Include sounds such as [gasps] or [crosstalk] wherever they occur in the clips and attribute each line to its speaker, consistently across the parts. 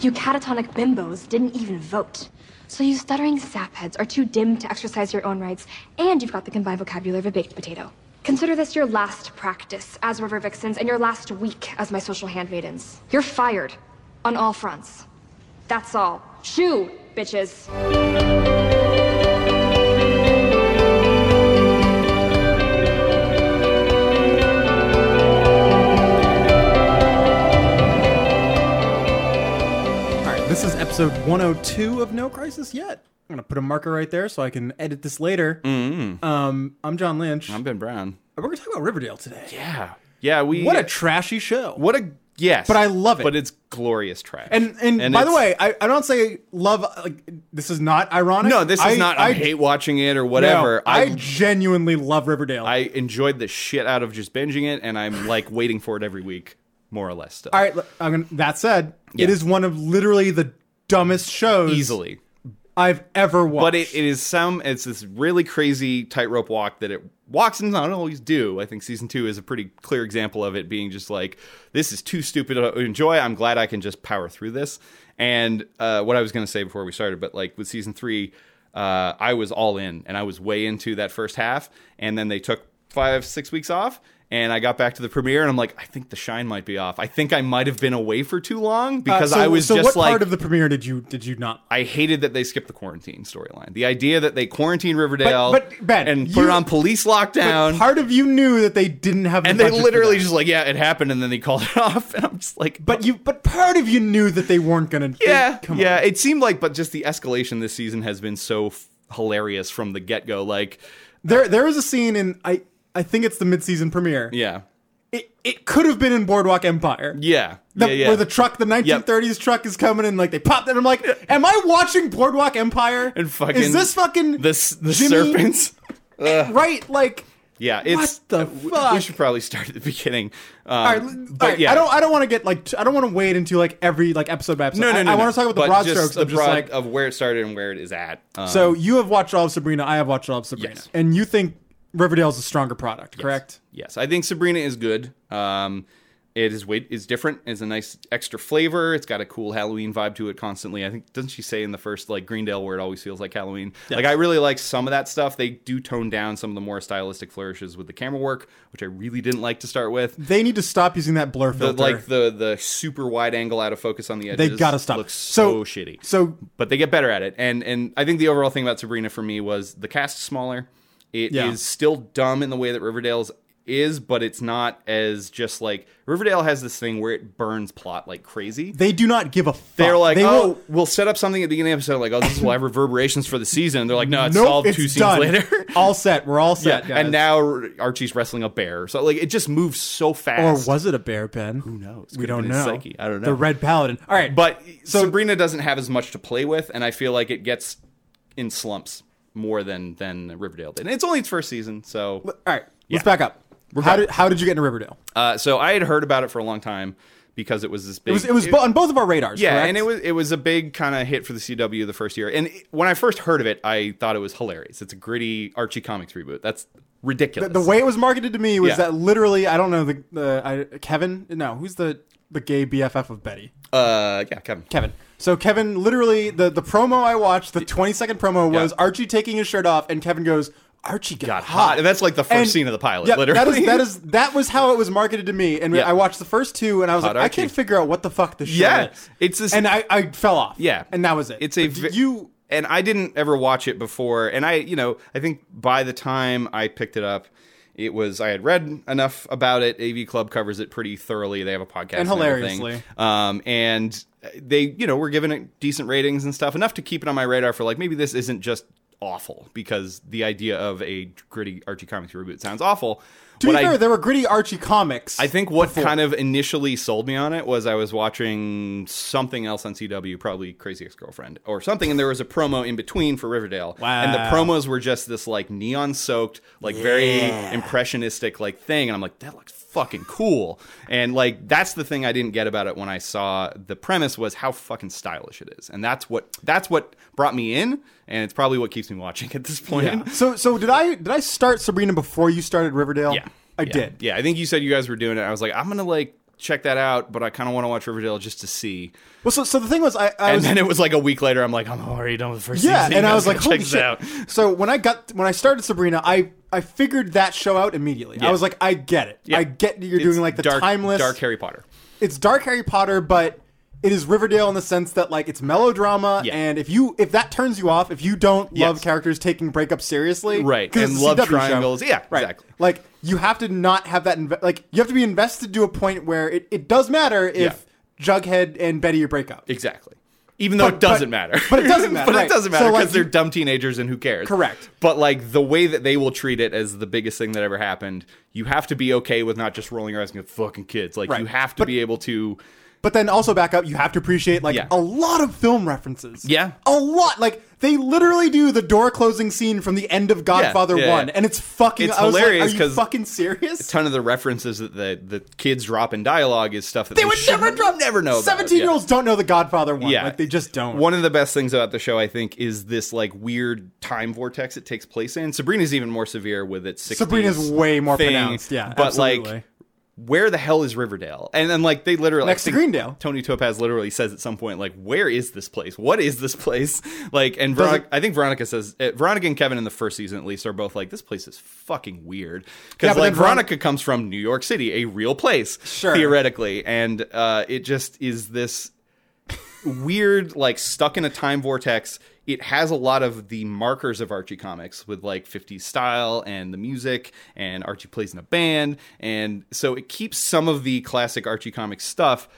Speaker 1: You catatonic bimbos didn't even vote. So you stuttering sapheads are too dim to exercise your own rights, and you've got the combined vocabulary of a baked potato. Consider this your last practice as River Vixens and your last week as my social hand maidens. You're fired on all fronts. That's all. Shoo, bitches.
Speaker 2: All right, this is episode 102 of No Crisis Yet. I'm gonna put a marker right there so I can edit this later. Um, I'm John Lynch.
Speaker 3: Mm-hmm. I'm Ben Brown.
Speaker 2: We're gonna talk about Riverdale today.
Speaker 3: Yeah. Yeah, we
Speaker 2: What a trashy show.
Speaker 3: what a yes.
Speaker 2: But I love it.
Speaker 3: But it's glorious trash.
Speaker 2: And, and by the
Speaker 3: it's-
Speaker 2: way, I, I don't say love. Like this is not ironic.
Speaker 3: no, this is
Speaker 2: I-
Speaker 3: not I,
Speaker 2: I-
Speaker 3: hate watching it or whatever.
Speaker 2: No, I,
Speaker 3: I
Speaker 2: genuinely love Riverdale.
Speaker 3: I enjoyed the shit out of just binging it and I'm like waiting for it every week more or less still.
Speaker 2: All right, I'm gonna, that said, it
Speaker 3: Yeah.
Speaker 2: is one of literally the dumbest shows
Speaker 3: Easily.
Speaker 2: I've ever watched.
Speaker 3: But it, it is some it's this really crazy tightrope walk that it walks and not always do. I think season two is a pretty clear example of it being just like this is too stupid to enjoy. I'm glad I can just power through this. And uh, what I was gonna say before we started, but like with season three, uh, I was all in and I was way into that first half, and then they took five six weeks off. And I got back to the premiere, and I'm like, I think the shine might be off. I think I might have been away for too long
Speaker 2: Uh,
Speaker 3: because
Speaker 2: so-
Speaker 3: I was
Speaker 2: so
Speaker 3: just
Speaker 2: what
Speaker 3: like,
Speaker 2: part of the premiere did you did you not?
Speaker 3: I hated that they skipped the quarantine storyline. The idea that they quarantine Riverdale
Speaker 2: But- but, Ben,
Speaker 3: and
Speaker 2: you-
Speaker 3: put it on police
Speaker 2: But
Speaker 3: lockdown.
Speaker 2: part of you knew that they didn't have, the
Speaker 3: and they
Speaker 2: budget for
Speaker 3: literally
Speaker 2: that.
Speaker 3: just like, yeah, it happened, and then they called it [laughs] off. And I'm just like,
Speaker 2: But you, but part of you knew that they weren't gonna. they-
Speaker 3: yeah,
Speaker 2: come
Speaker 3: yeah.
Speaker 2: on.
Speaker 3: It seemed like, but just the escalation this season has been so f- hilarious from the get go. Like,
Speaker 2: There, there is a scene in I, I think it's the mid-season premiere.
Speaker 3: yeah,
Speaker 2: It, it could have been in Boardwalk Empire.
Speaker 3: yeah,
Speaker 2: The-
Speaker 3: yeah, yeah.
Speaker 2: Where the truck, the 1930s truck, is coming and like they popped it. I'm like, am I watching Boardwalk Empire?
Speaker 3: and fucking
Speaker 2: is this fucking
Speaker 3: the s- the
Speaker 2: Jimmy-
Speaker 3: serpents?
Speaker 2: [laughs]
Speaker 3: [laughs]
Speaker 2: right? Like,
Speaker 3: Yeah, it's
Speaker 2: What the
Speaker 3: uh, w-
Speaker 2: fuck?
Speaker 3: We should probably start at the beginning. Um,
Speaker 2: all right, l- all right, I don't, I don't want to get like, t- I don't want to wade into like every like episode by episode.
Speaker 3: No, no, no.
Speaker 2: I, I
Speaker 3: no.
Speaker 2: want to talk about the
Speaker 3: But
Speaker 2: broad
Speaker 3: just
Speaker 2: strokes.
Speaker 3: the
Speaker 2: of just
Speaker 3: broad-
Speaker 2: like,
Speaker 3: of where it started and where it is at. Um,
Speaker 2: so you have watched all of Sabrina. I have watched all of Sabrina,
Speaker 3: Yes.
Speaker 2: and you think Riverdale is a stronger product, correct?
Speaker 3: Yes, I think Sabrina is good. Um, it is way is different. It's a nice extra flavor. It's got a cool Halloween vibe to it constantly. I think doesn't she say in the first like Greendale where it always feels like Halloween? Like I really like some of that stuff. They do tone down some of the more stylistic flourishes with the camera work, which I really didn't like to start with.
Speaker 2: They need to stop using that blur
Speaker 3: The,
Speaker 2: filter.
Speaker 3: like the the super wide angle out of focus on the
Speaker 2: they
Speaker 3: edges.
Speaker 2: gotta stop.
Speaker 3: Looks so shitty
Speaker 2: So
Speaker 3: but they get better at it. And and I think the overall thing about Sabrina for me was the cast is smaller. It is
Speaker 2: Yeah.
Speaker 3: still dumb in the way that Riverdale's is, but it's not as just like Riverdale has this thing where it burns plot like crazy.
Speaker 2: they do not give a fuck.
Speaker 3: They're like,
Speaker 2: they
Speaker 3: oh,
Speaker 2: will-
Speaker 3: we'll set up something at the beginning of the episode, like, oh, this will have reverberations for the season. They're like, no, it's
Speaker 2: nope,
Speaker 3: solved
Speaker 2: it's
Speaker 3: two scenes
Speaker 2: done. [laughs]
Speaker 3: later.
Speaker 2: all set. We're all set. guys.
Speaker 3: and now Archie's wrestling a bear. So like, it just moves so
Speaker 2: or
Speaker 3: fast.
Speaker 2: was it a bear pen? Who
Speaker 3: knows? Could
Speaker 2: We
Speaker 3: have
Speaker 2: don't
Speaker 3: been his
Speaker 2: know.
Speaker 3: psyche. I don't know.
Speaker 2: The red paladin. All right,
Speaker 3: But
Speaker 2: So-
Speaker 3: Sabrina doesn't have as much to play with, and I feel like it gets in slumps more than than Riverdale did. And it's only its first season, so
Speaker 2: all right, let's
Speaker 3: Yeah.
Speaker 2: back up. how
Speaker 3: back.
Speaker 2: did how did you get into Riverdale?
Speaker 3: uh, so I had heard about it for a long time because it was this big.
Speaker 2: It was it was bo- on both of our radars.
Speaker 3: yeah,
Speaker 2: correct?
Speaker 3: and it was it was a big kind of hit for the CW the first year. And it- when I first heard of it, I thought it was hilarious. It's a gritty Archie comics reboot. That's ridiculous.
Speaker 2: the way it was marketed to me was
Speaker 3: Yeah.
Speaker 2: that literally I don't know the the I, Kevin no who's the the gay BFF of Betty
Speaker 3: uh, yeah, Kevin.
Speaker 2: Kevin. So Kevin literally the the promo I watched the twenty second promo was
Speaker 3: Yeah.
Speaker 2: Archie taking his shirt off and Kevin goes Archie got,
Speaker 3: Got
Speaker 2: hot.
Speaker 3: hot. And that's like the first
Speaker 2: And-
Speaker 3: scene of the pilot,
Speaker 2: yeah,
Speaker 3: literally.
Speaker 2: that is that is that was how it was marketed to me. And
Speaker 3: Yeah.
Speaker 2: I watched the first two and I was
Speaker 3: Hot
Speaker 2: like I
Speaker 3: Archie.
Speaker 2: can't figure out what the fuck this show
Speaker 3: Yeah,
Speaker 2: is.
Speaker 3: it's this-
Speaker 2: and I I fell off.
Speaker 3: Yeah,
Speaker 2: and that was it.
Speaker 3: It's a
Speaker 2: But did
Speaker 3: ve-
Speaker 2: you.
Speaker 3: and I didn't ever watch it before, and I you know I think by the time I picked it up, it was I had read enough about it. AV Club covers it pretty thoroughly. They have a podcast
Speaker 2: And
Speaker 3: everything.
Speaker 2: hilariously.
Speaker 3: um, and they you know were giving it decent ratings and stuff enough to keep it on my radar for like maybe this isn't just awful because the idea of a gritty Archie comics reboot sounds awful.
Speaker 2: To
Speaker 3: What
Speaker 2: be
Speaker 3: I
Speaker 2: fair, there were gritty Archie comics.
Speaker 3: I think what kind of initially sold me on it was I was watching something else on CW, probably Crazy Ex-Girlfriend or something, and there was a promo in between for Riverdale.
Speaker 2: Wow.
Speaker 3: And the promos were just this like neon soaked, like very impressionistic like thing, and I'm like, that looks fucking cool. And like that's the thing I didn't get about it when I saw the premise was how fucking stylish it is. And that's what that's what brought me in, and it's probably what keeps me watching at this point.
Speaker 2: [laughs] So so did I did I start Sabrina before you started Riverdale?
Speaker 3: Yeah.
Speaker 2: Oh, I
Speaker 3: Yeah.
Speaker 2: did.
Speaker 3: Yeah, I think you said you guys were doing it. I was like, I'm gonna like check that out, but I kind of want to watch Riverdale just to see.
Speaker 2: Well, so, so the thing was, I, I
Speaker 3: And
Speaker 2: was [laughs]
Speaker 3: then it was like a week later, I'm like, I'm already done with the first
Speaker 2: yeah,
Speaker 3: season.
Speaker 2: and I
Speaker 3: I'm
Speaker 2: was
Speaker 3: gonna
Speaker 2: like, holy
Speaker 3: check this
Speaker 2: shit!
Speaker 3: out.
Speaker 2: So when I got when I started Sabrina, I I figured that show out immediately. I was like, I get it. I get that you're
Speaker 3: It's
Speaker 2: doing like the
Speaker 3: dark,
Speaker 2: timeless
Speaker 3: dark Harry Potter.
Speaker 2: it's dark Harry Potter, but it is Riverdale in the sense that like it's melodrama,
Speaker 3: Yeah.
Speaker 2: and if you if that turns you off, if you don't love
Speaker 3: Yes.
Speaker 2: characters taking breakups seriously,
Speaker 3: Right,
Speaker 2: 'cause
Speaker 3: and
Speaker 2: it's a
Speaker 3: love
Speaker 2: CW show.
Speaker 3: triangles. Yeah,
Speaker 2: right.
Speaker 3: exactly.
Speaker 2: Like you have to not have that. Inve- like you have to be invested to a point where it, it does matter if Jughead and Betty break up.
Speaker 3: Exactly. Even though
Speaker 2: But-
Speaker 3: it
Speaker 2: but-
Speaker 3: doesn't matter.
Speaker 2: but it
Speaker 3: [laughs]
Speaker 2: doesn't matter,
Speaker 3: but
Speaker 2: right.
Speaker 3: it doesn't matter
Speaker 2: So,
Speaker 3: because
Speaker 2: like,
Speaker 3: they're
Speaker 2: you-
Speaker 3: dumb teenagers and who cares?
Speaker 2: Correct.
Speaker 3: But like the way that they will treat it as the biggest thing that ever happened, you have to be okay with not just rolling your eyes and go, fucking kids. Like
Speaker 2: Right.
Speaker 3: you have to
Speaker 2: But-
Speaker 3: be able to
Speaker 2: But then also back up, you have to appreciate like
Speaker 3: Yeah.
Speaker 2: a lot of film references.
Speaker 3: Yeah.
Speaker 2: a lot. Like they literally do the door closing scene from the end of Godfather
Speaker 3: yeah,
Speaker 2: One,
Speaker 3: yeah.
Speaker 2: and it's fucking.
Speaker 3: It's
Speaker 2: I was like,
Speaker 3: hilarious
Speaker 2: Are you
Speaker 3: 'cause
Speaker 2: fucking serious?
Speaker 3: ton of the references that the, the kids drop in dialogue is stuff that they,
Speaker 2: would
Speaker 3: should
Speaker 2: never drop-
Speaker 3: never know. about.
Speaker 2: Seventeen year
Speaker 3: Yeah.
Speaker 2: olds don't know the Godfather One.
Speaker 3: Yeah.
Speaker 2: like they just don't.
Speaker 3: One of the best things about the show, I think, is this like weird time vortex it takes place in. Sabrina's even more severe with its 60s
Speaker 2: Sabrina's way more
Speaker 3: thing,
Speaker 2: pronounced, yeah,
Speaker 3: but
Speaker 2: absolutely.
Speaker 3: like, where the hell is Riverdale? And then like they literally
Speaker 2: Next to
Speaker 3: I think
Speaker 2: Greendale.
Speaker 3: Tony Topaz literally says at some point like, "Where is this place? What is this place?" [laughs] Like, and
Speaker 2: Does
Speaker 3: Veronica,
Speaker 2: it-
Speaker 3: I think Veronica says uh, Veronica and Kevin in the first season at least are both like, "This place is fucking weird,"
Speaker 2: Yeah,
Speaker 3: because
Speaker 2: but
Speaker 3: like
Speaker 2: then Veron-
Speaker 3: Veronica comes from New York City, a real place,
Speaker 2: Sure.
Speaker 3: theoretically, and uh, it just is this weird, like stuck in a time vortex. It has a lot of the markers of Archie comics with like 50s style and the music, and Archie plays in a band. And so it keeps some of the classic Archie comics stuff.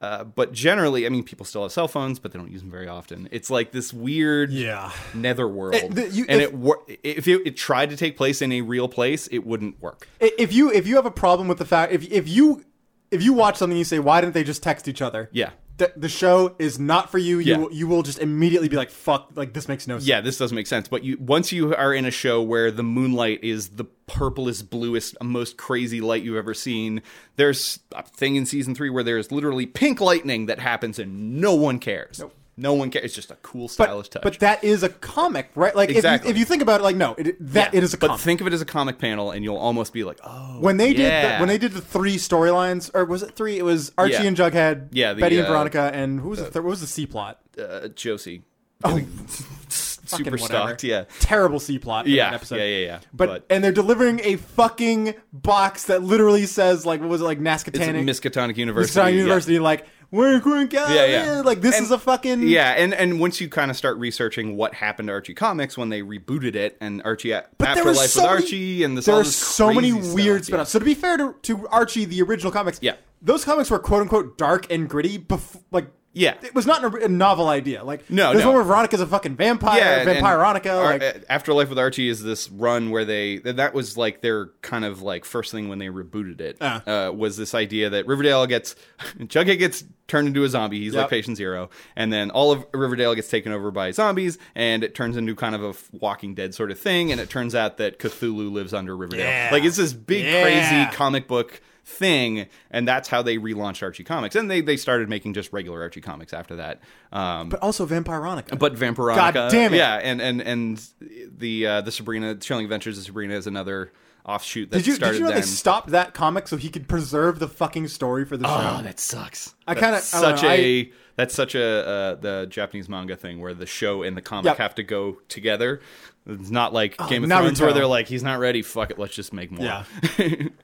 Speaker 3: Uh, but generally, I mean, people still have cell phones, but they don't use them very often. It's like this weird
Speaker 2: Yeah.
Speaker 3: netherworld.
Speaker 2: It- the- you-
Speaker 3: and
Speaker 2: if-
Speaker 3: it wor- if it, it tried to take place in a real place, it wouldn't work.
Speaker 2: I- if you if you have a problem with the fact if if you if you watch something, you say, why didn't they just text each other?
Speaker 3: Yeah.
Speaker 2: the, the show is not for you. You
Speaker 3: Yeah.
Speaker 2: will- you will just immediately be like, fuck, like this makes no sense.
Speaker 3: yeah, this doesn't make sense. But you once you are in a show where the moonlight is the purplest, bluest, most crazy light you've ever seen, there's a thing in season three where there's literally pink lightning that happens and no one cares. No one cares. It's just a cool, stylish
Speaker 2: but,
Speaker 3: touch.
Speaker 2: but that is a comic, right? Like
Speaker 3: Exactly.
Speaker 2: if, you, if you think about it, like no, it, that
Speaker 3: Yeah.
Speaker 2: it is a
Speaker 3: But
Speaker 2: comic.
Speaker 3: think of it as a comic panel, and you'll almost be like, oh,
Speaker 2: when they did
Speaker 3: yeah.
Speaker 2: the, when they did the three storylines, or was it three? It was Archie
Speaker 3: Yeah.
Speaker 2: and Jughead,
Speaker 3: Yeah, the,
Speaker 2: Betty and
Speaker 3: uh,
Speaker 2: Veronica, and who was the third? What was the C plot? Oh,
Speaker 3: uh, Josie,
Speaker 2: Fucking
Speaker 3: super
Speaker 2: whatever.
Speaker 3: stocked, yeah.
Speaker 2: terrible C plot. in
Speaker 3: Yeah,
Speaker 2: that episode.
Speaker 3: yeah, yeah, yeah.
Speaker 2: But,
Speaker 3: But-
Speaker 2: and they're delivering a fucking box that literally says like what was it like
Speaker 3: It's
Speaker 2: Naskatonic
Speaker 3: Miskatonic University.
Speaker 2: Naskatonic
Speaker 3: yeah.
Speaker 2: University like we're going to
Speaker 3: Yeah, yeah.
Speaker 2: like this
Speaker 3: And-
Speaker 2: is a fucking
Speaker 3: Yeah, and and once you kind of start researching what happened to Archie Comics when they rebooted it and Archie a-
Speaker 2: But there were
Speaker 3: Afterlife
Speaker 2: so
Speaker 3: with
Speaker 2: many-
Speaker 3: Archie and this
Speaker 2: there
Speaker 3: all
Speaker 2: were
Speaker 3: this
Speaker 2: so many
Speaker 3: crazy
Speaker 2: weird
Speaker 3: stuff, yeah.
Speaker 2: spin-offs. So to be fair to, to Archie, the original comics,
Speaker 3: Yeah.
Speaker 2: those comics were quote unquote dark and gritty. Bef- like,
Speaker 3: Yeah.
Speaker 2: it was not a, a novel idea. Like,
Speaker 3: No,
Speaker 2: there's
Speaker 3: no.
Speaker 2: one where Veronica's a fucking vampire,
Speaker 3: Yeah, and-
Speaker 2: vampire
Speaker 3: and
Speaker 2: Veronica.
Speaker 3: Ar- uh,
Speaker 2: like,
Speaker 3: Afterlife with Archie is this run where they that that was like their kind of like first thing when they rebooted it
Speaker 2: Uh.
Speaker 3: uh, was this idea that Riverdale gets [laughs] Jughead gets turned into a zombie. He's
Speaker 2: Yep.
Speaker 3: like Patient Zero, and then all of Riverdale gets taken over by zombies, and it turns into kind of a f- Walking Dead sort of thing. And it turns out that Cthulhu lives under Riverdale.
Speaker 2: Yeah.
Speaker 3: Like it's this big
Speaker 2: Yeah.
Speaker 3: crazy comic book thing and that's how they relaunched archie comics and they they started making just regular archie comics after that um
Speaker 2: but also vampire Veronica.
Speaker 3: but Vampironica.
Speaker 2: God damn it.
Speaker 3: Yeah, and and and the uh, the Sabrina Chilling Adventures of Sabrina is another offshoot that
Speaker 2: did you
Speaker 3: started
Speaker 2: did you know
Speaker 3: then.
Speaker 2: they stopped that comic so he could preserve the fucking story for the
Speaker 3: Oh,
Speaker 2: show?
Speaker 3: that sucks.
Speaker 2: I
Speaker 3: That's
Speaker 2: kinda- I don't
Speaker 3: such
Speaker 2: know,
Speaker 3: a that's such a uh, the Japanese manga thing where the show and the comic
Speaker 2: Yep. Oh,
Speaker 3: have to go together. It's not like Game of
Speaker 2: Naruto.
Speaker 3: Thrones where they're like, he's not ready. Fuck it, let's just make more.
Speaker 2: Yeah.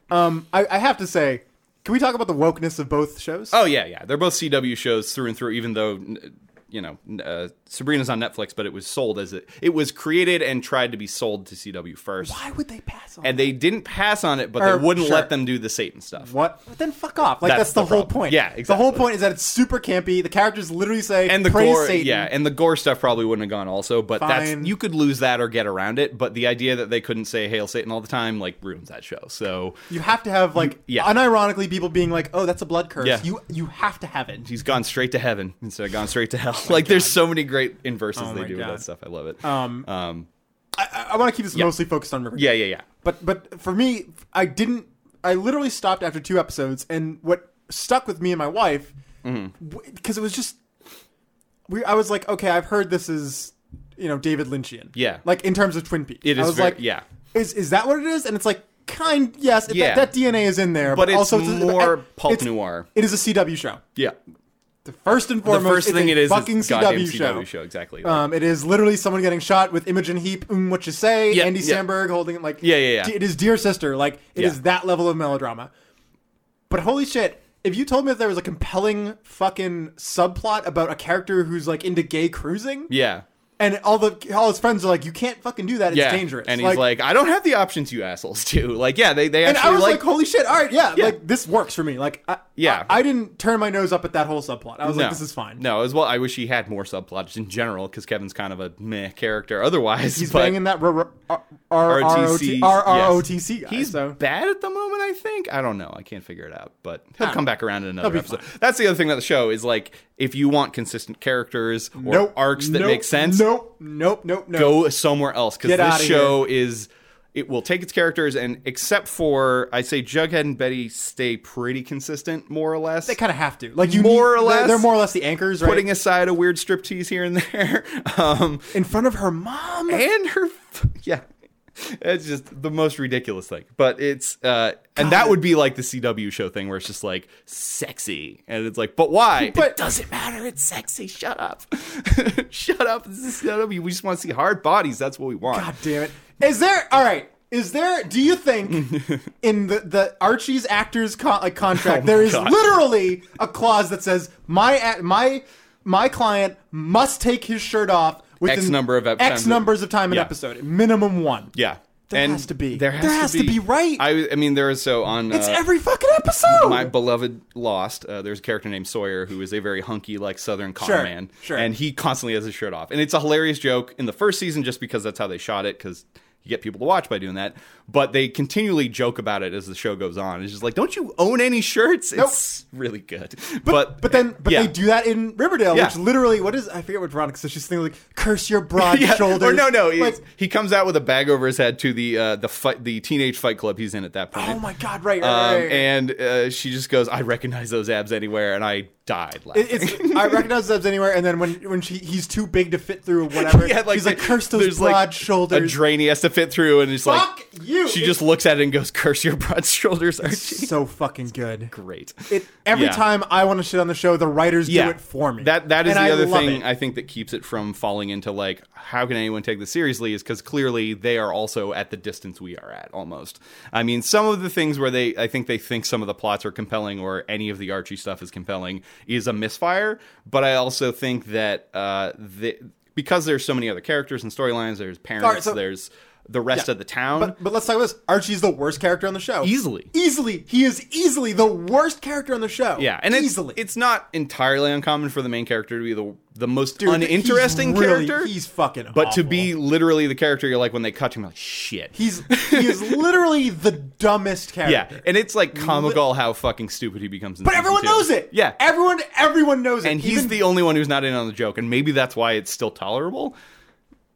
Speaker 2: um, I, I have to say, can we talk about the wokeness of both shows?
Speaker 3: [laughs] Oh yeah, yeah. They're both CW shows through and through. Even though, n- you know, n- uh, Sabrina's on Netflix, but it was sold as it it was created and tried to be sold to CW first.
Speaker 2: Why would they pass on?
Speaker 3: and they didn't pass on it, but
Speaker 2: Or-
Speaker 3: they wouldn't
Speaker 2: Er, sure.
Speaker 3: let them do the Satan stuff.
Speaker 2: What? But then fuck off. Like that's,
Speaker 3: That's
Speaker 2: the,
Speaker 3: the
Speaker 2: whole
Speaker 3: problem.
Speaker 2: point.
Speaker 3: Yeah,
Speaker 2: The whole
Speaker 3: exactly.
Speaker 2: point is that it's super campy. The characters literally say
Speaker 3: And the
Speaker 2: praise
Speaker 3: gore,
Speaker 2: Satan.
Speaker 3: yeah, and the gore stuff probably wouldn't have gone also, but
Speaker 2: Fine.
Speaker 3: that's you could lose that or get around it. But the idea that they couldn't say "Hail Satan" all the time like ruins that show. So
Speaker 2: you have to have like
Speaker 3: yeah.
Speaker 2: unironically people being like, "Oh, that's a blood curse."
Speaker 3: Yeah.
Speaker 2: You you have to have it.
Speaker 3: he's gone straight to heaven instead of gone straight to hell.
Speaker 2: [laughs]
Speaker 3: like there's so many great inverses
Speaker 2: Oh my
Speaker 3: they do
Speaker 2: God.
Speaker 3: with that stuff. I love it.
Speaker 2: Um,
Speaker 3: um,
Speaker 2: I, I, I want to keep this mostly focused on River.
Speaker 3: yeah, yeah, yeah.
Speaker 2: But but for me, I didn't. I literally stopped after two episodes, and what stuck with me and my wife because
Speaker 3: Mm-hmm.
Speaker 2: it was just. We, I was like, okay, I've heard this is, you know, David Lynchian.
Speaker 3: Yeah.
Speaker 2: Like in terms of Twin Peaks,
Speaker 3: It
Speaker 2: I
Speaker 3: is
Speaker 2: was
Speaker 3: very-
Speaker 2: like,
Speaker 3: yeah.
Speaker 2: Is is that what it is? And it's like, kind yes it-
Speaker 3: Yeah.
Speaker 2: that, that dna is in there but,
Speaker 3: But it's
Speaker 2: also
Speaker 3: more
Speaker 2: I-
Speaker 3: pulp
Speaker 2: it's-
Speaker 3: noir.
Speaker 2: it is a cw show
Speaker 3: Yeah.
Speaker 2: the first and foremost
Speaker 3: the first
Speaker 2: it's
Speaker 3: thing
Speaker 2: a
Speaker 3: it is
Speaker 2: fucking
Speaker 3: is goddamn
Speaker 2: cw, show,
Speaker 3: Exactly. Like,
Speaker 2: Um, it is literally someone getting shot with Imogen Heap, mm, what you say,
Speaker 3: Yeah,
Speaker 2: Andy
Speaker 3: yeah.
Speaker 2: Samberg holding it like
Speaker 3: Yeah, yeah, yeah.
Speaker 2: It is dear sister, like it is
Speaker 3: Yeah.
Speaker 2: that level of melodrama. But holy shit, if you told me that there was a compelling fucking subplot about a character who's like into gay cruising,
Speaker 3: yeah.
Speaker 2: and all the all his friends are like, you can't fucking do that, it's
Speaker 3: Yeah.
Speaker 2: dangerous.
Speaker 3: And he's like, I don't have the options, you assholes. [laughs] Do like, yeah, they they
Speaker 2: and
Speaker 3: actually
Speaker 2: I was like,
Speaker 3: like
Speaker 2: holy shit, all right, yeah,
Speaker 3: Yeah.
Speaker 2: like this works for me. Like, I,
Speaker 3: Yeah.
Speaker 2: I, I didn't turn my nose up at that whole subplot. I was like,
Speaker 3: No.
Speaker 2: this is fine.
Speaker 3: No, as well. I wish he had more subplots in general because Kevin's kind of a meh character. Otherwise,
Speaker 2: He's
Speaker 3: but
Speaker 2: banging that R- R- R-
Speaker 3: ROTC
Speaker 2: ROT- RROTC guy.
Speaker 3: He's
Speaker 2: so.
Speaker 3: bad at the moment. I think. I don't know. I can't figure it out. But he'll
Speaker 2: Ah.
Speaker 3: come back around in another
Speaker 2: He'll be
Speaker 3: episode. That's the other thing about the show is like if you want consistent characters or
Speaker 2: nope,
Speaker 3: arcs that
Speaker 2: nope,
Speaker 3: make sense,
Speaker 2: Nope, nope, nope, nope.
Speaker 3: go somewhere else because
Speaker 2: Get
Speaker 3: this
Speaker 2: outta
Speaker 3: show is it will take its characters and except for I'd say Jughead and Betty stay pretty consistent more or less.
Speaker 2: They kind of have to. Like you,
Speaker 3: More
Speaker 2: need-
Speaker 3: or
Speaker 2: they're-
Speaker 3: less
Speaker 2: they're, more or less the anchors, right?
Speaker 3: putting aside a weird striptease here and there. [laughs] Um,
Speaker 2: in front of her [laughs] mom.
Speaker 3: and her f- yeah it's just the most ridiculous thing but it's uh and that would be like the cw show thing where it's just like sexy and it's like but why
Speaker 2: [laughs] But-
Speaker 3: it doesn't matter it's sexy shut up [laughs] shut up this is cw we just want to see hard bodies that's what we want
Speaker 2: God damn it! Is there? All right. Is there? Do you
Speaker 3: [laughs]
Speaker 2: think in the the Archie's actors con- like contract
Speaker 3: Oh my
Speaker 2: there is
Speaker 3: God.
Speaker 2: literally a clause that says my a- my my client must take his shirt off within
Speaker 3: X number of ep-
Speaker 2: X
Speaker 3: times.
Speaker 2: numbers of time an
Speaker 3: Yeah.
Speaker 2: episode, minimum one.
Speaker 3: yeah
Speaker 2: There
Speaker 3: and
Speaker 2: has to be.
Speaker 3: there has,
Speaker 2: There
Speaker 3: to,
Speaker 2: has
Speaker 3: be.
Speaker 2: to be, right?
Speaker 3: i, I mean there is so on
Speaker 2: It's
Speaker 3: uh,
Speaker 2: every fucking episode.
Speaker 3: my beloved Lost, uh, there's a character named Sawyer who is a very hunky, like Southern con
Speaker 2: Sure,
Speaker 3: man,
Speaker 2: sure.
Speaker 3: and he constantly has his shirt off. And it's a hilarious joke in the first season, just because that's how they shot it, because you get people to watch by doing that. But they continually joke about it as the show goes on. It's just like, don't you own any shirts? It's really good. But [laughs]
Speaker 2: But then, but
Speaker 3: yeah.
Speaker 2: they do that in Riverdale,
Speaker 3: Yeah.
Speaker 2: which literally, what is? I forget what Veronica says. She's thinking like, "Curse your broad
Speaker 3: [laughs] Yeah,
Speaker 2: shoulders."
Speaker 3: Or no, no,
Speaker 2: like,
Speaker 3: it's- he comes out with a bag over his head to the uh, the fight, the teenage fight club he's in at that point.
Speaker 2: oh my god, right, right,
Speaker 3: Um,
Speaker 2: right.
Speaker 3: and uh, she just goes, "I recognize those abs anywhere," and I died laughing.
Speaker 2: It- it's I recognize those anywhere, and then when when she he's too big to fit through or whatever,
Speaker 3: [laughs] Yeah,
Speaker 2: he's like,
Speaker 3: the-
Speaker 2: "Curse those
Speaker 3: there's,
Speaker 2: broad
Speaker 3: like, A
Speaker 2: shoulders."
Speaker 3: drain he has to fit through, and it's
Speaker 2: Fuck
Speaker 3: like
Speaker 2: you!
Speaker 3: She
Speaker 2: It-
Speaker 3: just looks at it and goes, "Curse your broad [laughs]
Speaker 2: [laughs]
Speaker 3: shoulders, Archie."
Speaker 2: so fucking
Speaker 3: [laughs]
Speaker 2: good.
Speaker 3: Great.
Speaker 2: It, every
Speaker 3: Yeah.
Speaker 2: time I want to shit on the show, the writers do it for me.
Speaker 3: That that is
Speaker 2: And
Speaker 3: the
Speaker 2: I
Speaker 3: other
Speaker 2: love
Speaker 3: thing
Speaker 2: it.
Speaker 3: I think that keeps it from falling into like how can anyone take this seriously is because clearly they are also at the distance we are at almost. I mean, some of the things where they I think they think some of the plots are compelling or any of the Archie stuff is compelling is a misfire. But I also think that uh, the, because there's so many other characters and storylines, there's parents,
Speaker 2: All right, so-
Speaker 3: there's the rest
Speaker 2: Yeah.
Speaker 3: of the town.
Speaker 2: But, but let's talk about this. Archie's the worst character on the show.
Speaker 3: Easily.
Speaker 2: Easily. He is easily the worst character on the show.
Speaker 3: Yeah, and it's,
Speaker 2: easily.
Speaker 3: it's not entirely uncommon for the main character to be the the most
Speaker 2: Dude,
Speaker 3: uninteresting
Speaker 2: he's really-
Speaker 3: character.
Speaker 2: He's fucking
Speaker 3: but to
Speaker 2: awful.
Speaker 3: be literally the character you're like when they cut to him like shit.
Speaker 2: He's he is literally the dumbest
Speaker 3: yeah,
Speaker 2: character.
Speaker 3: and it's like comical how fucking stupid he becomes. In
Speaker 2: But
Speaker 3: season
Speaker 2: everyone
Speaker 3: two.
Speaker 2: knows it.
Speaker 3: Yeah,
Speaker 2: Everyone everyone knows it.
Speaker 3: and he's
Speaker 2: Even-
Speaker 3: the only one who's not in on the joke, and maybe that's why it's still tolerable.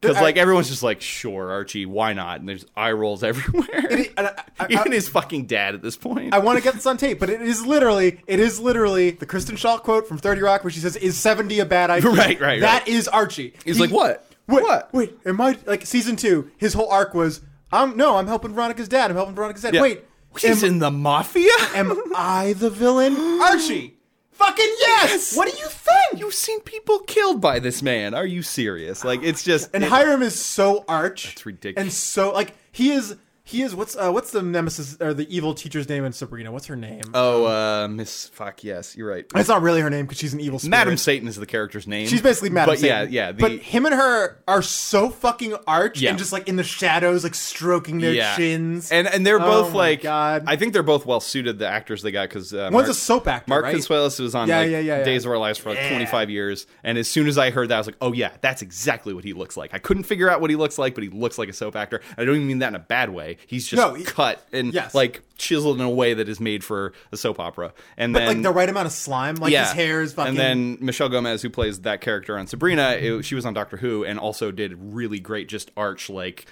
Speaker 3: Because
Speaker 2: I-
Speaker 3: like everyone's just like, sure, Archie, why not? And there's eye rolls [laughs] everywhere.
Speaker 2: It- [laughs] and I- I-
Speaker 3: Even his fucking dad at this point.
Speaker 2: I want to get this on tape, but it is literally it is literally the Kristen Shaw quote from 30 Rock where she says is 70 a bad idea.
Speaker 3: Right, right,
Speaker 2: That
Speaker 3: right.
Speaker 2: is Archie.
Speaker 3: He's like, "What?
Speaker 2: Wait,
Speaker 3: What?"
Speaker 2: Wait, am I like season 2, his whole arc was I'm no, I'm helping Veronica's dad. I'm helping Veronica's dad.
Speaker 3: Yeah.
Speaker 2: Wait.
Speaker 3: he's
Speaker 2: am-
Speaker 3: in the mafia.
Speaker 2: Am I the villain?
Speaker 3: [gasps]
Speaker 2: Archie! Fucking yes!
Speaker 3: Yes!
Speaker 2: What do you think?
Speaker 3: You've seen people killed by this man. Are you serious? Like it's just
Speaker 2: and Hiram is so arch. That's
Speaker 3: ridiculous.
Speaker 2: And so like he is he is what's uh, what's the nemesis or the evil teacher's name in Sabrina? What's her name?
Speaker 3: Oh, uh, Miss Fuck. Yes, you're right.
Speaker 2: it's not really her name because she's an evil spirit.
Speaker 3: Madam Satan is the character's name.
Speaker 2: She's basically Madam
Speaker 3: But
Speaker 2: Satan.
Speaker 3: yeah, yeah. The,
Speaker 2: but him and her are so fucking arch
Speaker 3: Yeah.
Speaker 2: and just like in the shadows, like stroking their
Speaker 3: yeah.
Speaker 2: chins.
Speaker 3: and and they're
Speaker 2: Oh
Speaker 3: both
Speaker 2: my
Speaker 3: like.
Speaker 2: God.
Speaker 3: I think they're both well suited. The actors they got because uh,
Speaker 2: One's
Speaker 3: Mark-
Speaker 2: a soap actor,
Speaker 3: Mark
Speaker 2: right?
Speaker 3: Consuelos was on
Speaker 2: Yeah,
Speaker 3: like,
Speaker 2: yeah, yeah, yeah.
Speaker 3: Days of Our Lives for like 25 years, and as soon as I heard that, I was like, oh yeah, that's exactly what he looks like. I couldn't figure out what he looks like, but he looks like a soap actor. And I don't even mean that in a bad way. He's just
Speaker 2: No, he-
Speaker 3: cut and
Speaker 2: Yes.
Speaker 3: like chiseled in a way that is made for a soap opera. And
Speaker 2: but
Speaker 3: then
Speaker 2: like the right amount of slime. Like his hair is fucking.
Speaker 3: And then Michelle Gomez, who plays that character on Sabrina, it- she was on Doctor Who and also did really great, just arch like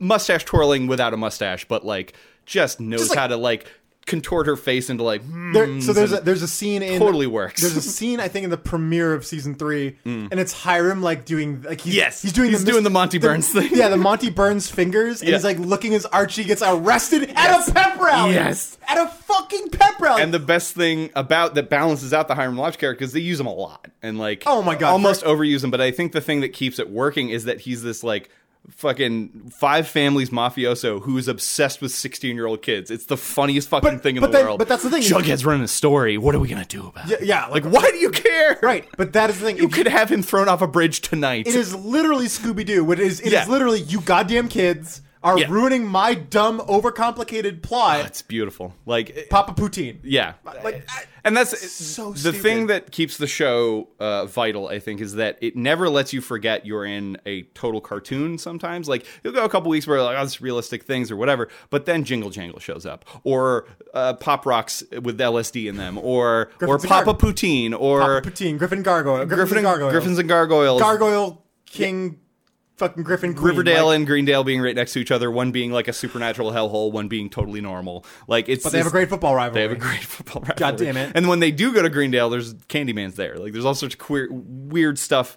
Speaker 3: mustache twirling without a mustache, but like just knows
Speaker 2: like-
Speaker 3: how to like contort her face into like. hmm,
Speaker 2: There, so there's a, there's a scene in
Speaker 3: Totally works. Hmm.
Speaker 2: There's a scene I think in the premiere of season three, and it's Hiram like doing like he's,
Speaker 3: Yes.
Speaker 2: he's doing
Speaker 3: He's
Speaker 2: the,
Speaker 3: doing the
Speaker 2: [laughs]
Speaker 3: Monty Burns thing.
Speaker 2: Yeah, the Monty Burns fingers, and
Speaker 3: Yeah.
Speaker 2: he's like looking as Archie gets arrested at
Speaker 3: Yes.
Speaker 2: a pep rally.
Speaker 3: Yes.
Speaker 2: at a fucking pep rally.
Speaker 3: And the best thing about that balances out the Hiram Lodge character is they use him a lot and like
Speaker 2: Oh my God.
Speaker 3: almost overuse him. But I think the thing that keeps it working is that he's this like fucking five families mafioso who's obsessed with sixteen year old kids. It's the funniest fucking
Speaker 2: But-
Speaker 3: thing in
Speaker 2: but
Speaker 3: the
Speaker 2: that-
Speaker 3: world.
Speaker 2: but that's the thing.
Speaker 3: Jughead's running a story. What are we gonna do about?
Speaker 2: Yeah,
Speaker 3: it?
Speaker 2: yeah,
Speaker 3: like
Speaker 2: like-
Speaker 3: why do you care?
Speaker 2: right, but that is the thing.
Speaker 3: You
Speaker 2: If
Speaker 3: could have him thrown off a bridge tonight.
Speaker 2: It is literally Scooby Doo. It is. it is
Speaker 3: Yeah.
Speaker 2: literally you goddamn kids are
Speaker 3: Yeah.
Speaker 2: ruining my dumb, overcomplicated plot.
Speaker 3: It's beautiful. Like
Speaker 2: Papa Poutine.
Speaker 3: Yeah,
Speaker 2: Like, I-
Speaker 3: and that's
Speaker 2: so
Speaker 3: the
Speaker 2: stupid.
Speaker 3: thing that keeps the show uh, vital. I think is that it never lets you forget you're in a total cartoon. Sometimes, like you'll go a couple weeks where like oh, it's realistic things or whatever, but then Jingle Jangle shows up, or uh, Pop Rocks with LSD in them, or or
Speaker 2: Griffin's and
Speaker 3: Papa
Speaker 2: Gargoyle.
Speaker 3: Poutine, or
Speaker 2: Papa Poutine. Griffin Gargoyle. Griffin,
Speaker 3: Griffin
Speaker 2: and
Speaker 3: and,
Speaker 2: Gargoyle.
Speaker 3: Griffins and Gargoyles,
Speaker 2: Gargoyle King. Fucking Griffin. Green.
Speaker 3: Riverdale
Speaker 2: Like,
Speaker 3: and Greendale being right next to each other, one being like a supernatural hellhole, one being totally normal. Like it's
Speaker 2: but they have a
Speaker 3: it's-
Speaker 2: great football rivalry.
Speaker 3: They have a great [laughs] football rivalry.
Speaker 2: God damn it.
Speaker 3: And when they do go to Greendale, there's Candyman's there. Like there's all sorts of queer, weird stuff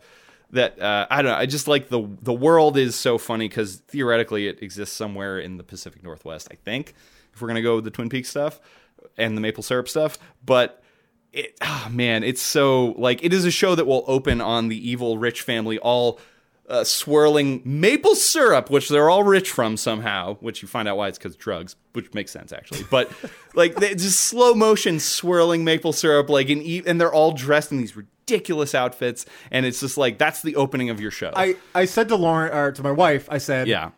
Speaker 3: that uh, I don't know. I just like the the world is so funny because theoretically it exists somewhere in the Pacific Northwest. I think if we're gonna go with the Twin Peaks stuff and the maple syrup stuff, but. It, ah man, it's so like it is a show that will open on the evil rich family all uh, swirling maple syrup, which they're all rich from somehow, which you find out why it's because drugs, which makes sense actually. But [laughs] like they, just slow motion swirling maple syrup, like and eat, and they're all dressed in these ridiculous outfits, and it's just like that's the opening of your show.
Speaker 2: I, I said to Lauren or to my wife, I said,
Speaker 3: yeah,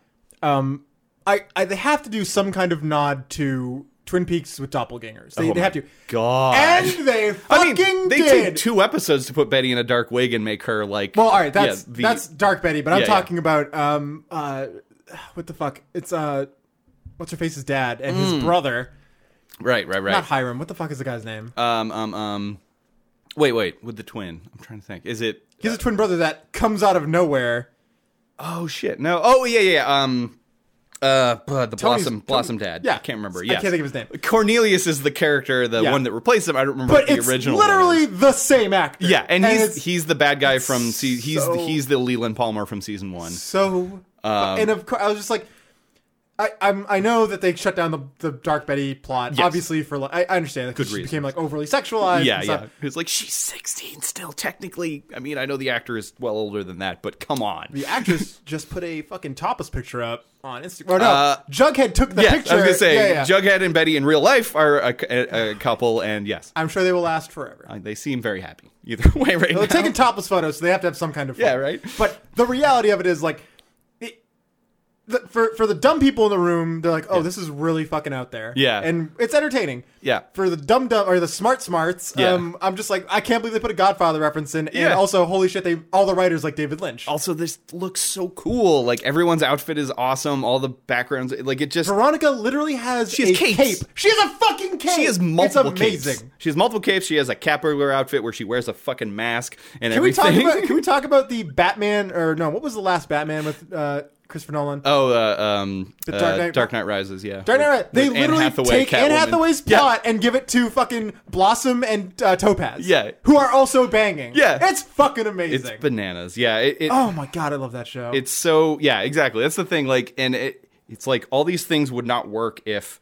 Speaker 2: um, I, I they have to do some kind of nod to Twin Peaks with doppelgangers. They,
Speaker 3: Oh
Speaker 2: they
Speaker 3: my
Speaker 2: have to.
Speaker 3: God.
Speaker 2: And they
Speaker 3: I
Speaker 2: fucking
Speaker 3: mean, they
Speaker 2: did.
Speaker 3: take two episodes to put Betty in a dark wig and make her like.
Speaker 2: Well, all right, that's
Speaker 3: yeah, the-
Speaker 2: that's Dark Betty, but I'm
Speaker 3: Yeah, yeah.
Speaker 2: talking about um uh what the fuck? It's uh what's her face's dad and his brother,
Speaker 3: right, Mm. right, right.
Speaker 2: not Hiram. What the fuck is the guy's name?
Speaker 3: um, um, um. Wait, wait. With the twin, I'm trying to think. Is it?
Speaker 2: He's a twin brother that comes out of nowhere.
Speaker 3: Oh shit! No. Oh yeah, yeah. yeah, Um, uh, but the
Speaker 2: Tony's-
Speaker 3: Blossom,
Speaker 2: Tony-
Speaker 3: Blossom Dad.
Speaker 2: yeah.
Speaker 3: I can't remember.
Speaker 2: I
Speaker 3: Yeah,
Speaker 2: can't think of his name.
Speaker 3: Cornelius is the character, the
Speaker 2: Yeah.
Speaker 3: one that replaced him. I don't remember
Speaker 2: But
Speaker 3: the
Speaker 2: it's
Speaker 3: original. one
Speaker 2: literally
Speaker 3: is.
Speaker 2: the same actor.
Speaker 3: yeah, and, he's
Speaker 2: it's
Speaker 3: he's the bad guy from se- he's
Speaker 2: so-
Speaker 3: he's the Leland Palmer from season one.
Speaker 2: so
Speaker 3: Um,
Speaker 2: and of course I was just like I, I'm, I know that they shut down the, the Dark Betty plot,
Speaker 3: Yes.
Speaker 2: obviously for like I, I understand that
Speaker 3: Good
Speaker 2: she
Speaker 3: reasons.
Speaker 2: became like overly sexualized.
Speaker 3: Yeah,
Speaker 2: and stuff.
Speaker 3: yeah. It's like she's sixteen still, technically. I mean, I know the actor is well older than that, but come on.
Speaker 2: The
Speaker 3: [laughs]
Speaker 2: actress just put a fucking topless picture up on Instagram. Or no,
Speaker 3: Uh,
Speaker 2: Jughead took the
Speaker 3: yeah,
Speaker 2: picture.
Speaker 3: I was gonna say
Speaker 2: Yeah, yeah.
Speaker 3: Jughead and Betty in real life are a, a, a couple, and yes,
Speaker 2: I'm sure they will last forever.
Speaker 3: they seem very happy either [laughs] way right
Speaker 2: They're
Speaker 3: now.
Speaker 2: taking topless photos, so they have to have some kind of. fun.
Speaker 3: Yeah, right.
Speaker 2: But the reality of it is like. it- The, for, for the dumb people in the room, they're like, "Oh, this is really fucking out there."
Speaker 3: Yeah.
Speaker 2: and it's entertaining.
Speaker 3: Yeah.
Speaker 2: For the dumb dumb or the smart smarts,
Speaker 3: Yeah.
Speaker 2: um, I'm just like, I can't believe they put a Godfather reference in, and
Speaker 3: Yeah.
Speaker 2: also, holy shit, they all the writers like David Lynch.
Speaker 3: also this looks so cool like everyone's outfit is awesome all the backgrounds like it just
Speaker 2: Veronica literally has
Speaker 3: She has
Speaker 2: a
Speaker 3: capes.
Speaker 2: cape. She has a fucking cape.
Speaker 3: she has multiple
Speaker 2: It's amazing.
Speaker 3: capes she has multiple capes she has a cat burglar outfit where she wears a fucking mask and
Speaker 2: Can we talk
Speaker 3: everything
Speaker 2: about? Can we talk about the Batman or no? What was the last Batman with uh, Christopher Nolan?
Speaker 3: [laughs] oh uh, um
Speaker 2: The
Speaker 3: uh,
Speaker 2: Dark
Speaker 3: Dark,
Speaker 2: Knight-
Speaker 3: Knight, Rises yeah
Speaker 2: Dark Knight Rises.
Speaker 3: With-
Speaker 2: They
Speaker 3: with Anne
Speaker 2: literally
Speaker 3: Hathaway,
Speaker 2: take Anne
Speaker 3: Catwoman.
Speaker 2: Hathaway's
Speaker 3: Yeah.
Speaker 2: plot and give it to fucking Blossom and uh, Topaz.
Speaker 3: Yeah.
Speaker 2: who are also banging.
Speaker 3: Yeah.
Speaker 2: it's fucking amazing.
Speaker 3: it's bananas yeah it, it,
Speaker 2: oh my god, I love that show.
Speaker 3: it's so yeah exactly that's the thing like and it it's like all these things would not work if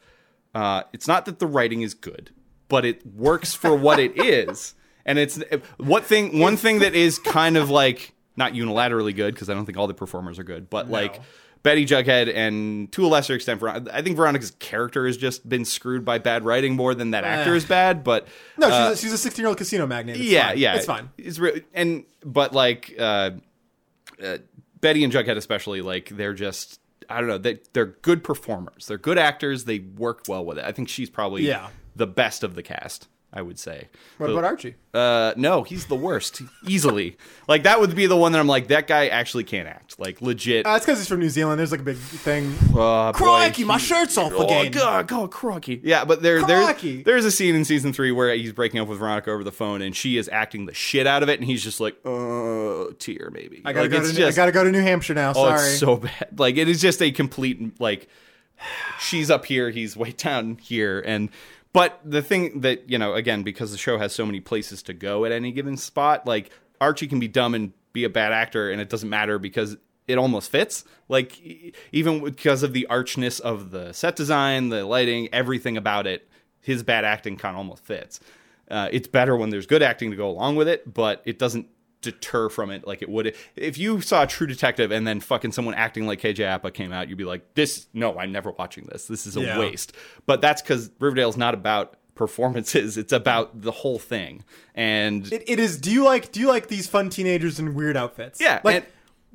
Speaker 3: uh it's not that the writing is good but it works for what
Speaker 2: [laughs]
Speaker 3: it is and it's what thing one thing that is kind of like not unilaterally good because i don't think all the performers are good but like Betty Jughead and to a lesser extent, Veron- I think Veronica's character has just been screwed by bad writing more than that actor is bad. But
Speaker 2: Eh. no,
Speaker 3: uh,
Speaker 2: she's, a, she's a sixteen-year-old casino magnate. It's
Speaker 3: yeah,
Speaker 2: fine.
Speaker 3: yeah,
Speaker 2: it's fine.
Speaker 3: It's re- and but like uh, uh, Betty and Jughead especially, like they're just I don't know they they're good performers, they're good actors, they work well with it. I think she's probably
Speaker 2: Yeah.
Speaker 3: the best of the cast. I would say.
Speaker 2: What
Speaker 3: The-
Speaker 2: about Archie?
Speaker 3: Uh, no, he's the worst easily. like that would be the one that I'm like that guy actually can't act. Like legit.
Speaker 2: Uh, it's because he's from New Zealand. There's like a big thing.
Speaker 3: Uh,
Speaker 2: Crikey,
Speaker 3: boy,
Speaker 2: my
Speaker 3: he-
Speaker 2: shirt's off again.
Speaker 3: Oh god, god, crikey. Yeah, but there, there,
Speaker 2: Crikey.
Speaker 3: there's a scene in season three where he's breaking up with Veronica over the phone, and she is acting the shit out of it, and he's just like, uh, tear maybe.
Speaker 2: I gotta
Speaker 3: like,
Speaker 2: go to
Speaker 3: it's
Speaker 2: I gotta go to New Hampshire now.
Speaker 3: oh,
Speaker 2: Sorry.
Speaker 3: it's so bad. [laughs] Like [laughs] it is just a complete like, she's up here, he's way down here, and But the thing that, you know, again, because the show has so many places to go at any given spot, like Archie can be dumb and be a bad actor and it doesn't matter because it almost fits. Like e- even because of the archness of the set design, the lighting, everything about it, his bad acting kind of almost fits. Uh, it's better when there's good acting to go along with it, but it doesn't deter from it like it would if you saw True Detective and then fucking someone acting like KJ Appa came out. You'd be like, "This no, I'm never watching this. This is a
Speaker 2: Yeah.
Speaker 3: waste." But that's because Riverdale's not about performances; it's about the whole thing. And
Speaker 2: It, it is. Do you like? Do you like these fun teenagers in weird outfits?
Speaker 3: Yeah,
Speaker 2: Like,
Speaker 3: and-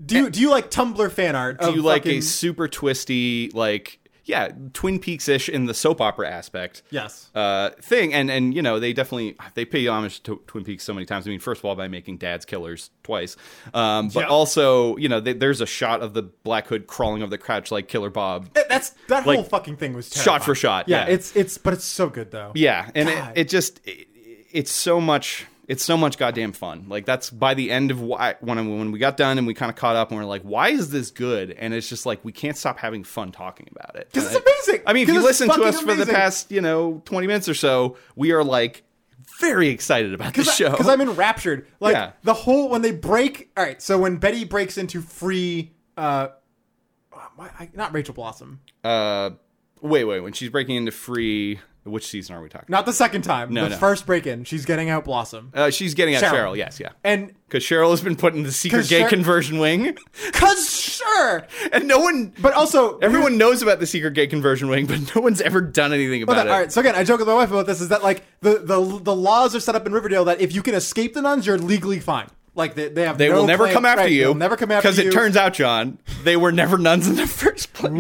Speaker 2: do you, do you like Tumblr fan art?
Speaker 3: do you like a super twisty like yeah twin peaks ish in the soap opera aspect
Speaker 2: Yes.
Speaker 3: uh thing and and you know they definitely they pay homage to twin peaks so many times i mean first of all by making dad's killers twice um but
Speaker 2: Yeah.
Speaker 3: also you know they, there's a shot of the black hood crawling over the crouch like killer bob
Speaker 2: That- that's that
Speaker 3: like,
Speaker 2: whole fucking thing was
Speaker 3: shot
Speaker 2: terrifying.
Speaker 3: for shot, yeah.
Speaker 2: it's it's but it's so good though.
Speaker 3: Yeah, and it,
Speaker 2: God.
Speaker 3: it just it, it's so much it's so much goddamn fun. Like that's by the end of why when I- when we got done and we kind of caught up and we're like, why is this good? And it's just like we can't stop having fun talking about it.
Speaker 2: This is
Speaker 3: And I-
Speaker 2: amazing!
Speaker 3: I mean, if you
Speaker 2: This is
Speaker 3: listen to
Speaker 2: fucking
Speaker 3: us for the
Speaker 2: amazing!
Speaker 3: past you know twenty minutes or so, we are like very excited about this show.
Speaker 2: because I'm enraptured. Like
Speaker 3: Yeah.
Speaker 2: the whole when they break. All right, so when Betty breaks into free, uh, why- I- not Rachel Blossom,
Speaker 3: uh, wait, wait, when she's breaking into free, which season are we talking?
Speaker 2: not the second time,
Speaker 3: No,
Speaker 2: the
Speaker 3: no.
Speaker 2: first break in, she's getting out Blossom,
Speaker 3: Uh, she's getting at
Speaker 2: Cheryl.
Speaker 3: Cheryl. Yes, yeah.
Speaker 2: and
Speaker 3: Because Cheryl has been put in the secret
Speaker 2: 'Cause
Speaker 3: gay
Speaker 2: Cher-
Speaker 3: conversion wing,
Speaker 2: cause sure,
Speaker 3: and no one
Speaker 2: but also
Speaker 3: Everyone knows about the secret gay conversion wing, but no one's ever done anything about
Speaker 2: Well,
Speaker 3: it.
Speaker 2: that- all right. So again, I joke with my wife about this. Is that like the the the laws are set up in Riverdale that if you can escape the nuns, you're legally fine. Like they, they have
Speaker 3: They
Speaker 2: no
Speaker 3: will never
Speaker 2: claim-
Speaker 3: come after
Speaker 2: right,
Speaker 3: you.
Speaker 2: They'll never come after you
Speaker 3: Because it turns out, John, they were never nuns in the first place.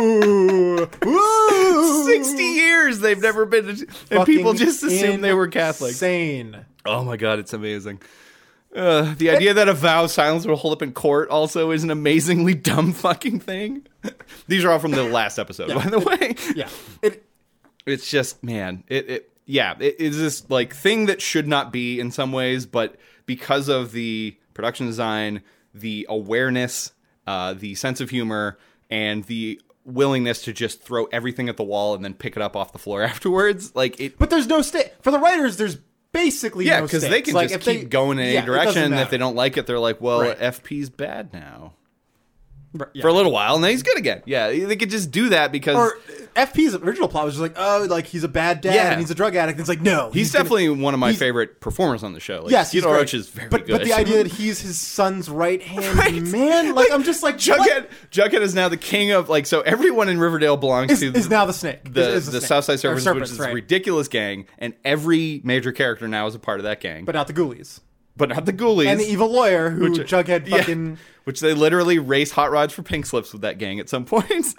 Speaker 2: Ooh, ooh.
Speaker 3: [laughs] 60 years they've never been. And people just assume they were Catholic.
Speaker 2: Insane.
Speaker 3: Oh my God, it's amazing. Uh, the idea that a vow of silence will hold up in court also is an amazingly [laughs] dumb fucking thing. [laughs] These are all from the last episode, by the way.
Speaker 2: [laughs] Yeah. It,
Speaker 3: it's just man it, it yeah it is this like thing that should not be in some ways but because of the production design the awareness uh, the sense of humor and the willingness to just throw everything at the wall and then pick it up off the floor [laughs] afterwards like it
Speaker 2: but there's no state for the writers. There's basically
Speaker 3: yeah
Speaker 2: no
Speaker 3: because they
Speaker 2: stakes.
Speaker 3: can
Speaker 2: Like,
Speaker 3: just
Speaker 2: if
Speaker 3: keep going in any
Speaker 2: yeah, it doesn't
Speaker 3: direction if
Speaker 2: matter.
Speaker 3: they don't like it they're like well
Speaker 2: Right.
Speaker 3: fp's bad now
Speaker 2: Right, yeah.
Speaker 3: for a little while and then he's good again yeah they could just do that because
Speaker 2: or FP's original plot was just like, oh, like he's a bad dad
Speaker 3: Yeah.
Speaker 2: and he's a drug addict. It's like, no,
Speaker 3: He's,
Speaker 2: gonna-
Speaker 3: definitely one of my
Speaker 2: he's-
Speaker 3: favorite performers on the show. Like,
Speaker 2: Yes, he's
Speaker 3: Theodore
Speaker 2: great.
Speaker 3: Roach is very
Speaker 2: but,
Speaker 3: good.
Speaker 2: But the idea
Speaker 3: [laughs]
Speaker 2: that he's his son's right hand man, like, I'm just like what
Speaker 3: Jughead, Jughead is now the king of like so everyone in Riverdale belongs
Speaker 2: is,
Speaker 3: to
Speaker 2: is now the snake.
Speaker 3: the,
Speaker 2: is, is
Speaker 3: the
Speaker 2: snake.
Speaker 3: Southside
Speaker 2: Or
Speaker 3: Serpents, which
Speaker 2: serpents,
Speaker 3: is
Speaker 2: right.
Speaker 3: a ridiculous gang, and every major character now is a part of that gang.
Speaker 2: but not the ghoulies.
Speaker 3: but not the Ghoulies
Speaker 2: And the evil lawyer who
Speaker 3: which-
Speaker 2: Jughead
Speaker 3: yeah,
Speaker 2: fucking
Speaker 3: which they literally race hot rods for pink slips with that gang at some [laughs] point,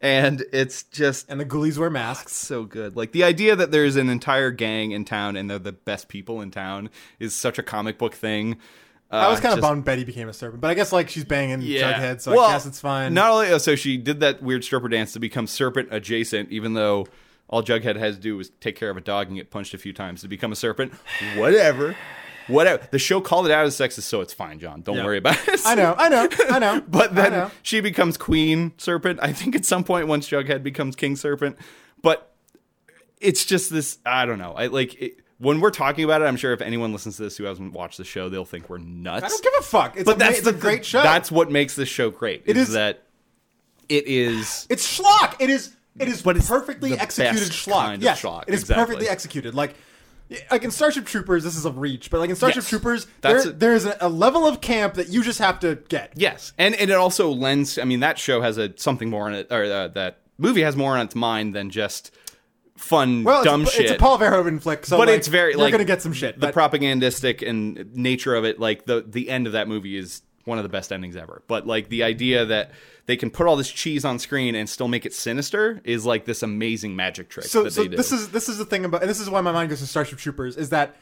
Speaker 3: and it's just
Speaker 2: and the ghoulies wear masks.
Speaker 3: so good. Like the idea that there's an entire gang in town and they're the best people in town is such a comic book thing. Uh,
Speaker 2: I was kind of
Speaker 3: just-
Speaker 2: bummed Betty became a serpent, but I guess like she's banging Jughead, so
Speaker 3: Well,
Speaker 2: I guess it's fine.
Speaker 3: Not only oh, so she did that weird stripper dance to become serpent adjacent, even though all Jughead has to do is take care of a dog and get punched a few times to become a serpent. Whatever. Whatever. The show called it out as sexist, so it's fine, John. Don't
Speaker 2: Yeah.
Speaker 3: worry about it.
Speaker 2: I know, I know, I know.
Speaker 3: [laughs] But
Speaker 2: I know.
Speaker 3: then she becomes Queen Serpent. I think at some point once Jughead becomes King Serpent. But it's just this I don't know. I like it, when we're talking about it, I'm sure if anyone listens to this who hasn't watched the show, they'll think we're nuts
Speaker 2: I don't give a fuck. It's,
Speaker 3: but
Speaker 2: a,
Speaker 3: that's
Speaker 2: it's
Speaker 3: the
Speaker 2: a great show.
Speaker 3: That's what makes this show great. It is,
Speaker 2: is-
Speaker 3: that it is.
Speaker 2: it's schlock. It is it is
Speaker 3: But it's
Speaker 2: perfectly
Speaker 3: the
Speaker 2: executed
Speaker 3: best
Speaker 2: schlock.
Speaker 3: kind of
Speaker 2: yes,
Speaker 3: schlock,
Speaker 2: it is
Speaker 3: exactly.
Speaker 2: perfectly executed. Like like in Starship Troopers, this is a reach, but like in Starship
Speaker 3: Yes.
Speaker 2: Troopers,
Speaker 3: That's
Speaker 2: there,
Speaker 3: a-
Speaker 2: there's a, a level of camp that you just have to get.
Speaker 3: Yes, and, and it also lends. I mean, that show has a something more on it, or uh, that movie has more on its mind than just fun
Speaker 2: well,
Speaker 3: dumb
Speaker 2: it's a,
Speaker 3: shit.
Speaker 2: It's a Paul Verhoeven flick, so
Speaker 3: but
Speaker 2: like,
Speaker 3: it's very
Speaker 2: you're
Speaker 3: like
Speaker 2: gonna get some shit.
Speaker 3: The
Speaker 2: but-
Speaker 3: propagandistic and nature of it, like the the end of that movie is one of the best endings ever. But like the idea that they can put all this cheese on screen and still make it sinister is like this amazing magic trick
Speaker 2: so,
Speaker 3: that
Speaker 2: so
Speaker 3: they do.
Speaker 2: this is this is the thing about, and this is why my mind goes to Starship Troopers is that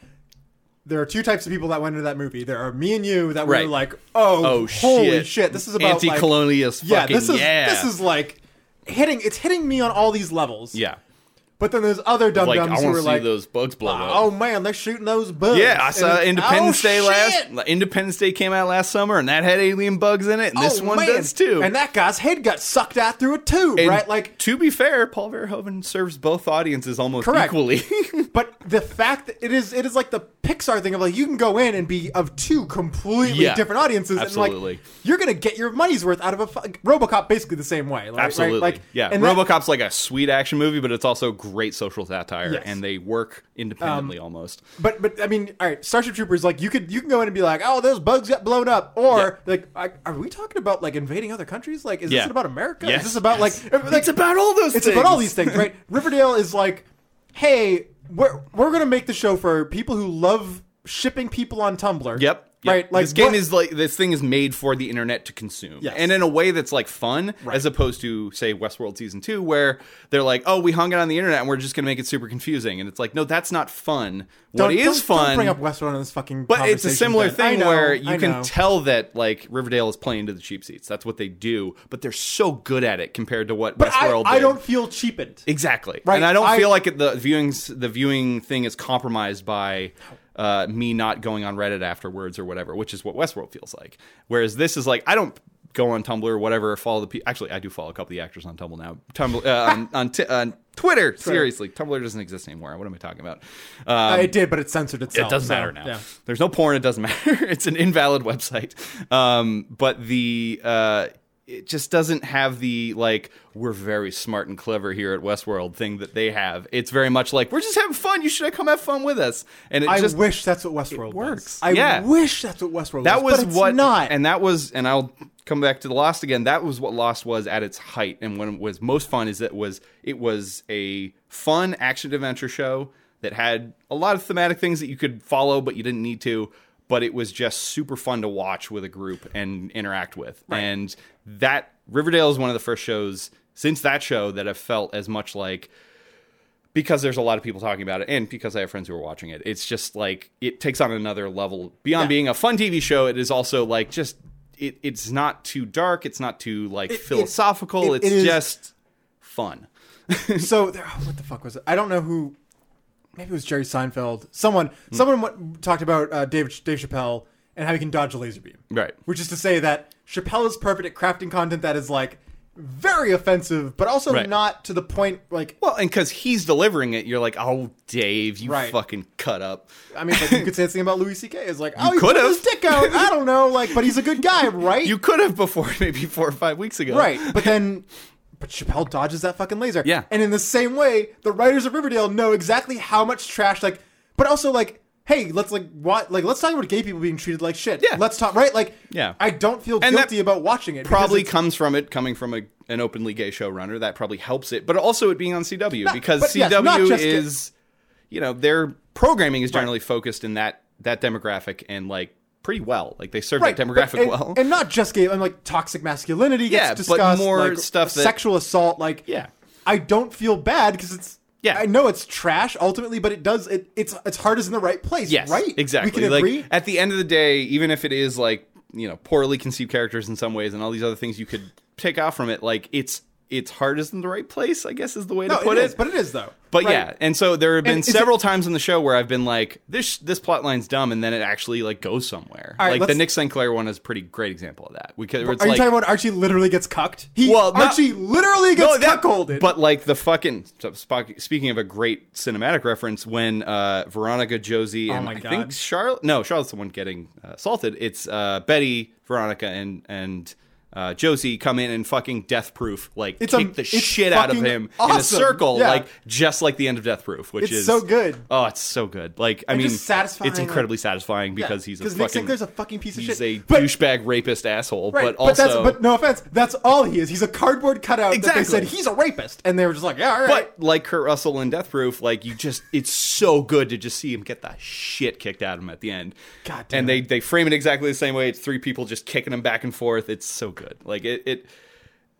Speaker 2: there are two types of people that went into that movie. There are me and you that
Speaker 3: Right.
Speaker 2: were like, oh,
Speaker 3: Oh,
Speaker 2: holy
Speaker 3: shit.
Speaker 2: shit. this is about like-
Speaker 3: Anti-colonialist
Speaker 2: yeah,
Speaker 3: fucking-
Speaker 2: this is
Speaker 3: yeah.
Speaker 2: this is like hitting. It's hitting me on all these levels.
Speaker 3: yeah.
Speaker 2: But then there's other dum
Speaker 3: Like I
Speaker 2: dums
Speaker 3: want
Speaker 2: who
Speaker 3: to
Speaker 2: were
Speaker 3: see
Speaker 2: like,
Speaker 3: those bugs blow up.
Speaker 2: "Oh man, they're shooting those bugs."
Speaker 3: Yeah, I saw
Speaker 2: And-
Speaker 3: Independence
Speaker 2: oh,
Speaker 3: Day last.
Speaker 2: shit!
Speaker 3: Independence Day came out last summer, and that had alien bugs in it, and this
Speaker 2: Oh,
Speaker 3: one
Speaker 2: man.
Speaker 3: does too.
Speaker 2: And that guy's head got sucked out through it too,
Speaker 3: And
Speaker 2: right? Like
Speaker 3: to be fair, Paul Verhoeven serves both audiences almost
Speaker 2: Correct.
Speaker 3: equally. [laughs]
Speaker 2: But the fact that it is it is like the Pixar thing of like you can go in and be of two completely
Speaker 3: Yeah,
Speaker 2: different audiences and
Speaker 3: absolutely.
Speaker 2: like you're gonna get your money's worth out of a fu- RoboCop basically the same way. Like, right?
Speaker 3: Absolutely,
Speaker 2: Like
Speaker 3: yeah.
Speaker 2: and that-
Speaker 3: RoboCop's like a sweet action movie, but it's also great social satire,
Speaker 2: Yes. Um,
Speaker 3: and they work independently almost.
Speaker 2: but but I mean, all right, Starship Troopers like you could you can go in and be like, oh, those bugs got blown up, or like, I, are we talking about like invading other countries? Like, is
Speaker 3: Yeah.
Speaker 2: this about America?
Speaker 3: Yes,
Speaker 2: Is this about
Speaker 3: yes.
Speaker 2: like, like
Speaker 3: It's about all those
Speaker 2: It's about all
Speaker 3: things.
Speaker 2: these things,
Speaker 3: [laughs]
Speaker 2: right? Riverdale is like, hey, we're we're gonna make the show for people who love shipping people on Tumblr.
Speaker 3: Yep. yep.
Speaker 2: Right. Like
Speaker 3: this game
Speaker 2: what-
Speaker 3: is like this thing is made for the internet to consume,
Speaker 2: Yes.
Speaker 3: and in a way that's like fun, as opposed to say Westworld season two, where they're like, "Oh, we hung it on the internet, and we're just going to make it super confusing," and it's like, "No, that's not fun. What
Speaker 2: Don't-
Speaker 3: is
Speaker 2: don't-
Speaker 3: fun?"
Speaker 2: Don't bring up Westworld in this fucking.
Speaker 3: but it's a
Speaker 2: conversation,
Speaker 3: similar
Speaker 2: Ben. I
Speaker 3: thing
Speaker 2: know,
Speaker 3: where you
Speaker 2: I
Speaker 3: can
Speaker 2: know.
Speaker 3: tell that like Riverdale is playing to the cheap seats. That's what they do, but they're so good at it compared to what
Speaker 2: But I,
Speaker 3: Westworld.
Speaker 2: I
Speaker 3: did.
Speaker 2: don't feel cheapened.
Speaker 3: Exactly.
Speaker 2: Right,
Speaker 3: And I don't
Speaker 2: I-
Speaker 3: feel like it- the viewings the viewing thing is compromised by uh, me not going on Reddit afterwards or whatever, which is what Westworld feels like. Whereas this is like I don't go on Tumblr or whatever. Follow the pe- actually I do follow a couple of the actors on Tumblr now. Tumblr uh, on on, t- on
Speaker 2: [laughs]
Speaker 3: Twitter. Seriously, Tumblr doesn't exist anymore. What am I talking about? Um,
Speaker 2: it did, but it censored itself.
Speaker 3: it doesn't
Speaker 2: so,
Speaker 3: matter now.
Speaker 2: yeah.
Speaker 3: There's no porn. It doesn't [laughs] matter. it's an invalid website. Um, but the uh, it just doesn't have the like we're very smart and clever here at Westworld thing that they have. It's very much like we're just having fun. You should come have fun with us. And it
Speaker 2: I
Speaker 3: just
Speaker 2: wish that's what Westworld was.
Speaker 3: works.
Speaker 2: I
Speaker 3: Yeah.
Speaker 2: wish that's what Westworld
Speaker 3: that
Speaker 2: was.
Speaker 3: was
Speaker 2: but it's
Speaker 3: what
Speaker 2: not.
Speaker 3: and that was and I'll come back to the Lost again. That was what Lost was at its height and when it was most fun is that was it was a fun action adventure show that had a lot of thematic things that you could follow but you didn't need to, but it was just super fun to watch with a group and interact with. And that Riverdale is one of the first shows since that show that have felt as much like because there's a lot of people talking about it and because I have friends who are watching it. It's just like it takes on another level beyond being a fun TV show. It is also like just it, it's not too dark. It's not too like philosophical.
Speaker 2: it-
Speaker 3: it's
Speaker 2: it is-
Speaker 3: just fun.
Speaker 2: so there, oh, what the fuck was it? I don't know who. Maybe it was Jerry Seinfeld. Someone,
Speaker 3: Hmm.
Speaker 2: someone w- talked about uh, Dave Dave Chappelle and how he can dodge a laser beam.
Speaker 3: Right.
Speaker 2: Which is to say that Chappelle is perfect at crafting content that is like very offensive, but also
Speaker 3: Right.
Speaker 2: not to the point like
Speaker 3: Well, and because he's delivering it, you're like, oh, Dave, you
Speaker 2: Right.
Speaker 3: fucking cut up.
Speaker 2: I mean, like, you could say the same about Louis C.K. Is
Speaker 3: [laughs]
Speaker 2: like, oh, he
Speaker 3: could've.
Speaker 2: put his dick out. I don't know, like, but he's a good
Speaker 3: [laughs]
Speaker 2: guy, right?
Speaker 3: You could have before [laughs] maybe four or five weeks ago.
Speaker 2: right, but then, but Chappelle dodges that fucking laser.
Speaker 3: Yeah.
Speaker 2: and in the same way, the writers of Riverdale know exactly how much trash, like, but also like, hey, let's like, what, like, let's talk about gay people being treated like shit.
Speaker 3: Yeah.
Speaker 2: let's talk, right? Like,
Speaker 3: Yeah.
Speaker 2: I don't feel
Speaker 3: And that
Speaker 2: guilty about watching it. because
Speaker 3: probably
Speaker 2: it's-
Speaker 3: comes from it coming from a, an openly gay showrunner. That probably helps it, but also it being on CW because
Speaker 2: but yes, not
Speaker 3: CW
Speaker 2: just gay.
Speaker 3: is, you know, their programming is generally focused in that that demographic and like pretty well. Like they serve
Speaker 2: right
Speaker 3: that
Speaker 2: but-
Speaker 3: demographic
Speaker 2: and,
Speaker 3: well.
Speaker 2: and not just gay. I'm like toxic masculinity gets
Speaker 3: Yeah, but
Speaker 2: discussed,
Speaker 3: more
Speaker 2: like,
Speaker 3: stuff that-
Speaker 2: sexual assault. Like,
Speaker 3: Yeah.
Speaker 2: I don't feel bad because it's.
Speaker 3: Yeah.
Speaker 2: I know it's trash ultimately, but it does it. It's its heart is in the right place.
Speaker 3: yes,
Speaker 2: right.
Speaker 3: exactly.
Speaker 2: We can
Speaker 3: like
Speaker 2: agree.
Speaker 3: at the end of the day, even if it is like you know poorly conceived characters in some ways and all these other things you could take off from it, like it's it's hard is in the right place. I guess is the way
Speaker 2: no,
Speaker 3: to put
Speaker 2: it is, but it is though.
Speaker 3: But
Speaker 2: Right.
Speaker 3: yeah, and so there have been
Speaker 2: And is
Speaker 3: several times on the show where I've been like, this this plot line's dumb, and then it actually like goes somewhere.
Speaker 2: right,
Speaker 3: like the
Speaker 2: let's-
Speaker 3: Nick Sinclair one is a pretty great example of that. Because it's
Speaker 2: Are you
Speaker 3: like,
Speaker 2: talking about Archie literally gets cucked? He,
Speaker 3: Well, not-
Speaker 2: Archie literally gets
Speaker 3: that-
Speaker 2: cuckolded.
Speaker 3: But like the fucking so, sp- speaking of a great cinematic reference, when uh, Veronica, Josie, and
Speaker 2: Oh my
Speaker 3: I
Speaker 2: God.
Speaker 3: think Charlotte. No, Charlotte's the one getting uh, assaulted. It's uh, Betty, Veronica, and and. Uh, Josie come in and fucking death proof like
Speaker 2: It's
Speaker 3: kick
Speaker 2: am-
Speaker 3: the
Speaker 2: it's
Speaker 3: shit out of
Speaker 2: fucking
Speaker 3: him in a
Speaker 2: awesome.
Speaker 3: circle
Speaker 2: Yeah.
Speaker 3: like just like the end of death proof which
Speaker 2: It's
Speaker 3: is
Speaker 2: so good.
Speaker 3: oh it's so good like I mean
Speaker 2: just satisfying,
Speaker 3: it's incredibly satisfying because he's a
Speaker 2: because
Speaker 3: fucking
Speaker 2: Nick Sinclair's a fucking piece of
Speaker 3: he's
Speaker 2: shit.
Speaker 3: a
Speaker 2: But-
Speaker 3: douchebag rapist asshole
Speaker 2: Right,
Speaker 3: but also
Speaker 2: that's, but no offense, that's all he is. He's a cardboard cutout.
Speaker 3: Exactly.
Speaker 2: That they said he's a rapist, and they were just like, yeah, all right.
Speaker 3: But like Kurt Russell in Death Proof, like you just it's so good to just see him get the shit kicked out of him at the end.
Speaker 2: God damn
Speaker 3: And
Speaker 2: it.
Speaker 3: they they frame it exactly the same way. It's three people just kicking him back and forth. It's so good. Like it it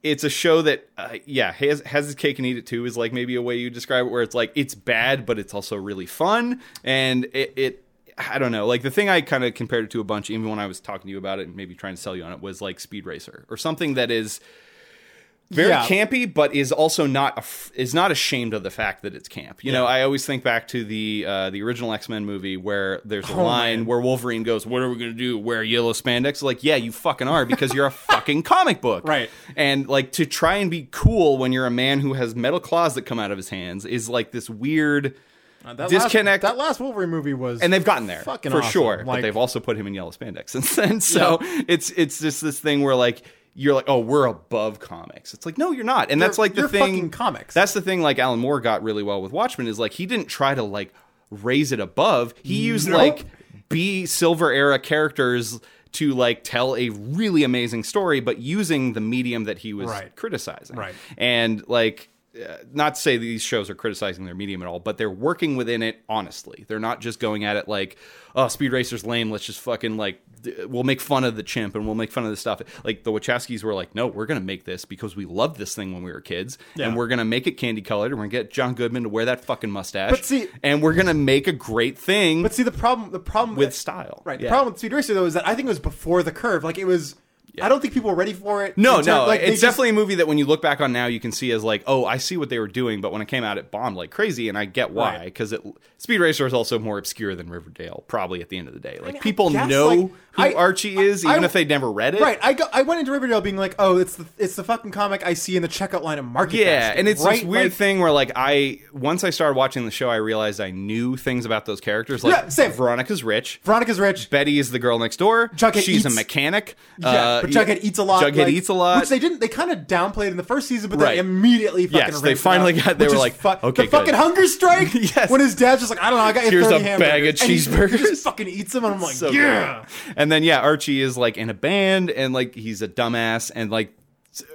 Speaker 3: it's a show that uh, yeah has has his cake and eat it too is like maybe a way you describe it where it's like it's bad but it's also really fun and it, it I don't know like the thing I kind of compared it to a bunch even when I was talking to you about it and maybe trying to sell you on it was like Speed Racer or something that is very
Speaker 2: Yeah.
Speaker 3: campy, but is also not af- is not ashamed of the fact that it's camp. You know, I always think back to the uh, the original X Men movie where there's
Speaker 2: Oh,
Speaker 3: a line where Wolverine goes, "What are we gonna do? Wear yellow spandex?" Like, yeah, you fucking are
Speaker 2: [laughs]
Speaker 3: because you're a fucking comic book,
Speaker 2: Right.
Speaker 3: And like to try and be cool when you're a man who has metal claws that come out of his hands is like this weird.
Speaker 2: That
Speaker 3: Disconnect-
Speaker 2: Last, that last Wolverine movie was,
Speaker 3: and they've gotten there
Speaker 2: Fucking
Speaker 3: for
Speaker 2: awesome.
Speaker 3: sure. but
Speaker 2: Like-
Speaker 3: they've also put him in yellow spandex since then. [laughs] So it's it's just this thing where like you're like, oh, we're above comics. It's like, no, you're not. And that's
Speaker 2: You're-
Speaker 3: like the
Speaker 2: you're
Speaker 3: thing.
Speaker 2: fucking comics.
Speaker 3: That's the thing. Like Alan Moore got really well with Watchmen is like he didn't try to like raise it above. He used
Speaker 2: Nope.
Speaker 3: like B silver era characters to like tell a really amazing story, but using the medium that he was
Speaker 2: Right.
Speaker 3: criticizing.
Speaker 2: Right.
Speaker 3: And like, uh, not to say these shows are criticizing their medium at all, but they're working within it honestly. They're not just going at it like, oh, Speed Racer's lame. Let's just fucking like, d- we'll make fun of the chimp and we'll make fun of the stuff. Like the Wachowskis were like, no, we're gonna make this because we loved this thing when we were kids,
Speaker 2: Yeah.
Speaker 3: and we're gonna make it candy colored, and we're gonna get John Goodman to wear that fucking mustache,
Speaker 2: But see-
Speaker 3: and we're gonna make a great thing
Speaker 2: but see the problem. The problem
Speaker 3: with style.
Speaker 2: Right. The
Speaker 3: Yeah.
Speaker 2: problem with Speed Racer though is that I think it was before the curve. Like it was. I don't think people were ready for it.
Speaker 3: No,
Speaker 2: In terms-
Speaker 3: no,
Speaker 2: like, they
Speaker 3: it's
Speaker 2: just-
Speaker 3: definitely a movie that when you look back on now, you can see as like, oh, I see what they were doing, but when it came out, it bombed like crazy, and I get why
Speaker 2: Right.
Speaker 3: because it Speed Racer is also more obscure than Riverdale, probably at the end of the day. Like
Speaker 2: mean, I
Speaker 3: people
Speaker 2: guess,
Speaker 3: know
Speaker 2: like,
Speaker 3: who
Speaker 2: I-
Speaker 3: Archie is,
Speaker 2: I-
Speaker 3: even
Speaker 2: I-
Speaker 3: if they never read it.
Speaker 2: Right, I go, I went into Riverdale being like, oh, it's the it's the fucking comic I see in the checkout line at Market.
Speaker 3: Yeah,
Speaker 2: Basket,
Speaker 3: and it's
Speaker 2: right?
Speaker 3: this weird
Speaker 2: Like-
Speaker 3: thing where like I once I started watching the show, I realized I knew things about those characters. Like
Speaker 2: Yeah, same.
Speaker 3: Veronica's rich.
Speaker 2: Veronica's rich.
Speaker 3: Betty is the girl next door.
Speaker 2: Jughead
Speaker 3: She's a
Speaker 2: eats-
Speaker 3: mechanic.
Speaker 2: yeah,
Speaker 3: Uh,
Speaker 2: but Jughead eats a lot.
Speaker 3: Jughead
Speaker 2: like-
Speaker 3: eats a lot.
Speaker 2: which they didn't. They kind of downplayed in the first season, but
Speaker 3: Right.
Speaker 2: they immediately fucking.
Speaker 3: Yes, they
Speaker 2: ramped it
Speaker 3: finally
Speaker 2: up,
Speaker 3: got- they
Speaker 2: which
Speaker 3: were
Speaker 2: is
Speaker 3: like,
Speaker 2: fuck-
Speaker 3: okay,
Speaker 2: the fucking
Speaker 3: good.
Speaker 2: hunger strike.
Speaker 3: [laughs] Yes.
Speaker 2: when his dad's just like, I don't know, I got you
Speaker 3: Here's
Speaker 2: 30
Speaker 3: a bag of
Speaker 2: hamburgers. And he- he
Speaker 3: cheeseburgers.
Speaker 2: just [laughs] fucking eats them, and I'm like,
Speaker 3: So
Speaker 2: yeah.
Speaker 3: good. And then yeah, Archie is like in a band and like he's a dumbass and like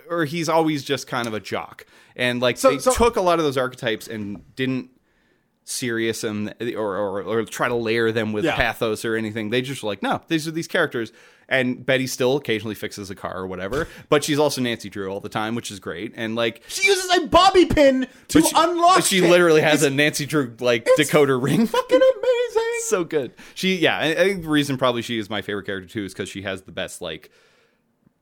Speaker 3: or he's always just kind of a jock. And like
Speaker 2: So-
Speaker 3: they
Speaker 2: so-
Speaker 3: took a lot of those archetypes and didn't serious them or, or or try to layer them with
Speaker 2: Yeah.
Speaker 3: pathos or anything. They just were like, no, these are these characters. And Betty still occasionally fixes a car or whatever, but she's also Nancy Drew all the time, which is great. And like
Speaker 2: She uses a bobby pin to
Speaker 3: but she,
Speaker 2: unlock.
Speaker 3: but she
Speaker 2: shit.
Speaker 3: literally has a Nancy Drew like decoder
Speaker 2: [laughs]
Speaker 3: ring.
Speaker 2: fucking amazing.
Speaker 3: so good. She, yeah, I, I think the reason probably she is my favorite character too is because she has the best like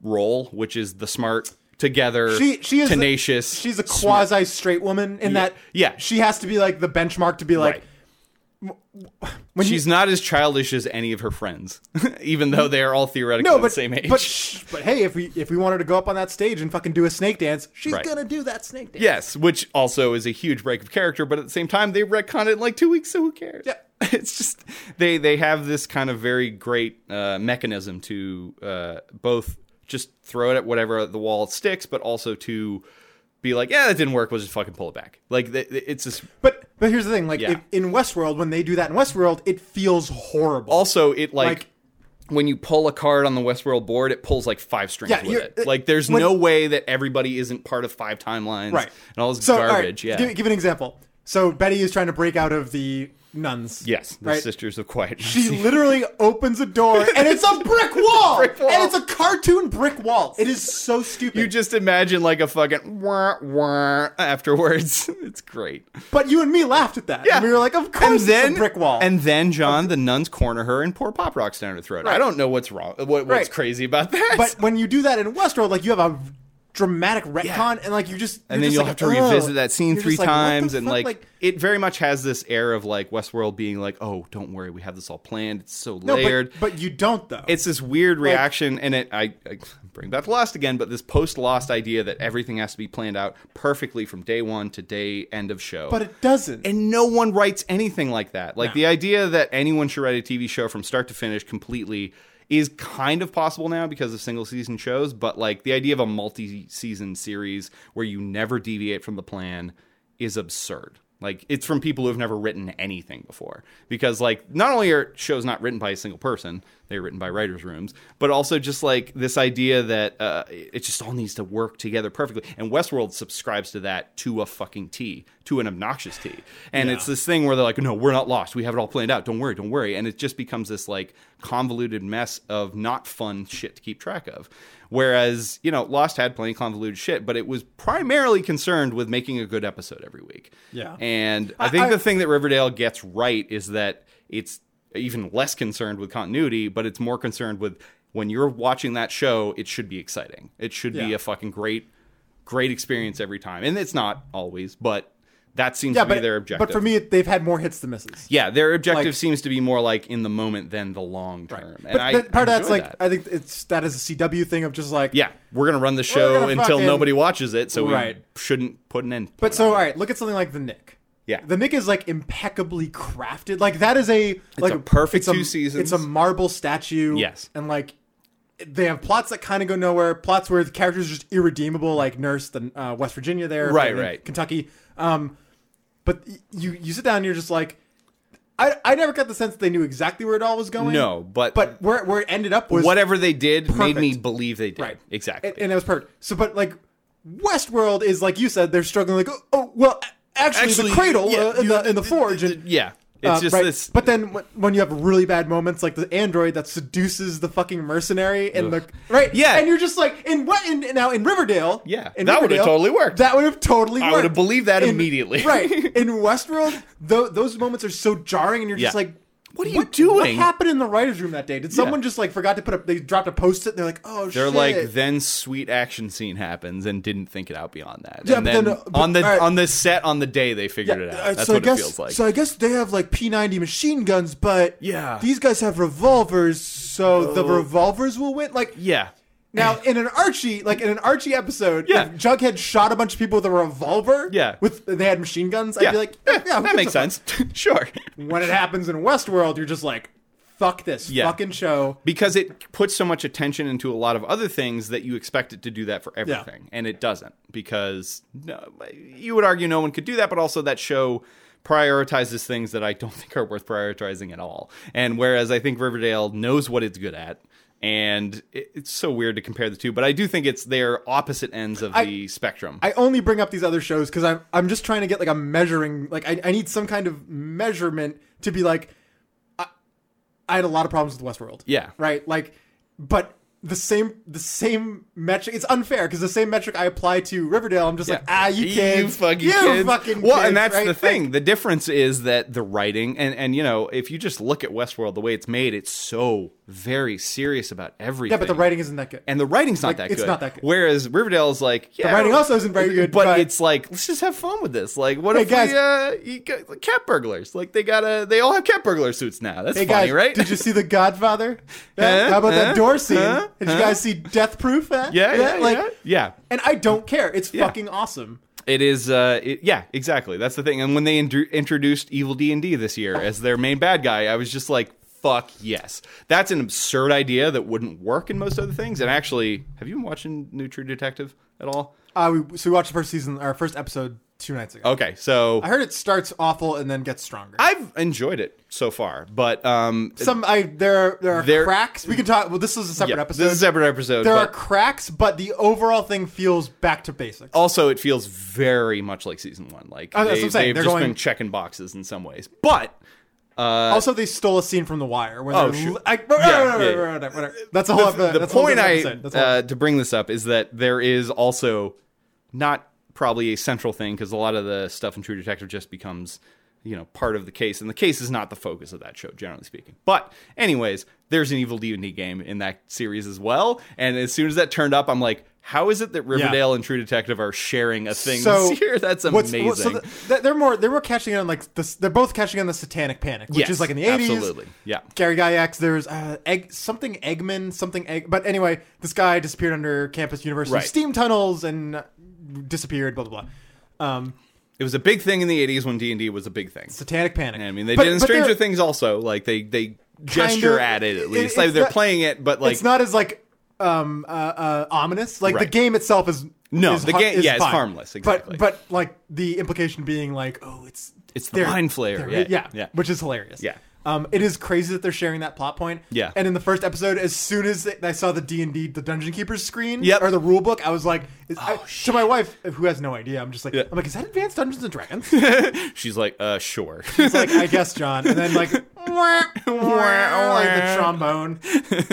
Speaker 3: role, which is the smart, together,
Speaker 2: She she is
Speaker 3: tenacious.
Speaker 2: A, she's a
Speaker 3: smart-
Speaker 2: quasi straight woman in that.
Speaker 3: yeah.
Speaker 2: she has to be like the benchmark to be like.
Speaker 3: Right.
Speaker 2: When you-
Speaker 3: She's not as childish as any of her friends, [laughs] even though they are all theoretically
Speaker 2: No, but
Speaker 3: the same age.
Speaker 2: But shh, but hey, if we if we want her to go up on that stage and fucking do a snake dance, she's
Speaker 3: Right.
Speaker 2: gonna do that snake dance.
Speaker 3: yes, which also is a huge break of character, but at the same time, they retcon it in like two weeks, so who cares?
Speaker 2: Yeah.
Speaker 3: [laughs] It's just they they have this kind of very great uh, mechanism to uh, both just throw it at whatever the wall sticks, but also to be like, yeah, that didn't work. We'll just fucking pull it back. Like th- th- it's this
Speaker 2: But but here's the thing, like
Speaker 3: Yeah.
Speaker 2: if, in Westworld, when they do that in Westworld, it feels horrible.
Speaker 3: also it like,
Speaker 2: Like-
Speaker 3: when you pull a card on the Westworld board, it pulls like five strings
Speaker 2: Yeah,
Speaker 3: with
Speaker 2: you're- uh,
Speaker 3: it. Like there's
Speaker 2: when-
Speaker 3: no way that everybody isn't part of five timelines
Speaker 2: right
Speaker 3: and all this
Speaker 2: So, all right,
Speaker 3: garbage. yeah.
Speaker 2: give, give an example. So Betty is trying to break out of the nuns.
Speaker 3: Yes, the
Speaker 2: right.
Speaker 3: Sisters of Quiet. [laughs]
Speaker 2: She literally opens a door and it's a brick wall,
Speaker 3: Brick wall.
Speaker 2: and it's a cartoon brick wall. It is so stupid.
Speaker 3: You just imagine like a fucking wah, wah afterwards. [laughs] It's great.
Speaker 2: but you and me laughed at that. and we were like, of course,
Speaker 3: And then
Speaker 2: it's a brick wall.
Speaker 3: And then John, the nuns corner her and pour pop rocks down her throat. I don't know what's wrong. What, what's
Speaker 2: Right.
Speaker 3: crazy about that?
Speaker 2: But when you do that in Westworld, like you have a dramatic retcon,
Speaker 3: Yeah.
Speaker 2: and like you just
Speaker 3: [laughs]
Speaker 2: you're
Speaker 3: and then
Speaker 2: just
Speaker 3: you'll
Speaker 2: like,
Speaker 3: have to
Speaker 2: "Oh."
Speaker 3: revisit that scene
Speaker 2: You're
Speaker 3: three
Speaker 2: just like, what the
Speaker 3: times, and
Speaker 2: fuck?
Speaker 3: like, it very much has this air of like Westworld being like, oh, don't worry, we have this all planned. It's so
Speaker 2: no,
Speaker 3: layered.
Speaker 2: but, but you don't though.
Speaker 3: it's this weird reaction, and it I, I bring back Lost again, but this post Lost idea that everything has to be planned out perfectly from day one to day end of show.
Speaker 2: but it doesn't.
Speaker 3: and no one writes anything like that. Like the idea that anyone should write a TV show from start to finish completely is kind of possible now because of single season shows, but like the idea of a multi season series where you never deviate from the plan is absurd. Like it's from people who've never written anything before because like not only are shows not written by a single person, they're written by writers rooms, but also just like this idea that uh, it just all needs to work together perfectly. And Westworld subscribes to that to a fucking T, to an obnoxious T. And it's this thing where they're like, no, we're not lost. We have it all planned out. Don't worry, don't worry. And it just becomes this like convoluted mess of not fun shit to keep track of. Whereas, you know, Lost had plenty of convoluted shit, but it was primarily concerned with making a good episode every week.
Speaker 2: Yeah.
Speaker 3: And I
Speaker 2: I-
Speaker 3: think
Speaker 2: I-
Speaker 3: the thing that Riverdale gets right is that it's even less concerned with continuity, but it's more concerned with when you're watching that show, it should be exciting. It should be
Speaker 2: Yeah.
Speaker 3: a fucking great Great experience every time, and it's not always, but that seems
Speaker 2: Yeah,
Speaker 3: to be
Speaker 2: but,
Speaker 3: their objective.
Speaker 2: but for me, they've had more hits than misses.
Speaker 3: yeah, their objective
Speaker 2: like-
Speaker 3: seems to be more like in the moment than the long term. And
Speaker 2: but
Speaker 3: I,
Speaker 2: that- part
Speaker 3: I
Speaker 2: of that's
Speaker 3: enjoy
Speaker 2: like
Speaker 3: that.
Speaker 2: I think it's that is a CW thing of just like
Speaker 3: yeah, we're gonna run the
Speaker 2: We're
Speaker 3: show
Speaker 2: gonna
Speaker 3: until
Speaker 2: fucking-
Speaker 3: nobody watches it, so
Speaker 2: Right.
Speaker 3: we shouldn't put an end. to
Speaker 2: But
Speaker 3: it.
Speaker 2: so, all right, look at something like the Nick.
Speaker 3: Yeah.
Speaker 2: the Nick is like impeccably crafted. Like that is a like
Speaker 3: a perfect
Speaker 2: a-
Speaker 3: two seasons.
Speaker 2: It's a marble statue.
Speaker 3: Yes.
Speaker 2: and like they have plots that kind of go nowhere. Plots where the characters are just irredeemable, like Nurse, the uh, West Virginia, there,
Speaker 3: Right,
Speaker 2: fucking
Speaker 3: right.
Speaker 2: Kentucky. Um, but y- you you sit down, and you're just like. I, I never got the sense that they knew exactly where it all was going.
Speaker 3: No, but-
Speaker 2: but where where it ended up was
Speaker 3: whatever they did made
Speaker 2: perfect.
Speaker 3: me believe they did.
Speaker 2: Right.
Speaker 3: Exactly.
Speaker 2: And, and it was perfect. So, but like Westworld is like you said, they're struggling. Like, oh, oh, well, a- actually,
Speaker 3: Actually,
Speaker 2: the cradle
Speaker 3: yeah,
Speaker 2: uh, in,
Speaker 3: you-
Speaker 2: the, in the forge. And,
Speaker 3: yeah, it's
Speaker 2: uh,
Speaker 3: just
Speaker 2: right.
Speaker 3: this.
Speaker 2: But then when- when you have really bad moments, like the android that seduces the fucking mercenary, and the right,
Speaker 3: Yeah.
Speaker 2: and you're just like, in what? In, now in Riverdale,
Speaker 3: Yeah,
Speaker 2: in
Speaker 3: that would've
Speaker 2: Riverdale,
Speaker 3: totally worked.
Speaker 2: That would have totally.
Speaker 3: I
Speaker 2: worked.
Speaker 3: would've believed that
Speaker 2: In-
Speaker 3: immediately. [laughs]
Speaker 2: right in Westworld, tho- those moments are so jarring, and you're just
Speaker 3: Yeah.
Speaker 2: like.
Speaker 3: What are you doing?
Speaker 2: What happened in the writers' room that day? Did someone just like forgot to put up? They dropped a post-it. and They're like, "Oh shit!"
Speaker 3: They're like, then sweet action scene happens, and didn't think it out beyond that.
Speaker 2: Yeah,
Speaker 3: and
Speaker 2: but
Speaker 3: then,
Speaker 2: then, uh, but-
Speaker 3: on the
Speaker 2: all right.
Speaker 3: on the set on the day they figured it
Speaker 2: uh,
Speaker 3: out. That's
Speaker 2: so
Speaker 3: what
Speaker 2: I guess,
Speaker 3: it feels like.
Speaker 2: So I guess they have like P90 machine guns, but
Speaker 3: Yeah. Oh.
Speaker 2: these guys have revolvers, so the revolvers will win. Like
Speaker 3: yeah,
Speaker 2: now in an Archie, like in an Archie episode,
Speaker 3: Yeah.
Speaker 2: if Jughead shot a bunch of people with a revolver.
Speaker 3: Yeah.
Speaker 2: with they had machine guns.
Speaker 3: yeah,
Speaker 2: I'd be like,
Speaker 3: Eh,
Speaker 2: yeah, who gives
Speaker 3: [laughs] that
Speaker 2: a
Speaker 3: makes
Speaker 2: fuck?
Speaker 3: sense. [laughs] sure,
Speaker 2: When it happens in Westworld, you're just like, fuck this
Speaker 3: Yeah.
Speaker 2: fucking show.
Speaker 3: because it puts so much attention into a lot of other things that you expect it to do that for everything, and it doesn't. Because no, you would argue no one could do that, but also that show prioritizes things that I don't [laughs] think are worth prioritizing at all. And whereas I think Riverdale knows what it's good at. And it- it's so weird to compare the two, but I do think it's their opposite ends of the spectrum.
Speaker 2: I only bring up these other shows because I'm I'm just trying to get like a measuring like I, I need some kind of measurement to be like I, I had a lot of problems with Westworld.
Speaker 3: Yeah.
Speaker 2: Right? Like but the same the same metric it's unfair because the same metric I apply to Riverdale, I'm just like, ah you kids.
Speaker 3: You fucking
Speaker 2: you
Speaker 3: kids.
Speaker 2: fucking
Speaker 3: well,
Speaker 2: kids,
Speaker 3: and that's
Speaker 2: right?
Speaker 3: the
Speaker 2: Like,
Speaker 3: thing. The difference is that the writing and and you know, if you just look at Westworld the way it's made, it's so very serious about everything.
Speaker 2: yeah, but the writing isn't that good.
Speaker 3: and the writing's not
Speaker 2: Like,
Speaker 3: that good.
Speaker 2: it's not that good.
Speaker 3: Whereas Riverdale's like, yeah,
Speaker 2: writing also isn't very good,
Speaker 3: But,
Speaker 2: but-
Speaker 3: it's like, let's just have fun with this. Like, what
Speaker 2: Hey,
Speaker 3: if
Speaker 2: guys-
Speaker 3: we, uh, you got, cat burglars? Like, they gotta, they all have cat burglar suits now. That's
Speaker 2: Hey
Speaker 3: funny,
Speaker 2: guys,
Speaker 3: right?
Speaker 2: did you see The
Speaker 3: [laughs]
Speaker 2: Godfather? That-
Speaker 3: Huh?
Speaker 2: How about
Speaker 3: Huh?
Speaker 2: that door scene?
Speaker 3: Huh?
Speaker 2: Did you
Speaker 3: Huh?
Speaker 2: guys see Death Proof? Huh?
Speaker 3: [laughs] yeah, yeah,
Speaker 2: like,
Speaker 3: yeah, yeah.
Speaker 2: And I don't care. It's
Speaker 3: Yeah.
Speaker 2: fucking awesome.
Speaker 3: It is, uh, it, yeah, exactly. That's the thing. And when they indru- introduced Evil D and D this year as their main bad guy, I was just like, "Fuck yes!" That's an absurd idea that wouldn't work in most other things. And actually, have you been watching New True Detective at all?
Speaker 2: Uh, we, so we watched the first season, our first episode two nights ago.
Speaker 3: Okay, so
Speaker 2: I heard it starts awful and then gets stronger.
Speaker 3: I've enjoyed it so far, but um,
Speaker 2: Some I there are, there are
Speaker 3: There-
Speaker 2: cracks. We can talk. Well, this is a separate
Speaker 3: yeah,
Speaker 2: episode.
Speaker 3: this is a separate episode.
Speaker 2: there
Speaker 3: but-
Speaker 2: are cracks, but the overall thing feels back to basics.
Speaker 3: also it feels very much like season one. Like
Speaker 2: Oh, that's
Speaker 3: they,
Speaker 2: what I'm saying.
Speaker 3: have
Speaker 2: They're
Speaker 3: just
Speaker 2: going-
Speaker 3: been checking boxes in some ways, but
Speaker 2: also, they stole a scene from The Wire. When
Speaker 3: Oh,
Speaker 2: they're
Speaker 3: shoot.
Speaker 2: li- I,
Speaker 3: Yeah, yeah, yeah.
Speaker 2: whatever, whatever. That's a whole.
Speaker 3: the,
Speaker 2: epi-
Speaker 3: the
Speaker 2: that's a whole
Speaker 3: point
Speaker 2: different
Speaker 3: I
Speaker 2: episode. That's a whole-
Speaker 3: uh, to bring this up is that there is also not probably a central thing because a lot of the stuff in True Detective just becomes you know part of the case, and the case is not the focus of that show, generally speaking. But anyways, there's an Evil D&D game in that series as well, and as soon as that turned up, I'm like. How is it that Riverdale and True Detective are sharing a thing [laughs] this year? That's
Speaker 2: what's-
Speaker 3: amazing.
Speaker 2: well, so the- th- they're more they're more catching on like this. They're both catching on the Satanic Panic, which
Speaker 3: Yes,
Speaker 2: is like in the eighties.
Speaker 3: absolutely. Yeah.
Speaker 2: Gary Gygax. There's uh, egg something Eggman something egg. But anyway, this guy disappeared under campus university
Speaker 3: Right.
Speaker 2: steam tunnels and uh, disappeared. Blah blah blah. Um,
Speaker 3: it was a big thing in the 80s when D&D was a big thing.
Speaker 2: Satanic Panic.
Speaker 3: I mean, they
Speaker 2: But-
Speaker 3: did in
Speaker 2: but
Speaker 3: Stranger
Speaker 2: they're-
Speaker 3: Things also. Like they they gesture at it at
Speaker 2: it-
Speaker 3: least.
Speaker 2: it's
Speaker 3: like they're
Speaker 2: not-
Speaker 3: playing it, but like
Speaker 2: It's not as like um uh, uh ominous. Like the
Speaker 3: Right.
Speaker 2: game itself is
Speaker 3: No,
Speaker 2: is
Speaker 3: the
Speaker 2: har-
Speaker 3: game-
Speaker 2: is
Speaker 3: yeah, it's
Speaker 2: fine.
Speaker 3: harmless, exactly.
Speaker 2: But but like the implication being like, oh, it's
Speaker 3: It's the mind flayer,
Speaker 2: they're-
Speaker 3: yeah,
Speaker 2: yeah,
Speaker 3: yeah.
Speaker 2: which is hilarious.
Speaker 3: Yeah.
Speaker 2: Um, it is crazy that they're sharing that plot point.
Speaker 3: Yeah.
Speaker 2: And in the first episode, as soon as I saw the D and D, the Dungeon Keeper's screen,
Speaker 3: Yep. Oh,
Speaker 2: or the rule book, I was like, is, I- to my wife, who has no idea, I'm just like,
Speaker 3: Yeah.
Speaker 2: I'm like, is that Advanced Dungeons and Dragons?
Speaker 3: she's like,
Speaker 2: [laughs]
Speaker 3: uh, sure. [laughs]
Speaker 2: It's like, I guess, John. And then like, wah, wah, [laughs] like the
Speaker 3: [laughs]
Speaker 2: trombone.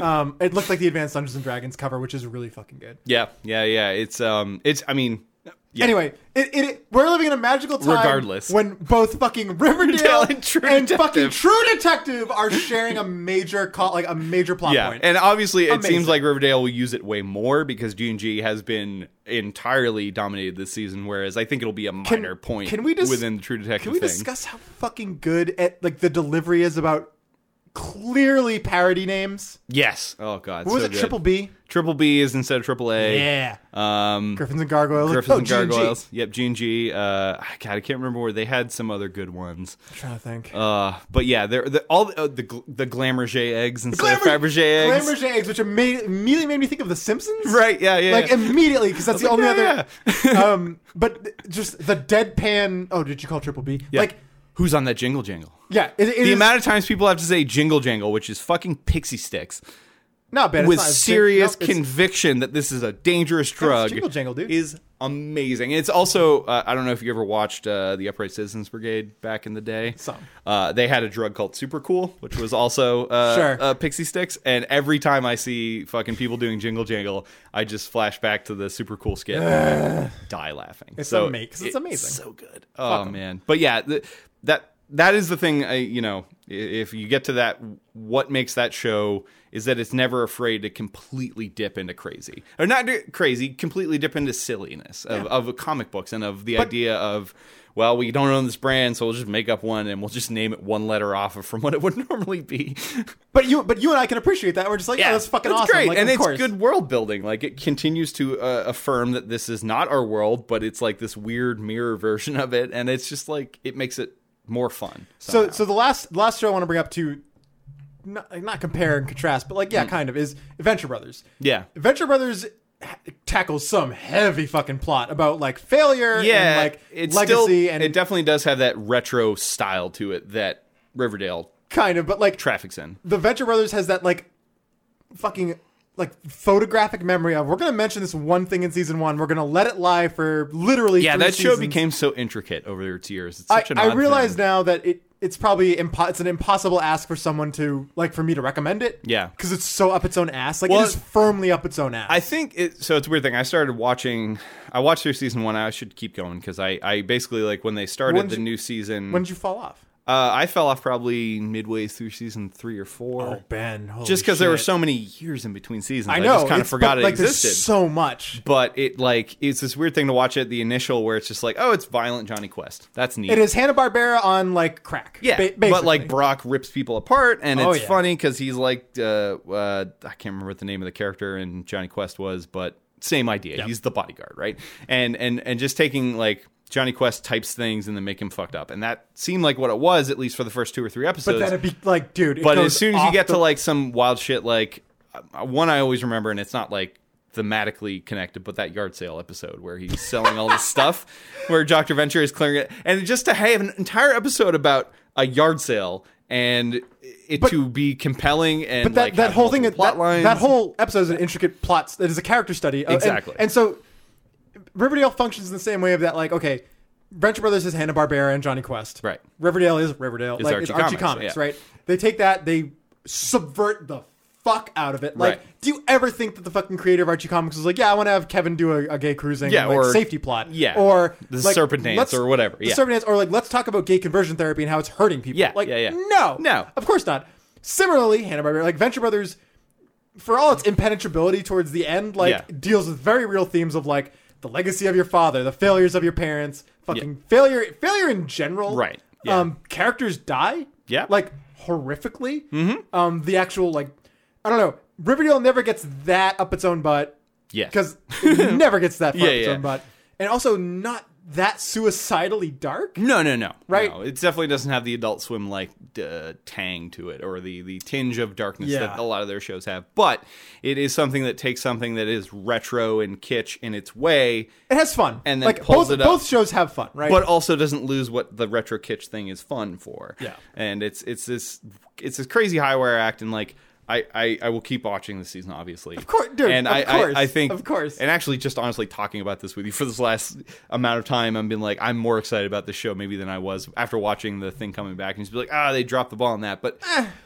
Speaker 2: Um, it looked like the Advanced Dungeons and Dragons cover, which is really fucking good.
Speaker 3: yeah, yeah, yeah. It's um, it's I mean, Yeah.
Speaker 2: Anyway, it, it, we're living in a magical time.
Speaker 3: Regardless.
Speaker 2: when both fucking
Speaker 3: [laughs]
Speaker 2: Riverdale
Speaker 3: and True
Speaker 2: and
Speaker 3: Detective.
Speaker 2: fucking True Detective are sharing a major co- like a major plot
Speaker 3: yeah,
Speaker 2: point.
Speaker 3: and obviously it
Speaker 2: Amazing.
Speaker 3: seems like Riverdale will use it way more because G has been entirely dominated this season, whereas I think it'll be a
Speaker 2: Can-
Speaker 3: minor point
Speaker 2: Can we dis-
Speaker 3: within the True
Speaker 2: Can
Speaker 3: Detective
Speaker 2: we
Speaker 3: thing.
Speaker 2: discuss how fucking good at like the delivery is about clearly parody names?
Speaker 3: yes. Oh God.
Speaker 2: What was
Speaker 3: so
Speaker 2: it?
Speaker 3: good.
Speaker 2: Triple B.
Speaker 3: Triple B is instead of Triple A.
Speaker 2: Yeah.
Speaker 3: Um,
Speaker 2: Griffins and Gargoyles.
Speaker 3: Griffins
Speaker 2: oh,
Speaker 3: and
Speaker 2: G and G.
Speaker 3: Gargoyles. Yep, G and G. Uh, God, I can't remember where they had some other good ones.
Speaker 2: I'm trying to think.
Speaker 3: Uh, but yeah, they're, they all the, uh, the gl- the Glamourger eggs instead
Speaker 2: Glamour-
Speaker 3: of Fabergé eggs.
Speaker 2: Glamourgé eggs, which imme- immediately made me think of The Simpsons.
Speaker 3: Right? Yeah, yeah.
Speaker 2: Like
Speaker 3: yeah.
Speaker 2: immediately, because that's the
Speaker 3: like,
Speaker 2: only
Speaker 3: yeah,
Speaker 2: other. um, but th- just the deadpan. Oh, did you call Triple B?
Speaker 3: Yeah.
Speaker 2: Like,
Speaker 3: who's on that jingle jangle?
Speaker 2: yeah, it, it
Speaker 3: The
Speaker 2: is-
Speaker 3: amount of times people have to say jingle jangle, which is fucking pixie sticks,
Speaker 2: not bad. It's
Speaker 3: with
Speaker 2: not a big-
Speaker 3: serious
Speaker 2: nope, it's-
Speaker 3: conviction that this is a dangerous drug,
Speaker 2: jingle jangle, dude.
Speaker 3: is amazing. And it's also uh, I don't know if you ever watched uh, the Upright Citizens Brigade back in the day.
Speaker 2: Some.
Speaker 3: uh, they had a drug called Super Cool, which was also
Speaker 2: [laughs]
Speaker 3: uh,
Speaker 2: Sure.
Speaker 3: uh, pixie sticks. And every time I see fucking people doing jingle jangle, I just flash back to the Super Cool skit. and I Die laughing.
Speaker 2: It's
Speaker 3: so
Speaker 2: ama- 'cause it's amazing.
Speaker 3: so good. Oh man, but yeah, th- that that is the thing. I, you know, i- if you get to that, what makes that show is that it's never afraid to completely dip into crazy or not do- crazy, completely dip into silliness of, of comic books and of the idea of. Well, we don't own this brand, so we'll just make up one and we'll just name it one letter off of from what it would [laughs] normally be.
Speaker 2: But you, but you and I can appreciate that. We're just like, yeah, that's fucking
Speaker 3: It's
Speaker 2: awesome.
Speaker 3: Great.
Speaker 2: Like,
Speaker 3: and
Speaker 2: of
Speaker 3: it's
Speaker 2: course.
Speaker 3: good world building. Like it continues to uh, affirm that this is not our world, but it's like this weird mirror [laughs] version of it, and it's just like it makes it more fun.
Speaker 2: So, so the last last show I want to bring up to, not, like, not compare and contrast, but like yeah, kind of is Adventure Brothers.
Speaker 3: Mm. yeah,
Speaker 2: Adventure Brothers ha- tackles some heavy fucking plot about like failure
Speaker 3: yeah,
Speaker 2: and like
Speaker 3: it's
Speaker 2: legacy
Speaker 3: still,
Speaker 2: and
Speaker 3: it definitely does have that retro style to it that Riverdale
Speaker 2: kind of, but like
Speaker 3: traffics in.
Speaker 2: the Venture Brothers has that like fucking like photographic memory of we're gonna mention this one thing in season one. We're gonna let it lie for literally
Speaker 3: Yeah,
Speaker 2: three
Speaker 3: that show
Speaker 2: seasons.
Speaker 3: became so intricate over its years. It's
Speaker 2: I,
Speaker 3: such an
Speaker 2: I
Speaker 3: odd
Speaker 2: realize
Speaker 3: thing.
Speaker 2: now that it it's probably impo- it's an impossible ask for someone to like for me to recommend it.
Speaker 3: Yeah.
Speaker 2: because it's so up its own ass. Like
Speaker 3: Well,
Speaker 2: it is firmly up its own ass.
Speaker 3: I think it. So it's a weird thing. I started watching. I watched through season one. I should keep going because I, I basically like when they started
Speaker 2: When'd
Speaker 3: the
Speaker 2: you-
Speaker 3: new season.
Speaker 2: when did you fall off?
Speaker 3: Uh, I fell off probably midway through season three or four,
Speaker 2: Ben, Oh, holy
Speaker 3: just because there were
Speaker 2: shit.
Speaker 3: so many years in between seasons.
Speaker 2: I know.
Speaker 3: just kind of
Speaker 2: it's-
Speaker 3: forgot
Speaker 2: but,
Speaker 3: it
Speaker 2: like, there's
Speaker 3: existed.
Speaker 2: So much.
Speaker 3: but it like it's this weird thing to watch at the initial where it's just like, oh, it's violent Johnny Quest. That's neat.
Speaker 2: It is Hanna Barbera on like crack.
Speaker 3: Yeah,
Speaker 2: ba-
Speaker 3: but
Speaker 2: basically.
Speaker 3: like Brock rips people apart, and it's
Speaker 2: Oh, yeah.
Speaker 3: funny because he's like, uh, uh, I can't remember what the name of the character in Johnny Quest was, but same idea. He's the bodyguard, right? And and and just taking like Johnny Quest types things and then make him fucked up, and that seemed like what it was at least for the first two or three episodes
Speaker 2: but then it'd be like, dude. It
Speaker 3: but
Speaker 2: goes
Speaker 3: as soon as you
Speaker 2: off
Speaker 3: get
Speaker 2: the
Speaker 3: to like some wild shit like uh, one i always remember and it's not like thematically connected but that yard sale episode where he's selling all
Speaker 2: [laughs]
Speaker 3: this stuff where dr venture is clearing it and just to have an entire episode about a yard sale and it to be compelling and
Speaker 2: But that,
Speaker 3: like,
Speaker 2: that
Speaker 3: have
Speaker 2: whole thing,
Speaker 3: multiple
Speaker 2: that,
Speaker 3: plot lines.
Speaker 2: that whole episode is an intricate plot. It is a character study. Uh, and-
Speaker 3: Exactly.
Speaker 2: And, so Riverdale functions in the same way of that, like, okay, Venture Brothers is Hanna Barbera and Johnny Quest.
Speaker 3: Right.
Speaker 2: Riverdale is Riverdale. like it's
Speaker 3: Archie
Speaker 2: Archie
Speaker 3: Comics,
Speaker 2: Comics,
Speaker 3: yeah.
Speaker 2: right? They take that, they subvert the fuck out of it. Like,
Speaker 3: Right.
Speaker 2: do you ever think that the fucking creator of Archie Comics was like, yeah, I want to have Kevin do a, a gay cruising
Speaker 3: Yeah,
Speaker 2: like,
Speaker 3: or-
Speaker 2: safety plot.
Speaker 3: yeah.
Speaker 2: Or
Speaker 3: The
Speaker 2: like,
Speaker 3: serpent dance
Speaker 2: let's-
Speaker 3: or whatever,
Speaker 2: the
Speaker 3: yeah.
Speaker 2: serpent dance or like let's talk about gay conversion therapy and how it's hurting people.
Speaker 3: Yeah,
Speaker 2: Like
Speaker 3: yeah, yeah.
Speaker 2: no.
Speaker 3: No.
Speaker 2: Of course not. Similarly, Hanna Barbera, like Venture Brothers, for all its impenetrability towards the end, like
Speaker 3: Yeah.
Speaker 2: deals with very real themes of like the legacy of your father, the failures of your parents, fucking failure, failure in general.
Speaker 3: Right, yeah.
Speaker 2: Um, characters die.
Speaker 3: Yeah.
Speaker 2: Like horrifically. Mm-hmm. Um, the actual like, I don't know. Riverdale never gets that up its own butt.
Speaker 3: Yes. [laughs]
Speaker 2: Because it never gets that far
Speaker 3: Yeah,
Speaker 2: up its
Speaker 3: yeah.
Speaker 2: own butt, and also not that suicidally dark.
Speaker 3: no no no
Speaker 2: Right.
Speaker 3: no, it definitely doesn't have the adult swim like uh, tang to it or the the tinge of darkness
Speaker 2: Yeah.
Speaker 3: that a lot of their shows have but it is something that takes something that is retro and kitsch in its way
Speaker 2: It has fun,
Speaker 3: And then
Speaker 2: like
Speaker 3: pulls
Speaker 2: both
Speaker 3: it up.
Speaker 2: both shows have fun, right?
Speaker 3: but also doesn't lose what the retro kitsch thing is fun for.
Speaker 2: Yeah.
Speaker 3: and it's it's this it's this crazy highwire act, and like I I, I will keep watching this season, obviously. Of
Speaker 2: cour- dude,
Speaker 3: and
Speaker 2: of
Speaker 3: I,
Speaker 2: course,
Speaker 3: I I think
Speaker 2: of course.
Speaker 3: And actually, just honestly talking about this with you [laughs] for this last amount of time, I've been like I'm more excited about this show maybe than I was after watching the thing coming back, and just be like ah they dropped the ball on
Speaker 2: Eh.
Speaker 3: that. But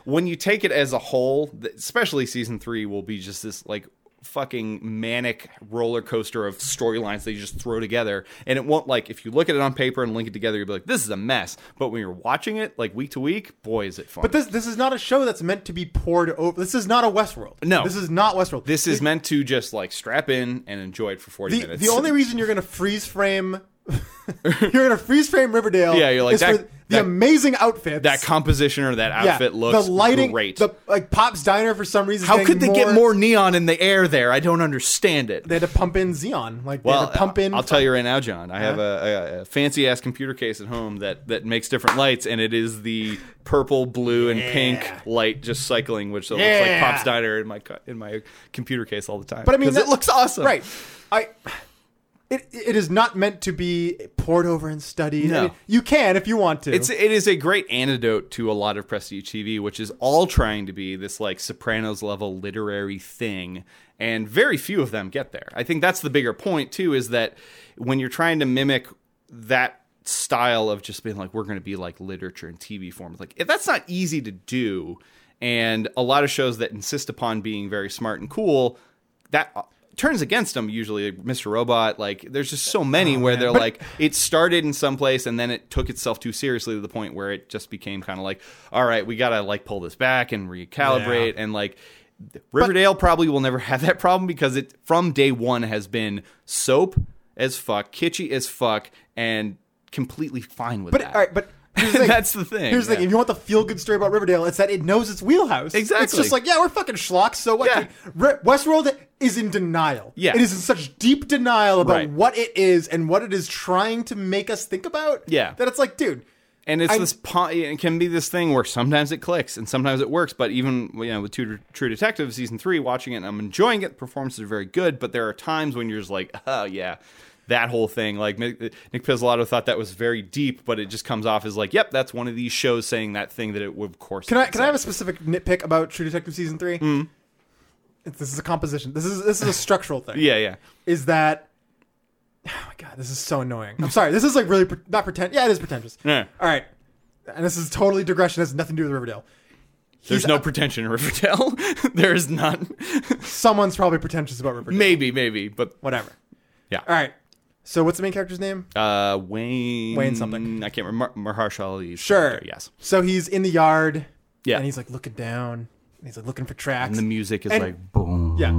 Speaker 3: when you take it as a whole, th- especially season three will be just this like fucking manic roller coaster of storylines they just throw together. And it won't like if you look at it on paper and link it together, you'll be like, this is a mess. But when you're watching it like week to week, boy, is it fun.
Speaker 2: But this this is not a show that's meant to be poured over. This is not a Westworld.
Speaker 3: No.
Speaker 2: this is not Westworld.
Speaker 3: this is meant to just like strap in and enjoy it for 40
Speaker 2: the,
Speaker 3: minutes.
Speaker 2: the only reason you're gonna freeze
Speaker 3: [laughs]
Speaker 2: frame. you're gonna freeze frame Riverdale.
Speaker 3: Yeah, you're like,
Speaker 2: is
Speaker 3: that-
Speaker 2: for the
Speaker 3: that-
Speaker 2: amazing outfits.
Speaker 3: that composition or that outfit looks
Speaker 2: the lighting,
Speaker 3: great.
Speaker 2: The like Pop's Diner for some reason. is
Speaker 3: How
Speaker 2: getting
Speaker 3: could they get more neon in the air there? I don't understand it.
Speaker 2: They had to pump in Xeon. Like they
Speaker 3: Well,
Speaker 2: had to pump in.
Speaker 3: I'll tell you right now, John. I have
Speaker 2: Uh-huh.
Speaker 3: a, a, a fancy ass computer case at home that that makes different lights, and it is the purple, blue, and pink light just cycling, which so it looks like
Speaker 2: Yeah.
Speaker 3: Pop's Diner in my co- in my computer case all the time.
Speaker 2: but I mean,
Speaker 3: 'Cause
Speaker 2: that-
Speaker 3: it looks awesome,
Speaker 2: right? I. It, it is not meant to be poured over and studied.
Speaker 3: No.
Speaker 2: I mean, you can if you want to.
Speaker 3: It's it is a great antidote to a lot of prestige TV, which is all trying to be this like Sopranos level literary thing, and very few of them get there. I think that's the bigger point too, is that when you're trying to mimic that style of just being like we're going to be like literature and TV forms, like if that's not easy to do, and a lot of shows that insist upon being very smart and cool, that. uh, Turns against them usually, like Mr. Robot. Like, there's just so many where they're
Speaker 2: Oh, But-
Speaker 3: like, it started in some place and then it took itself too seriously to the point where it just became kind of like all right we gotta like pull this back and recalibrate and like riverdale probably will never [laughs] have that problem because it from day one has been soap as fuck kitschy as fuck and completely fine with
Speaker 2: but
Speaker 3: that
Speaker 2: all right, but here's
Speaker 3: [laughs]
Speaker 2: the thing.
Speaker 3: That's the thing,
Speaker 2: Here's the thing.
Speaker 3: yeah.
Speaker 2: If you want the feel good story about Riverdale, it's that it knows its wheelhouse. It's
Speaker 3: Exactly.
Speaker 2: just like yeah, we're fucking schlocks. So what?
Speaker 3: Yeah.
Speaker 2: dude? Re- Westworld is in denial.
Speaker 3: Yeah.
Speaker 2: it is in such deep denial about
Speaker 3: Right.
Speaker 2: what it is and what it is trying to make us think about.
Speaker 3: Yeah.
Speaker 2: that it's like, dude,
Speaker 3: and it's
Speaker 2: I-
Speaker 3: this po- it can be this thing where sometimes it clicks and sometimes it works but even you know with True, True Detective season 3 watching it and I'm enjoying it the performances are very good but there are times when you're just like oh yeah that whole thing like Mi- Nick Pizzolatto thought that was very deep but it just comes off as like yep that's one of these shows saying that thing that it would of course
Speaker 2: Can I can I have a specific nitpick about True Detective season three?
Speaker 3: Mm-hmm.
Speaker 2: It's- This is a composition. This is this is a structural thing.
Speaker 3: yeah yeah
Speaker 2: Is that? [sighs] Oh my god, this is so annoying. I'm sorry. This is like really pre- not pretend. Yeah, it is pretentious.
Speaker 3: Yeah.
Speaker 2: All right, and this is totally digression. Has nothing to do with Riverdale.
Speaker 3: there's no pretension in Riverdale [laughs] there is none
Speaker 2: Someone's probably pretentious about Riverdale.
Speaker 3: maybe maybe but
Speaker 2: Whatever.
Speaker 3: Yeah.
Speaker 2: All right. So what's the main character's name?
Speaker 3: uh Wayne
Speaker 2: Wayne something.
Speaker 3: I can't remember Mahershala Ali's
Speaker 2: Sure.
Speaker 3: character, yes
Speaker 2: So he's in the yard.
Speaker 3: Yeah.
Speaker 2: And he's like looking down. And he's like looking for tracks.
Speaker 3: and the music is
Speaker 2: And-
Speaker 3: like boom
Speaker 2: Yeah.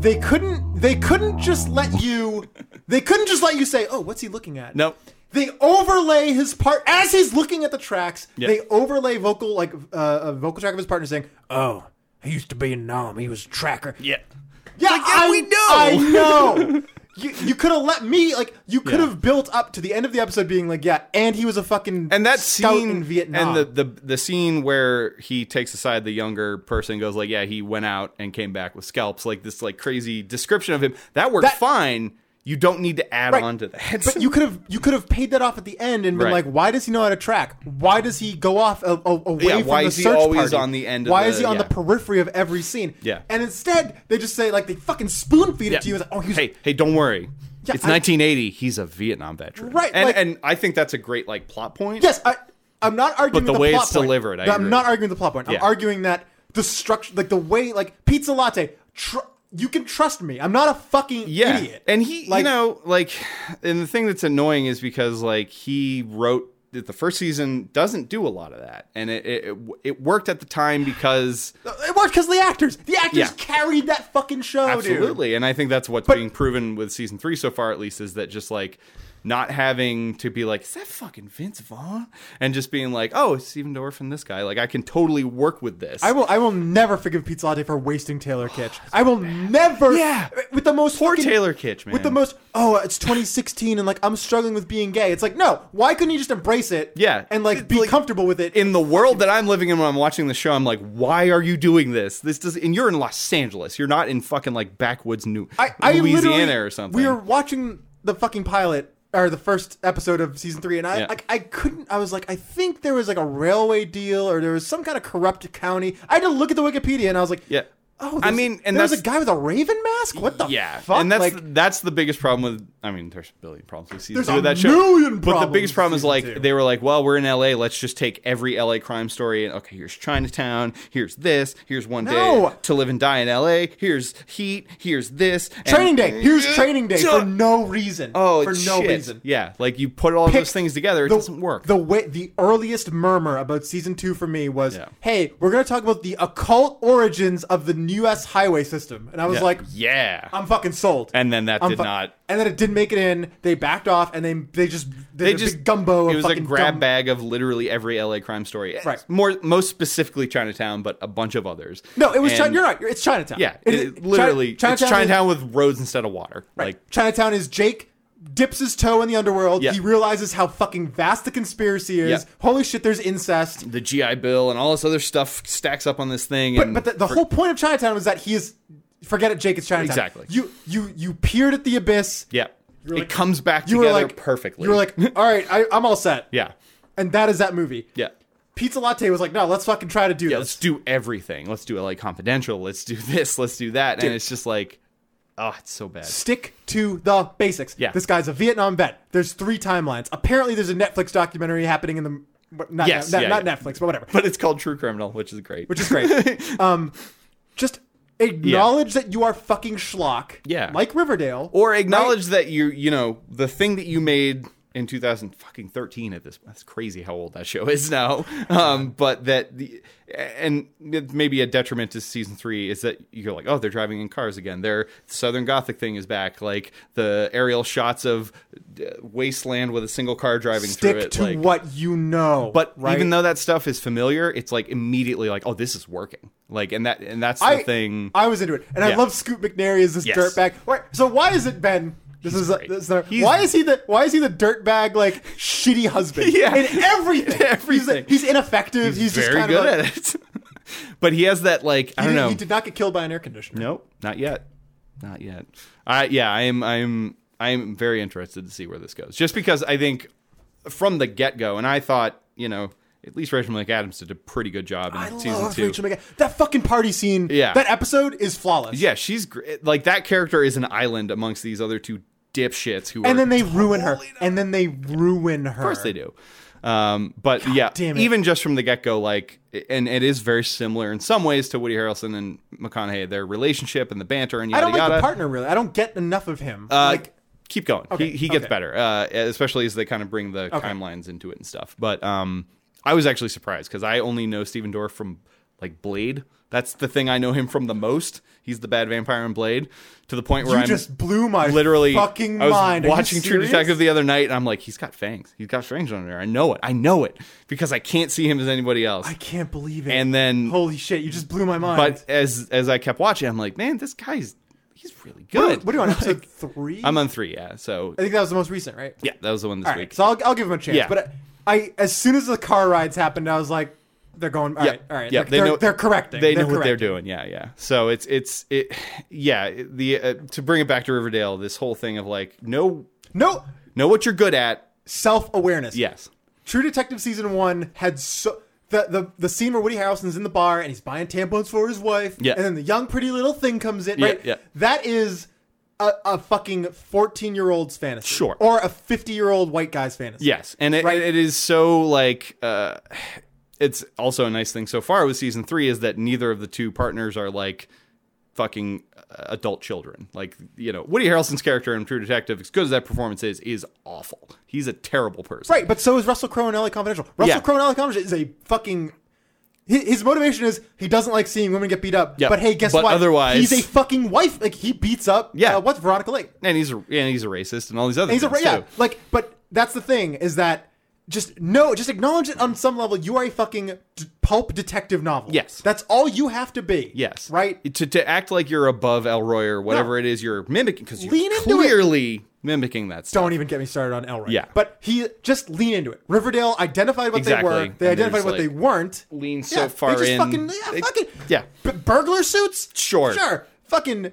Speaker 2: They couldn't they couldn't just let you they couldn't just let you say, "Oh, what's he looking at?"
Speaker 3: Nope.
Speaker 2: They overlay his part as he's looking at the tracks.
Speaker 3: Yeah.
Speaker 2: They overlay vocal like uh, a vocal track of his partner saying, "Oh, he used to be a gnome. He was a tracker."
Speaker 3: yeah
Speaker 2: Yeah,
Speaker 3: Like, yeah,
Speaker 2: I,
Speaker 3: we know.
Speaker 2: I
Speaker 3: [laughs]
Speaker 2: know. you you could have let me like you could have built up to the end of the episode being like, "Yeah, and he was a fucking
Speaker 3: and that
Speaker 2: scout
Speaker 3: scene
Speaker 2: in Vietnam."
Speaker 3: and the, the the scene where he takes aside the younger person and goes like yeah he went out and came back with scalps like this like crazy description of him that worked
Speaker 2: That-
Speaker 3: fine you don't need to add
Speaker 2: Right.
Speaker 3: on to that
Speaker 2: But you could have you could have paid that off at the end and been like,
Speaker 3: Right.
Speaker 2: why does he know how to track? Why does he go off a, a, away
Speaker 3: Yeah,
Speaker 2: from
Speaker 3: why
Speaker 2: the
Speaker 3: is he
Speaker 2: search
Speaker 3: always
Speaker 2: party?
Speaker 3: on the end of
Speaker 2: Why
Speaker 3: the-
Speaker 2: is he on
Speaker 3: yeah.
Speaker 2: the periphery of every scene?
Speaker 3: Yeah.
Speaker 2: And instead, they just say like they fucking spoon feed it
Speaker 3: [laughs] Yeah.
Speaker 2: to you. It's Like, oh, he was,
Speaker 3: hey hey don't worry
Speaker 2: Yeah,
Speaker 3: it's
Speaker 2: I-
Speaker 3: 1980 he's a vietnam veteran
Speaker 2: Right,
Speaker 3: and,
Speaker 2: like-
Speaker 3: and i think that's a great like plot point
Speaker 2: yes. I, I'm not arguing
Speaker 3: the
Speaker 2: the
Speaker 3: way
Speaker 2: plot
Speaker 3: it's
Speaker 2: point.
Speaker 3: delivered, I
Speaker 2: am
Speaker 3: agree.
Speaker 2: not arguing the plot point.
Speaker 3: Yeah.
Speaker 2: I'm arguing that the structure, like the way, like pizza latte. Tr- you can trust me. I'm not a fucking
Speaker 3: yeah.
Speaker 2: idiot.
Speaker 3: And he, you
Speaker 2: Like-
Speaker 3: know, like, and the thing that's annoying is because like he wrote that the first season doesn't do a lot of that, and it it, it worked at the
Speaker 2: [sighs]
Speaker 3: time because
Speaker 2: it worked because the actors, the actors
Speaker 3: Yeah.
Speaker 2: carried that fucking show, dude.
Speaker 3: absolutely, and I think that's what's being proven with season three so far, at least, is that just like not having to be like, is that fucking Vince Vaughn? And just being like, oh, it's Steven Dorff and this guy. Like, I can totally work with this.
Speaker 2: I will. I will never forgive Pizza Latte for wasting Taylor Kitsch. I will never.
Speaker 3: Yeah.
Speaker 2: With the most
Speaker 3: Poor
Speaker 2: fucking-
Speaker 3: Taylor Kitsch, man.
Speaker 2: With the most. Oh, it's 2016, and like I'm struggling with being gay. It's like no. Why couldn't you just embrace it?
Speaker 3: Yeah.
Speaker 2: And like be
Speaker 3: Like,
Speaker 2: comfortable with it.
Speaker 3: in the world that I'm living in when I'm watching the show, I'm like, why are you doing this? This does, and you're in Los Angeles. You're not in fucking like backwoods New
Speaker 2: I, I literally-
Speaker 3: Louisiana or something.
Speaker 2: We were watching the fucking pilot or the first episode of season three, and I
Speaker 3: Yeah.
Speaker 2: like I couldn't. I was like, I think there was like a railway deal, or there was some kind of corrupt county. I had to look at the Wikipedia, and I was like,
Speaker 3: yeah,
Speaker 2: Oh,
Speaker 3: I
Speaker 2: there's-
Speaker 3: mean, and
Speaker 2: there was a
Speaker 3: that's-
Speaker 2: guy with a raven mask. What the
Speaker 3: yeah,
Speaker 2: fuck?
Speaker 3: and that's
Speaker 2: like,
Speaker 3: that's the biggest problem with. I mean, there's a billion problems with season
Speaker 2: There's
Speaker 3: two of
Speaker 2: a
Speaker 3: that show.
Speaker 2: million
Speaker 3: but the
Speaker 2: problems
Speaker 3: biggest
Speaker 2: with
Speaker 3: problem is
Speaker 2: season
Speaker 3: like
Speaker 2: two.
Speaker 3: they were like, well, we're in L.A. Let's just take every L.A. crime story and okay, here's Chinatown, here's this, here's one
Speaker 2: No.
Speaker 3: day to live and die in L.A. Here's Heat, here's this and-
Speaker 2: training day. Here's training day
Speaker 3: Duh.
Speaker 2: for no reason.
Speaker 3: Oh,
Speaker 2: for
Speaker 3: shit.
Speaker 2: no reason.
Speaker 3: Yeah, like you put all
Speaker 2: Pick
Speaker 3: those things together, it
Speaker 2: the-
Speaker 3: doesn't work.
Speaker 2: The way the earliest murmur about season two for me was,
Speaker 3: Yeah.
Speaker 2: "Hey, we're going to talk about the occult origins of the U.S. highway system," and I was
Speaker 3: Yeah.
Speaker 2: like,
Speaker 3: yeah,
Speaker 2: "I'm fucking sold."
Speaker 3: and then that
Speaker 2: I'm
Speaker 3: did
Speaker 2: fu-
Speaker 3: not.
Speaker 2: And then it didn't make it in. They backed off, and they they just they,
Speaker 3: They
Speaker 2: did a
Speaker 3: just
Speaker 2: big gumbo.
Speaker 3: It
Speaker 2: of
Speaker 3: was a
Speaker 2: fucking
Speaker 3: grab
Speaker 2: dumb-
Speaker 3: bag of literally every LA crime story.
Speaker 2: Right.
Speaker 3: More, most specifically Chinatown, but a bunch of others.
Speaker 2: No, it was.
Speaker 3: And-
Speaker 2: Chi- you're right. It's Chinatown.
Speaker 3: Yeah,
Speaker 2: It-
Speaker 3: it,
Speaker 2: it-
Speaker 3: literally,
Speaker 2: Chi-
Speaker 3: it's Chinatown with roads instead of water.
Speaker 2: Right.
Speaker 3: Like,
Speaker 2: Chinatown is Jake dips his toe in the underworld.
Speaker 3: Yeah.
Speaker 2: He realizes how fucking vast the conspiracy is.
Speaker 3: Yeah.
Speaker 2: Holy shit, there's incest.
Speaker 3: the GI Bill and all this other stuff stacks up on this thing.
Speaker 2: But
Speaker 3: and
Speaker 2: but the, the
Speaker 3: for-
Speaker 2: whole point of Chinatown was that he is forget it, Jake. It's Chinatown.
Speaker 3: Exactly.
Speaker 2: You you you peered at the abyss.
Speaker 3: yeah,
Speaker 2: You were
Speaker 3: it
Speaker 2: like-
Speaker 3: comes back
Speaker 2: You
Speaker 3: together
Speaker 2: were like
Speaker 3: perfectly.
Speaker 2: You were like, [laughs] all right, I, I'm all set.
Speaker 3: yeah,
Speaker 2: And that is that movie.
Speaker 3: yeah.
Speaker 2: Pizza Latte was like, no, let's fucking try to do
Speaker 3: Yeah,
Speaker 2: this.
Speaker 3: let's do everything. Let's do LA Confidential. Let's do [laughs] this. Let's do that.
Speaker 2: Dude.
Speaker 3: And it's just like, oh, it's so bad.
Speaker 2: Stick to the basics.
Speaker 3: Yeah.
Speaker 2: This guy's a Vietnam vet. There's three timelines. Apparently, there's a Netflix documentary happening in the. but Not,
Speaker 3: Yes,
Speaker 2: not,
Speaker 3: yeah,
Speaker 2: not
Speaker 3: yeah.
Speaker 2: Netflix, but whatever.
Speaker 3: But it's called True Criminal, which is great.
Speaker 2: which is
Speaker 3: [laughs]
Speaker 2: great. um, just acknowledge that you are fucking schlock.
Speaker 3: Yeah.
Speaker 2: Like Riverdale.
Speaker 3: or acknowledge that you you know the thing that you made in 2013 at this that's crazy how old that show
Speaker 2: [laughs]
Speaker 3: is now um but that the and it may be a detriment to season three is that you're like oh they're driving in cars again their southern gothic thing is back like the aerial shots of uh, wasteland with a single car driving
Speaker 2: Stick
Speaker 3: through it
Speaker 2: to
Speaker 3: like
Speaker 2: what you know.
Speaker 3: but
Speaker 2: right?
Speaker 3: even though that stuff is familiar it's like immediately like oh this is working like and that and that's the
Speaker 2: I,
Speaker 3: thing
Speaker 2: I was into it, and I
Speaker 3: Yeah.
Speaker 2: love Scoot McNairy as this
Speaker 3: Yes.
Speaker 2: dirtbag. Why- So why is it Ben? This is, a,
Speaker 3: great.
Speaker 2: this is a-
Speaker 3: He's-
Speaker 2: why is he the why is he the dirtbag like shitty husband?
Speaker 3: [laughs] Yeah.
Speaker 2: in everything.
Speaker 3: [laughs] In everything.
Speaker 2: He's, he's ineffective. He's, just
Speaker 3: very
Speaker 2: kind
Speaker 3: good
Speaker 2: of a,
Speaker 3: at it. [laughs] but he has that like I
Speaker 2: he,
Speaker 3: don't
Speaker 2: did,
Speaker 3: know.
Speaker 2: he did not get killed by an air conditioner.
Speaker 3: Nope, not yet, not yet. I yeah, I'm I'm I'm very interested to see where this goes. Just because I think from the get go, and I thought you know at least Rachel McAdams did a pretty good job in
Speaker 2: I
Speaker 3: season
Speaker 2: love
Speaker 3: two.
Speaker 2: Rachel McAdams. That fucking party scene.
Speaker 3: Yeah.
Speaker 2: That episode is flawless.
Speaker 3: yeah, she's gr- like that character is an island amongst these other two dipshits who are
Speaker 2: And then they ruin her. And then they ruin her.
Speaker 3: Of course they do. Um, but yeah,
Speaker 2: damn it.
Speaker 3: even just from the get go, like, and it is very similar in some ways to Woody Harrelson and McConaughey, their relationship and the banter and
Speaker 2: I
Speaker 3: yada
Speaker 2: don't like
Speaker 3: yada.
Speaker 2: the partner really. I don't get enough of him.
Speaker 3: Uh,
Speaker 2: like
Speaker 3: keep going. he, he gets
Speaker 2: okay.
Speaker 3: better, uh, especially as they kind of bring the timelines into it and stuff. But um, I was actually surprised because I only know Steven Dorff from like Blade. That's the thing I know him from the most. He's the bad vampire in Blade to the point where
Speaker 2: you
Speaker 3: I'm
Speaker 2: just blew my
Speaker 3: literally
Speaker 2: fucking
Speaker 3: I was
Speaker 2: mind. Are you
Speaker 3: watching True
Speaker 2: serious?
Speaker 3: Detective the other night, and I'm like, he's got fangs. He's got fangs on there. I know it. I know it because I can't see him as anybody else.
Speaker 2: I can't believe it.
Speaker 3: And then-
Speaker 2: holy shit, you just blew my mind.
Speaker 3: but as as I kept watching, I'm like, man, this guy's he's really
Speaker 2: what, are-
Speaker 3: good.
Speaker 2: what are you on
Speaker 3: [laughs]
Speaker 2: episode three?
Speaker 3: I'm on three, yeah. So
Speaker 2: I think that was the most recent, right?
Speaker 3: yeah, that was the one this
Speaker 2: All right,
Speaker 3: week.
Speaker 2: so I'll, I'll give him a chance.
Speaker 3: Yeah.
Speaker 2: But I, I, as soon as the car rides happened, I was like, they're going. all right, all right.
Speaker 3: Yeah,
Speaker 2: they're, they are they're correcting.
Speaker 3: They know
Speaker 2: they're
Speaker 3: what they're
Speaker 2: correcting.
Speaker 3: doing. Yeah, yeah. So it's it's it. Yeah, it- the uh, to bring it back to Riverdale, this whole thing of like know
Speaker 2: No
Speaker 3: know what you're good at.
Speaker 2: self awareness.
Speaker 3: Yes.
Speaker 2: True Detective season one had so the, the the scene where Woody Harrelson's in the bar and he's buying tampons for his wife,
Speaker 3: Yeah.
Speaker 2: and then the young pretty little thing comes in.
Speaker 3: Yeah,
Speaker 2: Right,
Speaker 3: yeah.
Speaker 2: that is a, a fucking fourteen year old's fantasy,
Speaker 3: Sure.
Speaker 2: or a fifty year old white guy's fantasy.
Speaker 3: Yes, and it,
Speaker 2: Right.
Speaker 3: it is so like uh, it's also a nice thing so far with season three is that neither of the two partners are like fucking uh, adult children. Like you know, Woody Harrelson's character in True Detective, as good as that performance is, is awful. He's a terrible person.
Speaker 2: right. But so is Russell Crowe in LA Confidential. Russell
Speaker 3: Yeah.
Speaker 2: Crowe in LA Confidential is a fucking. hi- His motivation is he doesn't like seeing women get beat up.
Speaker 3: Yep.
Speaker 2: But hey, guess
Speaker 3: But
Speaker 2: what?
Speaker 3: otherwise-
Speaker 2: he's a fucking wife. Like he beats up.
Speaker 3: Yeah.
Speaker 2: uh, what's Veronica Lake?
Speaker 3: And he's a, and he's a racist and all these other
Speaker 2: And he's a
Speaker 3: things
Speaker 2: ra- yeah,
Speaker 3: too.
Speaker 2: like, but that's the thing is that just no, just acknowledge it on some level. You are a fucking d- pulp detective novel.
Speaker 3: Yes.
Speaker 2: that's all you have to be.
Speaker 3: Yes.
Speaker 2: right.
Speaker 3: To, to act like you're above Elroy or whatever
Speaker 2: No.
Speaker 3: it is you're mimicking, because you're
Speaker 2: Lean into it.
Speaker 3: clearly mimicking that stuff.
Speaker 2: Don't even get me started on Elroy.
Speaker 3: Yeah.
Speaker 2: but he just lean into it. Riverdale identified what
Speaker 3: Exactly.
Speaker 2: they were. They
Speaker 3: And
Speaker 2: identified
Speaker 3: there's,
Speaker 2: what they
Speaker 3: like,
Speaker 2: weren't.
Speaker 3: lean
Speaker 2: Yeah,
Speaker 3: so far
Speaker 2: they just
Speaker 3: in.
Speaker 2: Fucking, yeah,
Speaker 3: They-
Speaker 2: fucking
Speaker 3: yeah.
Speaker 2: B- burglar suits.
Speaker 3: Sure.
Speaker 2: sure. Fucking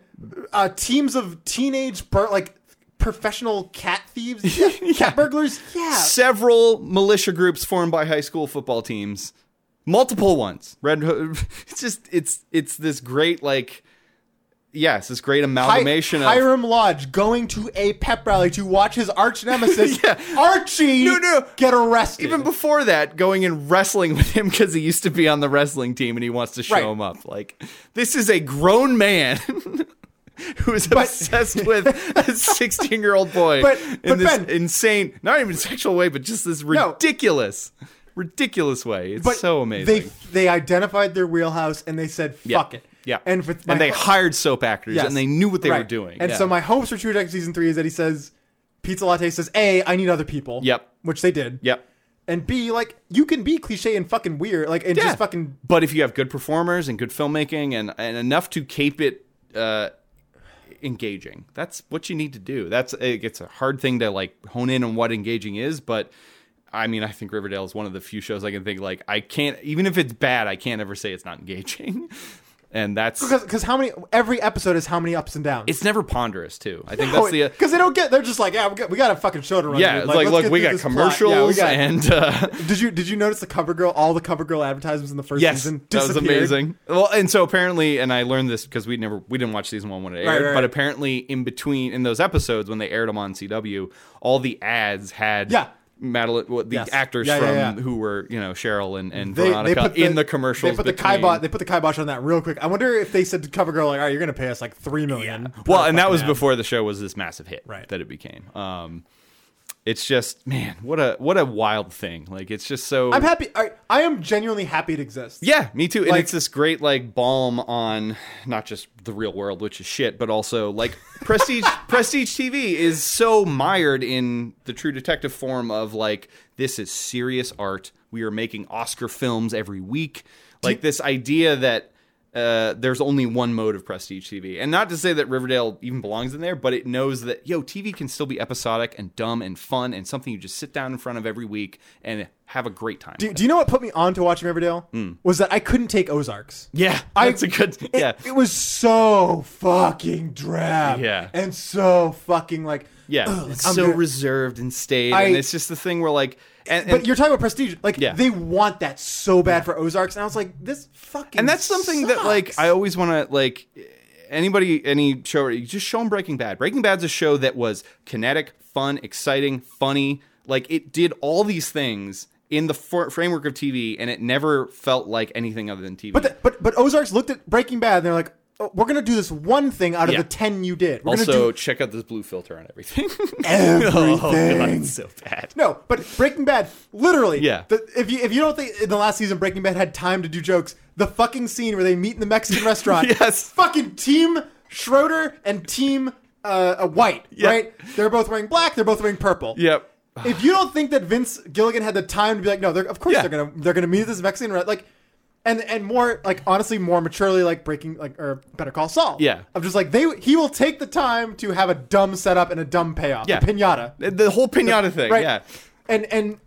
Speaker 2: uh, teams of teenage bur- like professional cat
Speaker 3: [laughs]
Speaker 2: thieves, yeah. cat burglars. Yeah,
Speaker 3: Several militia groups formed by high school football teams multiple ones. Red Hood. [laughs] It's just it's it's this great like yeah, it's this great amalgamation
Speaker 2: Hi-
Speaker 3: of
Speaker 2: Hiram Lodge going to a pep rally to watch his arch nemesis
Speaker 3: [laughs] Yeah.
Speaker 2: Archie
Speaker 3: No, no.
Speaker 2: get arrested.
Speaker 3: even before that going and wrestling with him because he used to be on the wrestling team and he wants to show
Speaker 2: Right.
Speaker 3: him up. Like this is a grown man. [laughs] Who is obsessed with
Speaker 2: [laughs]
Speaker 3: a sixteen-year-old boy
Speaker 2: But-
Speaker 3: in
Speaker 2: but
Speaker 3: this
Speaker 2: Ben-
Speaker 3: insane, not even sexual way, but just this ridiculous, ridiculous way. It's
Speaker 2: but
Speaker 3: so amazing.
Speaker 2: They they identified their wheelhouse and they said
Speaker 3: Yeah.
Speaker 2: fuck it.
Speaker 3: Yeah.
Speaker 2: and for my-
Speaker 3: and they hired soap actors
Speaker 2: Yes.
Speaker 3: and they knew what they were
Speaker 2: Right.
Speaker 3: doing.
Speaker 2: And
Speaker 3: Yeah.
Speaker 2: so my hopes for True Detective season three is that he says Pizza Latte says a I need other people.
Speaker 3: Yep.
Speaker 2: which they did.
Speaker 3: Yep.
Speaker 2: and b like you can be cliche and fucking weird like and
Speaker 3: Yeah.
Speaker 2: just fucking
Speaker 3: But if you have good performers and good filmmaking and, and enough to keep it uh, engaging, that's what you need to do. That's eh, it's a hard thing to like hone in on what engaging is, but I mean, I think Riverdale is one of the few shows I can think like I can't even if it's bad, I can't ever say it's not engaging. [laughs] And that's
Speaker 2: because how many every episode is how many ups and downs.
Speaker 3: it's never ponderous too. I think that's the uh,
Speaker 2: because they don't get. They're just like, yeah, we got, we got a fucking show to run.
Speaker 3: yeah,
Speaker 2: dude.
Speaker 3: it's like,
Speaker 2: let's
Speaker 3: look,
Speaker 2: get
Speaker 3: we
Speaker 2: through
Speaker 3: got
Speaker 2: this plot. Yeah, we
Speaker 3: commercials
Speaker 2: got-
Speaker 3: and uh,
Speaker 2: [laughs] Did you did you notice the CoverGirl? All the CoverGirl advertisements in the first
Speaker 3: Yes,
Speaker 2: season
Speaker 3: that was
Speaker 2: disappeared?
Speaker 3: amazing. Well, and so apparently, and I learned this because we never we didn't watch season one when it aired,
Speaker 2: Right, right,
Speaker 3: but
Speaker 2: right.
Speaker 3: apparently in between in those episodes when they aired them on CW, all the ads had
Speaker 2: Yeah.
Speaker 3: Madeline, well, the
Speaker 2: Yes.
Speaker 3: actors
Speaker 2: Yeah, yeah,
Speaker 3: from
Speaker 2: yeah.
Speaker 3: who were you know Cheryl and, and
Speaker 2: They, they
Speaker 3: Veronica
Speaker 2: put the,
Speaker 3: in the commercials.
Speaker 2: They put the
Speaker 3: between-
Speaker 2: kibosh. They put the kibosh on that real quick. I wonder if they said to CoverGirl, like, all right, you're gonna pay us like three million. per
Speaker 3: well, and that
Speaker 2: fucking
Speaker 3: was
Speaker 2: ad.
Speaker 3: before the show was this massive hit
Speaker 2: Right.
Speaker 3: that it became. Um, it's just man, what a what a wild thing! Like it's just so
Speaker 2: I'm happy. I, I am genuinely happy it exists.
Speaker 3: Yeah, me too. And
Speaker 2: Like-
Speaker 3: it's this great like balm on not just the real world, which is shit, but also like
Speaker 2: [laughs]
Speaker 3: prestige. prestige TV is so mired in the True Detective form of like this is serious art. We are making Oscar films every week. Like this idea that. Uh, there's only one mode of prestige TV, and not to say that Riverdale even belongs in there, but it knows that yo TV can still be episodic and dumb and fun and something you just sit down in front of every week and have a great time.
Speaker 2: Do, do you know what put me on to watching Riverdale?
Speaker 3: Hmm.
Speaker 2: Was that I couldn't take Ozarks.
Speaker 3: yeah,
Speaker 2: I-
Speaker 3: that's a good.
Speaker 2: It,
Speaker 3: Yeah,
Speaker 2: it was so fucking drab.
Speaker 3: Yeah.
Speaker 2: and so fucking like
Speaker 3: Yeah,
Speaker 2: ugh,
Speaker 3: it's
Speaker 2: I'm
Speaker 3: so
Speaker 2: gonna-
Speaker 3: reserved and staid,
Speaker 2: I-
Speaker 3: and it's just the thing where like, and,
Speaker 2: But
Speaker 3: and-
Speaker 2: you're talking about prestige. Like
Speaker 3: Yeah.
Speaker 2: they want that so bad for Ozarks, and I was like, this fucking.
Speaker 3: and that's something that like
Speaker 2: sucks.
Speaker 3: I always want to like anybody any show you just show them Breaking Bad. Breaking Bad's a show that was kinetic, fun, exciting, funny. Like it did all these things in the for- framework of TV, and it never felt like anything other than TV.
Speaker 2: But the, but but Ozarks looked at Breaking Bad, and they're like, oh, we're gonna do this one thing out of
Speaker 3: Yeah.
Speaker 2: the ten you did. We're
Speaker 3: also,
Speaker 2: gonna do
Speaker 3: check out this blue filter on everything. [laughs] Oh,
Speaker 2: everything.
Speaker 3: God, it's so bad.
Speaker 2: No, but Breaking Bad, literally.
Speaker 3: Yeah.
Speaker 2: The, if you if you don't think in the last season Breaking Bad had time to do jokes, the fucking scene where they meet in the
Speaker 3: [laughs]
Speaker 2: Mexican restaurant.
Speaker 3: Yes.
Speaker 2: Fucking Team Schroeder and Team uh, uh, White.
Speaker 3: Yep.
Speaker 2: Right. They're both wearing black. They're both wearing purple.
Speaker 3: Yep.
Speaker 2: If you don't think that Vince Gilligan had the time to be like, no, they're, of course
Speaker 3: Yeah.
Speaker 2: they're gonna they're gonna meet at this Mexican restaurant, like. And, and more like honestly more maturely like breaking like or better call Saul
Speaker 3: Yeah.
Speaker 2: I'm just like they he will take the time to have a dumb setup and a dumb payoff
Speaker 3: Yeah.
Speaker 2: a pinata
Speaker 3: The- The whole [laughs] pinata thing.
Speaker 2: right?
Speaker 3: Yeah.
Speaker 2: And and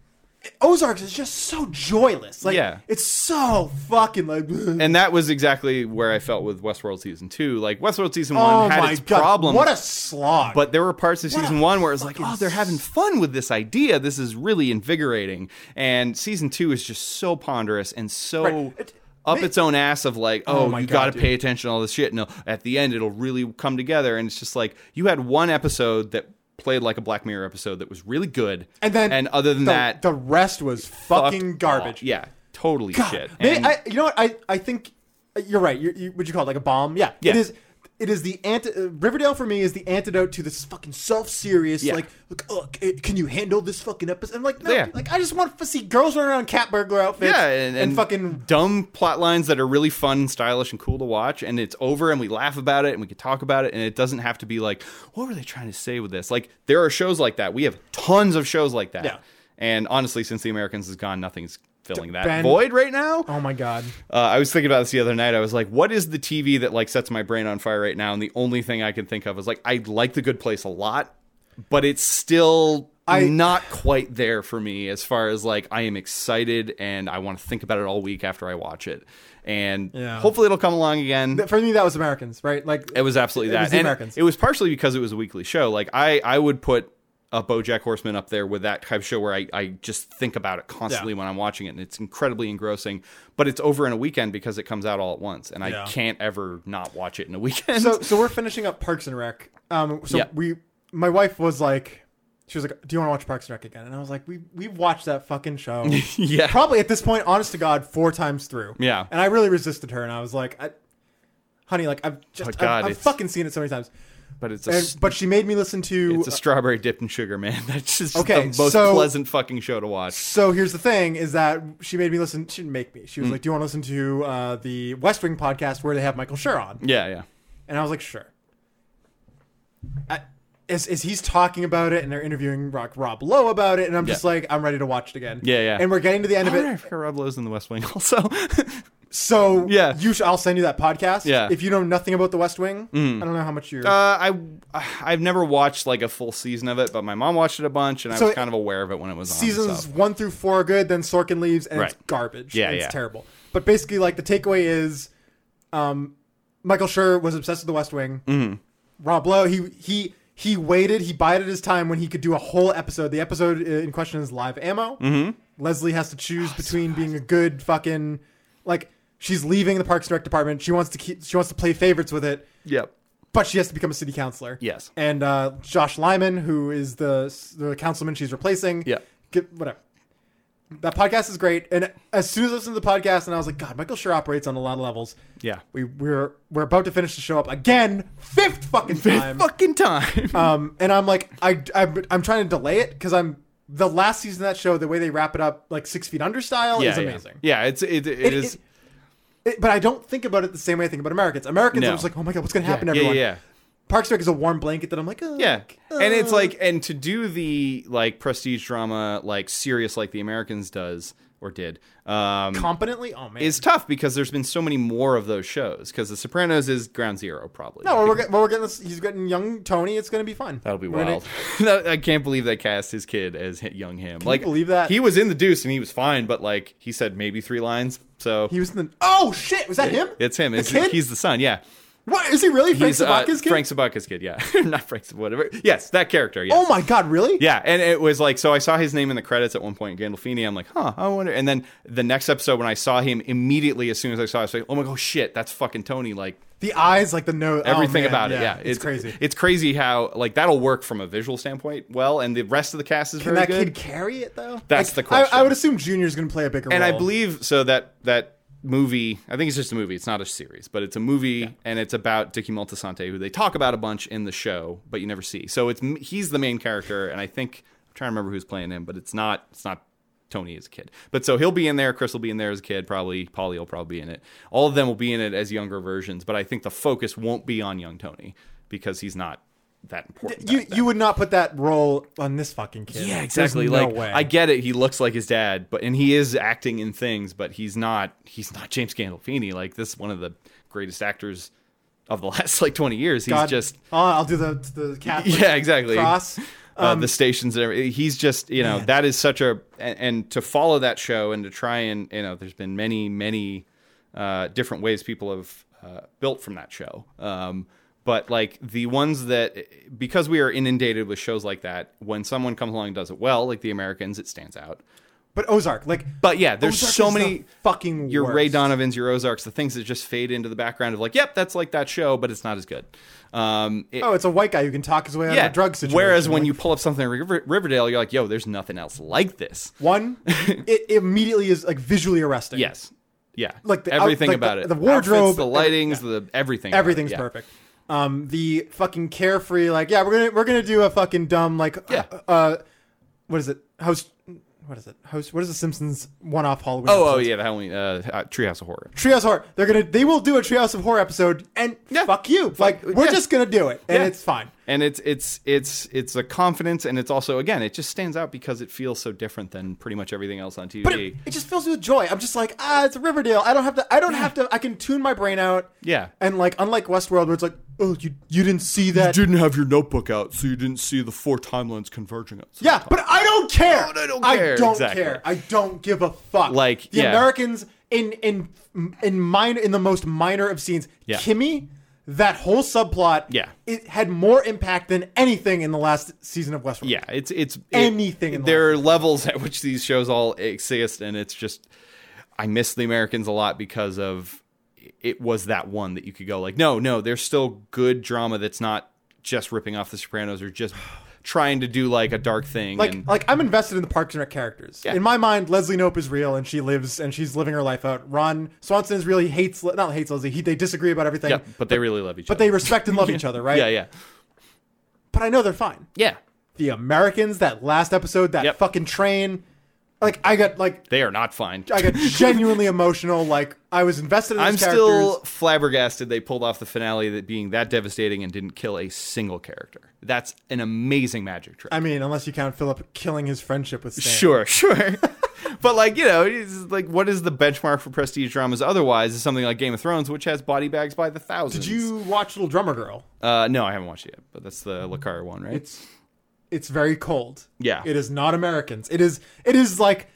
Speaker 2: Ozarks is just so joyless. Like
Speaker 3: Yeah.
Speaker 2: it's so fucking like
Speaker 3: and that was exactly where I felt with Westworld season two. Like Westworld season one
Speaker 2: oh
Speaker 3: had
Speaker 2: my
Speaker 3: its
Speaker 2: god,
Speaker 3: problems,
Speaker 2: what a slog.
Speaker 3: but there were parts of
Speaker 2: What
Speaker 3: season
Speaker 2: a
Speaker 3: one where it's like,
Speaker 2: fucking
Speaker 3: oh, they're having fun with this idea. This is really invigorating. And season two is just so ponderous and so.
Speaker 2: Right. It-
Speaker 3: up
Speaker 2: ma-
Speaker 3: its own ass of like, oh,
Speaker 2: my
Speaker 3: you
Speaker 2: God,
Speaker 3: got to
Speaker 2: dude.
Speaker 3: pay attention to all this shit. No, at the end, it'll really come together. And it's just like you had one episode that played like a Black Mirror episode that was really good,
Speaker 2: and then
Speaker 3: and other than
Speaker 2: the-
Speaker 3: that,
Speaker 2: the rest was fucking
Speaker 3: fucked
Speaker 2: garbage.
Speaker 3: off. Yeah, totally
Speaker 2: God.
Speaker 3: shit.
Speaker 2: Maybe-
Speaker 3: And-
Speaker 2: I, you know what? I I think uh, you're right. You're, you, would you call it like a bomb? Yeah.
Speaker 3: Yeah.
Speaker 2: It is. It is the anti uh, Riverdale for me is the antidote to this fucking self serious
Speaker 3: Yeah.
Speaker 2: like look oh, c- can you handle this fucking episode? I'm like no,
Speaker 3: Yeah.
Speaker 2: dude, like I just want to see girls running around in cat burglar outfits
Speaker 3: yeah, and, and
Speaker 2: fucking
Speaker 3: dumb plot lines that are really fun, and stylish, and cool to watch. And it's over, and we laugh about it, and we can talk about it, and it doesn't have to be like, what were they trying to say with this? Like there are shows like that. We have tons of shows like that.
Speaker 2: Yeah.
Speaker 3: And honestly, since The Americans is gone, nothing's filling that
Speaker 2: Ben-
Speaker 3: void right now.
Speaker 2: oh my god.
Speaker 3: Uh, I was thinking about this the other night. I was like, what is the TV that like sets my brain on fire right now? And the only thing I can think of is like, I like The Good Place a lot, but it's still
Speaker 2: I-
Speaker 3: not quite there for me as far as like I am excited and I want to think about it all week after I watch it. And
Speaker 2: Yeah.
Speaker 3: hopefully it'll come along again.
Speaker 2: for me that was Americans, right? Like
Speaker 3: It was absolutely
Speaker 2: It
Speaker 3: that.
Speaker 2: was the
Speaker 3: and
Speaker 2: Americans.
Speaker 3: It was partially because it was a weekly show. Like I, I would put a BoJack Horseman up there with that type of show where I, I just think about it constantly when I'm watching it, and it's incredibly engrossing. But it's over in a weekend because it comes out all at once, and
Speaker 4: Yeah.
Speaker 3: I can't ever not watch it in a weekend.
Speaker 2: So so we're finishing up Parks and Rec. Um, so
Speaker 3: Yeah.
Speaker 2: we, my wife was like, she was like, "Do you want to watch Parks and Rec again?" And I was like, "We we watched that fucking show,
Speaker 3: [laughs] Yeah.
Speaker 2: probably at this point, honest to God, four times through."
Speaker 3: Yeah.
Speaker 2: and I really resisted her, and I was like, I, "Honey, like I've just
Speaker 3: Oh, God,
Speaker 2: I've, I've
Speaker 3: it's-
Speaker 2: fucking seen it so many times."
Speaker 3: [laughs] but it's a
Speaker 2: And, but she made me listen to.
Speaker 3: it's a strawberry dipped in sugar, man. [laughs] That's just
Speaker 2: Okay,
Speaker 3: the most
Speaker 2: so-
Speaker 3: pleasant fucking show to watch.
Speaker 2: so here's the thing: is that she made me listen. She didn't make me.
Speaker 3: Mm.
Speaker 2: She was like, "Do you want to listen to uh, the West Wing podcast where they have Michael Schur on?"
Speaker 3: Yeah, yeah.
Speaker 2: And I was like, sure. I, as, as he's talking about it and they're interviewing Rock, Rob Lowe about it, and I'm just
Speaker 3: Yeah.
Speaker 2: like, I'm ready to watch it again.
Speaker 3: Yeah, yeah.
Speaker 2: And we're getting to the end of
Speaker 3: Oh, right, I
Speaker 2: it.
Speaker 3: forgot Rob Lowe's in the West Wing also. [laughs]
Speaker 2: So
Speaker 3: Yeah.
Speaker 2: you should, I'll send you that podcast.
Speaker 3: Yeah. Mm.
Speaker 2: If you know nothing about the West Wing, I don't know how much you're.
Speaker 3: Uh, I I've never watched like a full season of it, but my mom watched it a bunch, and I
Speaker 2: So
Speaker 3: was kind of aware of it when it was on. and
Speaker 2: seasons
Speaker 3: stuff.
Speaker 2: one through four are good. Then Sorkin leaves, and it's
Speaker 3: Right.
Speaker 2: garbage.
Speaker 3: Yeah,
Speaker 2: and it's
Speaker 3: yeah.
Speaker 2: terrible. But basically, like the takeaway is, um, Michael Schur was obsessed with The West Wing.
Speaker 3: Mm-hmm.
Speaker 2: Rob Lowe, he he he waited. He bided his time when he could do a whole episode. The episode uh, in question is live ammo.
Speaker 3: Mm-hmm.
Speaker 2: Leslie has to choose between being a good fucking like she's leaving the Parks and Rec department. She wants to keep. She wants to play favorites with it
Speaker 3: Yep.
Speaker 2: but she has to become a city councilor.
Speaker 3: Yes.
Speaker 2: And uh, Josh Lyman, who is the the councilman she's replacing.
Speaker 3: Yeah.
Speaker 2: Get, whatever. That podcast is great. And as soon as I listened to the podcast, and I was like, God, Michael sure operates on a lot of levels.
Speaker 3: Yeah.
Speaker 2: We we're we're about to finish the show up again, fifth fucking time.
Speaker 3: Fucking time.
Speaker 2: [laughs] Um, and I'm like, I I'm, I'm trying to delay it because I'm the last season of that show. The way they wrap it up, like Six Feet Under style, is amazing.
Speaker 3: Yeah, it's
Speaker 2: It-
Speaker 3: it, it is.
Speaker 2: it- it- but I don't think about it the same way I think about Americans. Americans,
Speaker 3: No.
Speaker 2: I'm just like, oh my god, what's gonna happen? to
Speaker 3: yeah, yeah,
Speaker 2: everyone,
Speaker 3: yeah.
Speaker 2: Parks and Rec is a warm blanket that I'm like, oh,
Speaker 3: Yeah.
Speaker 2: uh,
Speaker 3: and it's like and to do the like prestige drama like serious like the Americans does or did. Um
Speaker 2: competently. Oh man,
Speaker 3: is tough because there's been so many more of those shows because The Sopranos is ground zero probably.
Speaker 2: no, we're, get, well, we're getting this, he's getting young Tony. It's gonna be fun.
Speaker 3: That'll be
Speaker 2: We're gonna-
Speaker 3: wild. [laughs] That- I can't believe they cast his kid as hi- young him. like,
Speaker 2: believe that?
Speaker 3: he was in the Deuce and he was fine, but like he said maybe three lines. So
Speaker 2: he was in the. Oh shit, was that him?
Speaker 3: it's him.
Speaker 2: The
Speaker 3: It's,
Speaker 2: kid?
Speaker 3: He's the son. Yeah,
Speaker 2: what is he really? Frank
Speaker 3: he's uh,
Speaker 2: Sabaka's kid.
Speaker 3: Frank Sabaka's kid. Yeah, [laughs] not Frank. Sab- Whatever. Yes, that character. Yes.
Speaker 2: oh my god, really?
Speaker 3: Yeah, and it was like so. I saw his name in the credits at one point, Gandolfini. I'm like, huh, I wonder. And then the next episode, when I saw him, immediately as soon as I saw, him, I was like, oh my gosh, shit, that's fucking Tony. Like
Speaker 2: The eyes, like the nose, oh,
Speaker 3: everything
Speaker 2: man,
Speaker 3: about it. Yeah,
Speaker 2: it's, crazy.
Speaker 3: It's crazy how like that'll work from a visual standpoint well, and the rest of the cast is
Speaker 2: Can
Speaker 3: very
Speaker 2: that kid
Speaker 3: good.
Speaker 2: carry it though?
Speaker 3: That's
Speaker 2: Like,
Speaker 3: the question.
Speaker 2: I, I would assume Junior's gonna play a bigger
Speaker 3: and
Speaker 2: role.
Speaker 3: I believe so that that movie I think it's just a movie it's not a series but it's a movie and it's about Dicky Multisante who they talk about a bunch in the show but you never see so it's he's the main character and I think I'm trying to remember who's playing him but it's not it's not Tony as a kid but so he'll be in there Chris will be in there as a kid probably Polly will probably be in it all of them will be in it as younger versions but I think the focus won't be on young Tony because he's not that important
Speaker 2: you
Speaker 3: back then.
Speaker 2: you would not put that role on this fucking kid.
Speaker 3: Yeah,
Speaker 2: There's
Speaker 3: exactly.
Speaker 2: no
Speaker 3: like
Speaker 2: way.
Speaker 3: I get it. He looks like his dad, but and he is acting in things, but he's not. He's not James Gandolfini. Like this is one of the greatest actors of the [laughs] last like twenty years. He's
Speaker 2: God-
Speaker 3: just
Speaker 2: Oh, I'll do the the Catholic
Speaker 3: [laughs] yeah, exactly.
Speaker 2: cross.
Speaker 3: Uh,
Speaker 2: um,
Speaker 3: the stations and everything. He's just, you know, that is such a and, and to follow that show and to try and you know, there's been many many uh, different ways people have uh, built from that show. Um, but like the ones that because we are inundated with shows like that, when someone comes along and does it well, like the Americans, it stands out.
Speaker 2: But Ozark, like,
Speaker 3: But yeah, there's
Speaker 2: Ozark
Speaker 3: so
Speaker 2: is the
Speaker 3: many
Speaker 2: fucking
Speaker 3: your Ray
Speaker 2: worst.
Speaker 3: Donovans, your Ozarks, the things that just fade into the background of like, yep, that's like that show, but it's not as good. Um, it-
Speaker 2: oh, it's a white guy who can talk his way out of a drug situation.
Speaker 3: Whereas when
Speaker 2: Like,
Speaker 3: you pull up something in River- Riverdale, you're like, yo, there's nothing else like this. [laughs]
Speaker 2: one, it immediately is like visually arresting.
Speaker 3: Yes. Yeah.
Speaker 2: Like the out-
Speaker 3: everything
Speaker 2: like
Speaker 3: about
Speaker 2: the-
Speaker 3: it.
Speaker 2: the wardrobe,
Speaker 3: Outfits, the
Speaker 2: every-
Speaker 3: lightings, the everything. about it,
Speaker 2: everything's
Speaker 3: yeah.
Speaker 2: perfect. Um, the fucking carefree, like, yeah, we're gonna we're gonna do a fucking dumb like,
Speaker 3: Yeah.
Speaker 2: uh, uh, what is it? Host, what is it? Host, what is the Simpsons one-off Halloween?
Speaker 3: Oh, oh
Speaker 2: episode?
Speaker 3: yeah, the Halloween uh, uh, Treehouse of Horror.
Speaker 2: Treehouse of Horror. They're gonna they will do a Treehouse of Horror episode, and
Speaker 3: Yeah.
Speaker 2: fuck you, like we're
Speaker 3: yeah.
Speaker 2: just gonna do it, and
Speaker 3: Yeah.
Speaker 2: it's fine.
Speaker 3: And it's it's it's it's a confidence, and it's also again, it just stands out because it feels so different than pretty much everything else on TV.
Speaker 2: But it, it just fills me with joy. I'm just like, ah, it's Riverdale. I don't have to. I don't have to. I can tune my brain out.
Speaker 3: Yeah.
Speaker 2: And like, unlike Westworld, where it's like, oh, you you didn't see that.
Speaker 3: didn't have your notebook out, so you didn't see the four timelines converging. At
Speaker 2: yeah, but I don't care.
Speaker 3: No, I don't care. Exactly.
Speaker 2: care. I don't give a fuck.
Speaker 3: Like,
Speaker 2: the
Speaker 3: yeah.
Speaker 2: Americans in in in minor in the most minor of scenes.
Speaker 3: Yeah.
Speaker 2: Kimmy, that whole subplot
Speaker 3: Yeah.
Speaker 2: it had more impact than anything in the last season of Westworld.
Speaker 3: Yeah, it's it's it-
Speaker 2: Anything in
Speaker 3: there are levels at which these shows all exist, and it's just I miss the Americans a lot because of it was that one that you could go like, no, no, there's still good drama that's not just ripping off the Sopranos or just trying to do like a dark thing.
Speaker 2: Like,
Speaker 3: and,
Speaker 2: like I'm invested in the Parks and Rec characters.
Speaker 3: Yeah.
Speaker 2: In my mind, Leslie Nope is real, and she lives, and she's living her life out. Ron Swanson is real. He hates, Le- not hates Leslie. He, they disagree about everything,
Speaker 3: yeah, but they really love each
Speaker 2: but
Speaker 3: other.
Speaker 2: they respect and love
Speaker 3: [laughs]
Speaker 2: each other, right?
Speaker 3: yeah, yeah,
Speaker 2: But I know they're fine.
Speaker 3: yeah.
Speaker 2: The Americans, that last episode, that
Speaker 3: Yep.
Speaker 2: fucking train, like I got, like
Speaker 3: They are not fine.
Speaker 2: I
Speaker 3: [laughs]
Speaker 2: got genuinely emotional. Like I was invested in. These
Speaker 3: I'm
Speaker 2: characters.
Speaker 3: still flabbergasted they pulled off the finale that being that devastating and didn't kill a single character. That's an amazing magic trick.
Speaker 2: I mean, unless you count Philip killing his friendship with Stan.
Speaker 3: Sure, [laughs] sure. but like, you know, it's like what is the benchmark for prestige dramas otherwise is something like Game of Thrones, which has body bags by the thousands.
Speaker 2: Did you watch Little Drummer Girl?
Speaker 3: uh no, I haven't watched it yet, but that's the Lakara one, right?
Speaker 2: It's it's very cold.
Speaker 3: Yeah.
Speaker 2: It is not Americans. It is it is like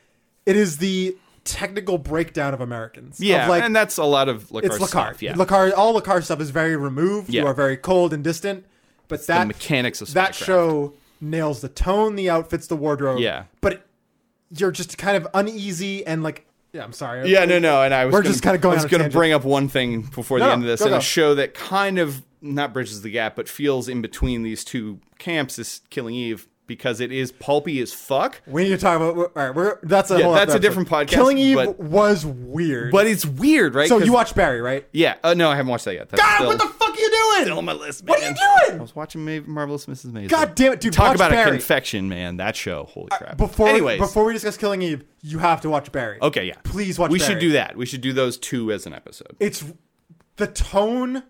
Speaker 2: it is the technical breakdown of Americans. Of,
Speaker 3: yeah,
Speaker 2: like
Speaker 3: and that's a lot of Lakar
Speaker 2: it's Lakar.
Speaker 3: stuff. Yeah.
Speaker 2: Lakar all Lakar stuff is very removed. You
Speaker 3: Yeah.
Speaker 2: are very cold and distant. But that
Speaker 3: mechanics of
Speaker 2: that
Speaker 3: spycraft.
Speaker 2: show nails the tone, the outfits, the wardrobe.
Speaker 3: Yeah.
Speaker 2: But you're just kind of uneasy and like yeah, I'm sorry.
Speaker 3: Yeah, no, no, and I was
Speaker 2: We're
Speaker 3: gonna,
Speaker 2: just kinda going
Speaker 3: I was
Speaker 2: on a
Speaker 3: going to
Speaker 2: tangent.
Speaker 3: bring up one thing before
Speaker 2: No,
Speaker 3: the end of this,
Speaker 2: go,
Speaker 3: and a
Speaker 2: go.
Speaker 3: show that kind of not bridges the gap, but feels in between these two camps is Killing Eve because it is pulpy as fuck,
Speaker 2: We need to talk about. All right, we're that's a
Speaker 3: Yeah,
Speaker 2: whole
Speaker 3: that's
Speaker 2: other
Speaker 3: a different
Speaker 2: episode.
Speaker 3: podcast,
Speaker 2: Killing Eve
Speaker 3: but-
Speaker 2: was weird,
Speaker 3: but it's weird, right?
Speaker 2: so
Speaker 3: 'Cause-
Speaker 2: you watched Barry, right?
Speaker 3: yeah, uh, no, I haven't watched that yet. That's
Speaker 2: God,
Speaker 3: still-
Speaker 2: what the fuck are you doing?
Speaker 3: on my list,
Speaker 2: What are
Speaker 3: man.
Speaker 2: you doing?
Speaker 3: I was watching Ma- Marvelous Mrs. Maisel.
Speaker 2: God damn it, dude!
Speaker 3: Talk
Speaker 2: watch
Speaker 3: about
Speaker 2: Barry. Uh,
Speaker 3: a confection, man. That show. Holy crap.
Speaker 2: Before,
Speaker 3: Anyways.
Speaker 2: before we discuss Killing Eve, you have to watch Barry.
Speaker 3: okay, yeah.
Speaker 2: Please watch.
Speaker 3: We
Speaker 2: Barry.
Speaker 3: should do that. We should do those two as an episode.
Speaker 2: It's the tone.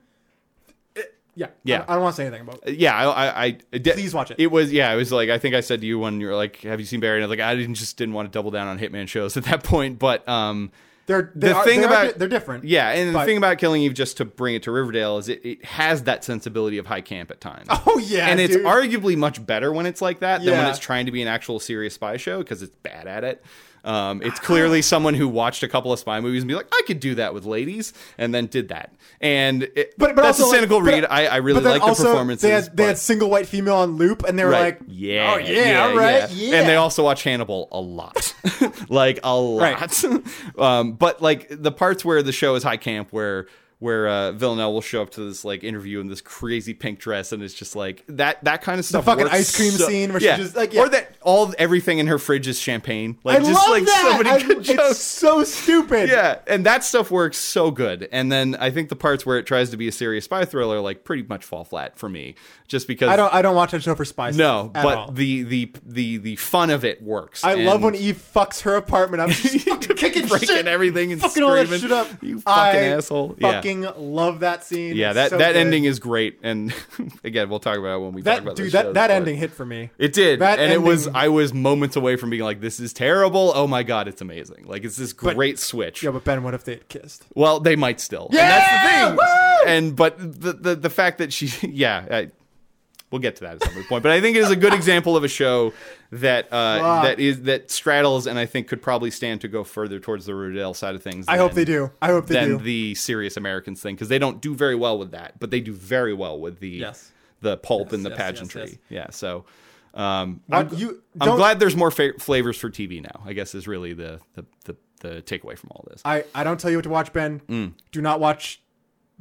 Speaker 2: it- yeah,
Speaker 3: Yeah.
Speaker 2: I, I don't want to say anything about. it.
Speaker 3: Uh, Yeah, I, I, I de-
Speaker 2: Please watch it.
Speaker 3: It was yeah, it was like I think I said to you when you were like, "Have you seen Barry?" And I was like, "I didn't just didn't want to double down on Hitman shows at that point." But um,
Speaker 2: They're they
Speaker 3: the
Speaker 2: are-
Speaker 3: thing
Speaker 2: they are
Speaker 3: about
Speaker 2: di- they're different.
Speaker 3: Yeah, and
Speaker 2: but-
Speaker 3: the thing about Killing Eve, just to bring it to Riverdale, is it, it has that sensibility of high camp at times.
Speaker 2: [laughs] Oh, yeah,
Speaker 3: and it's
Speaker 2: dude.
Speaker 3: arguably much better when it's like that than when
Speaker 2: Yeah.
Speaker 3: it's trying to be an actual serious spy show because it's bad at it. Um, it's
Speaker 2: [sighs]
Speaker 3: clearly someone who watched a couple of spy movies and be like, I could do that with ladies, and then did that. And it,
Speaker 2: But but
Speaker 3: that's
Speaker 2: also
Speaker 3: a cynical
Speaker 2: like, but-
Speaker 3: read. I, I really
Speaker 2: but then
Speaker 3: like
Speaker 2: also,
Speaker 3: the performances.
Speaker 2: They had, they
Speaker 3: but-
Speaker 2: had single white female on loop, and they were like,
Speaker 3: right. yeah,
Speaker 2: oh yeah, all right, yeah.
Speaker 3: And they also watch Hannibal a lot, [laughs] like a lot. [laughs] um, but like the parts where the show is high camp, where where uh, Villanelle will show up to this like interview in this crazy pink dress, and it's just like that that kind of stuff.
Speaker 2: fucking
Speaker 3: works
Speaker 2: ice cream
Speaker 3: so-
Speaker 2: scene where she
Speaker 3: yeah.
Speaker 2: just, like, yeah.
Speaker 3: or that all everything in her fridge is champagne.
Speaker 2: I
Speaker 3: Like just
Speaker 2: love
Speaker 3: like
Speaker 2: that.
Speaker 3: so many
Speaker 2: I-
Speaker 3: good
Speaker 2: it's
Speaker 3: jokes.
Speaker 2: so stupid.
Speaker 3: Yeah, and that stuff works so good. And then I think the parts where it tries to be a serious spy thriller, like pretty much fall flat for me, just because
Speaker 2: I don't. I don't watch that show for spice.
Speaker 3: no,
Speaker 2: at
Speaker 3: but
Speaker 2: all.
Speaker 3: the the the the fun of it works.
Speaker 2: I love
Speaker 3: And
Speaker 2: when Eve fucks her apartment up.
Speaker 3: [laughs]
Speaker 2: She's fucking [laughs] kicking
Speaker 3: breaking
Speaker 2: shit,
Speaker 3: everything and
Speaker 2: fucking all that
Speaker 3: screaming,
Speaker 2: shit up.
Speaker 3: "You fucking
Speaker 2: I
Speaker 3: asshole." Yeah.
Speaker 2: Fucking love that scene.
Speaker 3: yeah,
Speaker 2: It's
Speaker 3: that
Speaker 2: so
Speaker 3: that
Speaker 2: good.
Speaker 3: ending is great. And [laughs] again, we'll talk about it when we talk
Speaker 2: that
Speaker 3: about
Speaker 2: dude.
Speaker 3: those
Speaker 2: That
Speaker 3: shows,
Speaker 2: that
Speaker 3: but
Speaker 2: ending hit for me.
Speaker 3: It did,
Speaker 2: that
Speaker 3: and it was.
Speaker 2: ending-
Speaker 3: I was moments away from being like, "This is terrible." Oh my god, it's amazing! Like it's this great switch.
Speaker 2: Yeah, but Ben, what if they had kissed?
Speaker 3: Well, they might still. Yeah, and that's the thing. And but the, the the fact that she, [laughs] yeah, I, we'll get to that at some point. But I think it is a good example of a show that uh,
Speaker 2: Fuck.
Speaker 3: that is that straddles, and I think could probably stand to go further towards the Riverdale side of things.
Speaker 2: I hope
Speaker 3: than-
Speaker 2: they do. I hope they
Speaker 3: than
Speaker 2: do.
Speaker 3: the serious Americans thing because they don't do very well with that, but they do very well with the
Speaker 2: Yes.
Speaker 3: the pulp and the
Speaker 2: yes, yes,
Speaker 3: pageantry.
Speaker 2: yes.
Speaker 3: Yeah, so. Um,
Speaker 2: I'm,
Speaker 3: I'm,
Speaker 2: you
Speaker 3: I'm
Speaker 2: don't-
Speaker 3: glad there's more fa- flavors for TV now. I guess is really the the, the, the takeaway from all this.
Speaker 2: I I don't tell you what to watch, Ben.
Speaker 3: Mm.
Speaker 2: Do not watch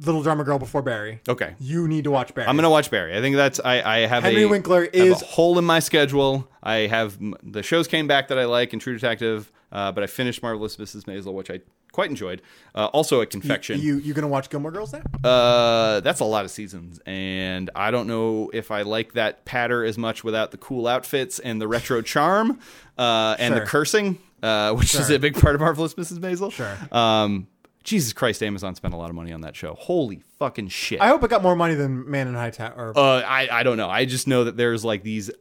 Speaker 2: Little Drummer Girl before Barry.
Speaker 3: Okay,
Speaker 2: You need to watch Barry.
Speaker 3: I'm gonna watch Barry. I think that's I. I have
Speaker 2: Henry
Speaker 3: a,
Speaker 2: Winkler
Speaker 3: I have
Speaker 2: is-
Speaker 3: a hole in my schedule. I have m- the shows came back that I like in True Detective, uh, but I finished Marvelous Mrs. Maisel, which I quite enjoyed. Uh, also, a confection.
Speaker 2: You you gonna watch Gilmore Girls now?
Speaker 3: uh, that's a lot of seasons, and I don't know if I like that patter as much without the cool outfits and the retro charm uh, and
Speaker 2: Sure.
Speaker 3: the cursing, uh, which is
Speaker 2: Sure.
Speaker 3: a big part of Marvelous Mrs. Maisel.
Speaker 2: Sure.
Speaker 3: Um, Jesus Christ, Amazon spent a lot of money on that show. Holy fucking shit!
Speaker 2: I hope it got more money than Man in High Tower.
Speaker 3: Uh, I I don't know. I just know that there's like these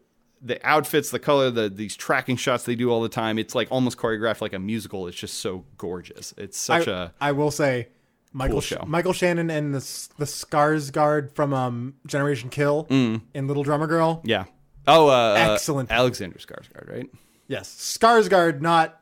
Speaker 3: the outfits, the color, the these tracking shots they do all the time. It's like almost choreographed like a musical. It's just so gorgeous. It's such a
Speaker 2: I, I will say, Michael
Speaker 3: Cool
Speaker 2: Sh-
Speaker 3: show.
Speaker 2: Michael Shannon and the S- the Skarsgård from um, Generation Kill
Speaker 3: Mm.
Speaker 2: in Little Drummer Girl.
Speaker 3: yeah. Oh, uh, uh,
Speaker 2: Excellent.
Speaker 3: Alexander Skarsgård, right?
Speaker 2: Yes, Skarsgård, not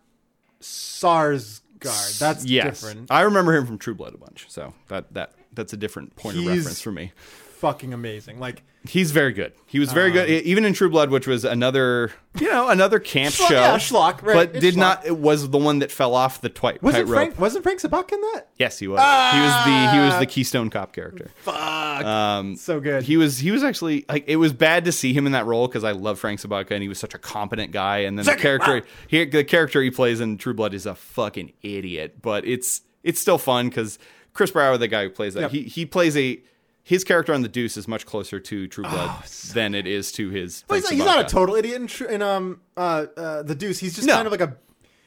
Speaker 2: Sarsgard. That's
Speaker 3: yes.
Speaker 2: different.
Speaker 3: I remember him from True Blood a bunch. So that that That's a different point of
Speaker 2: He's-
Speaker 3: reference for me.
Speaker 2: Fucking amazing. Like
Speaker 3: He's very good. He was very
Speaker 2: Um,
Speaker 3: good, e- even in True Blood, which was another, you know, another camp
Speaker 2: Schlock-
Speaker 3: show.
Speaker 2: yeah, schlock, right.
Speaker 3: But
Speaker 2: It's
Speaker 3: did
Speaker 2: schlock.
Speaker 3: not. It was the one that fell off the twi-
Speaker 2: wasn't
Speaker 3: tightrope.
Speaker 2: Frank wasn't Frank Sabak in that?
Speaker 3: Yes, he was. he was the he was the Keystone Cop character.
Speaker 2: Fuck.
Speaker 3: Um,
Speaker 2: Ah! so good.
Speaker 3: He was he was actually like it was bad to see him in that role because I love Frank Sabaka and he was such a competent guy. And then the
Speaker 2: Second,
Speaker 3: character
Speaker 2: wow.
Speaker 3: he, the character he plays in True Blood is a fucking idiot, but it's it's still fun because Chris Brower, the guy who plays that,
Speaker 2: Yep.
Speaker 3: he he plays a his character on the Deuce is much closer to True
Speaker 2: Oh,
Speaker 3: Blood than it is to his.
Speaker 2: But
Speaker 3: Frank
Speaker 2: he's, he's not a
Speaker 3: Sabaka.
Speaker 2: total idiot in, tr- in um uh, uh the Deuce. He's just
Speaker 3: No.
Speaker 2: kind of like a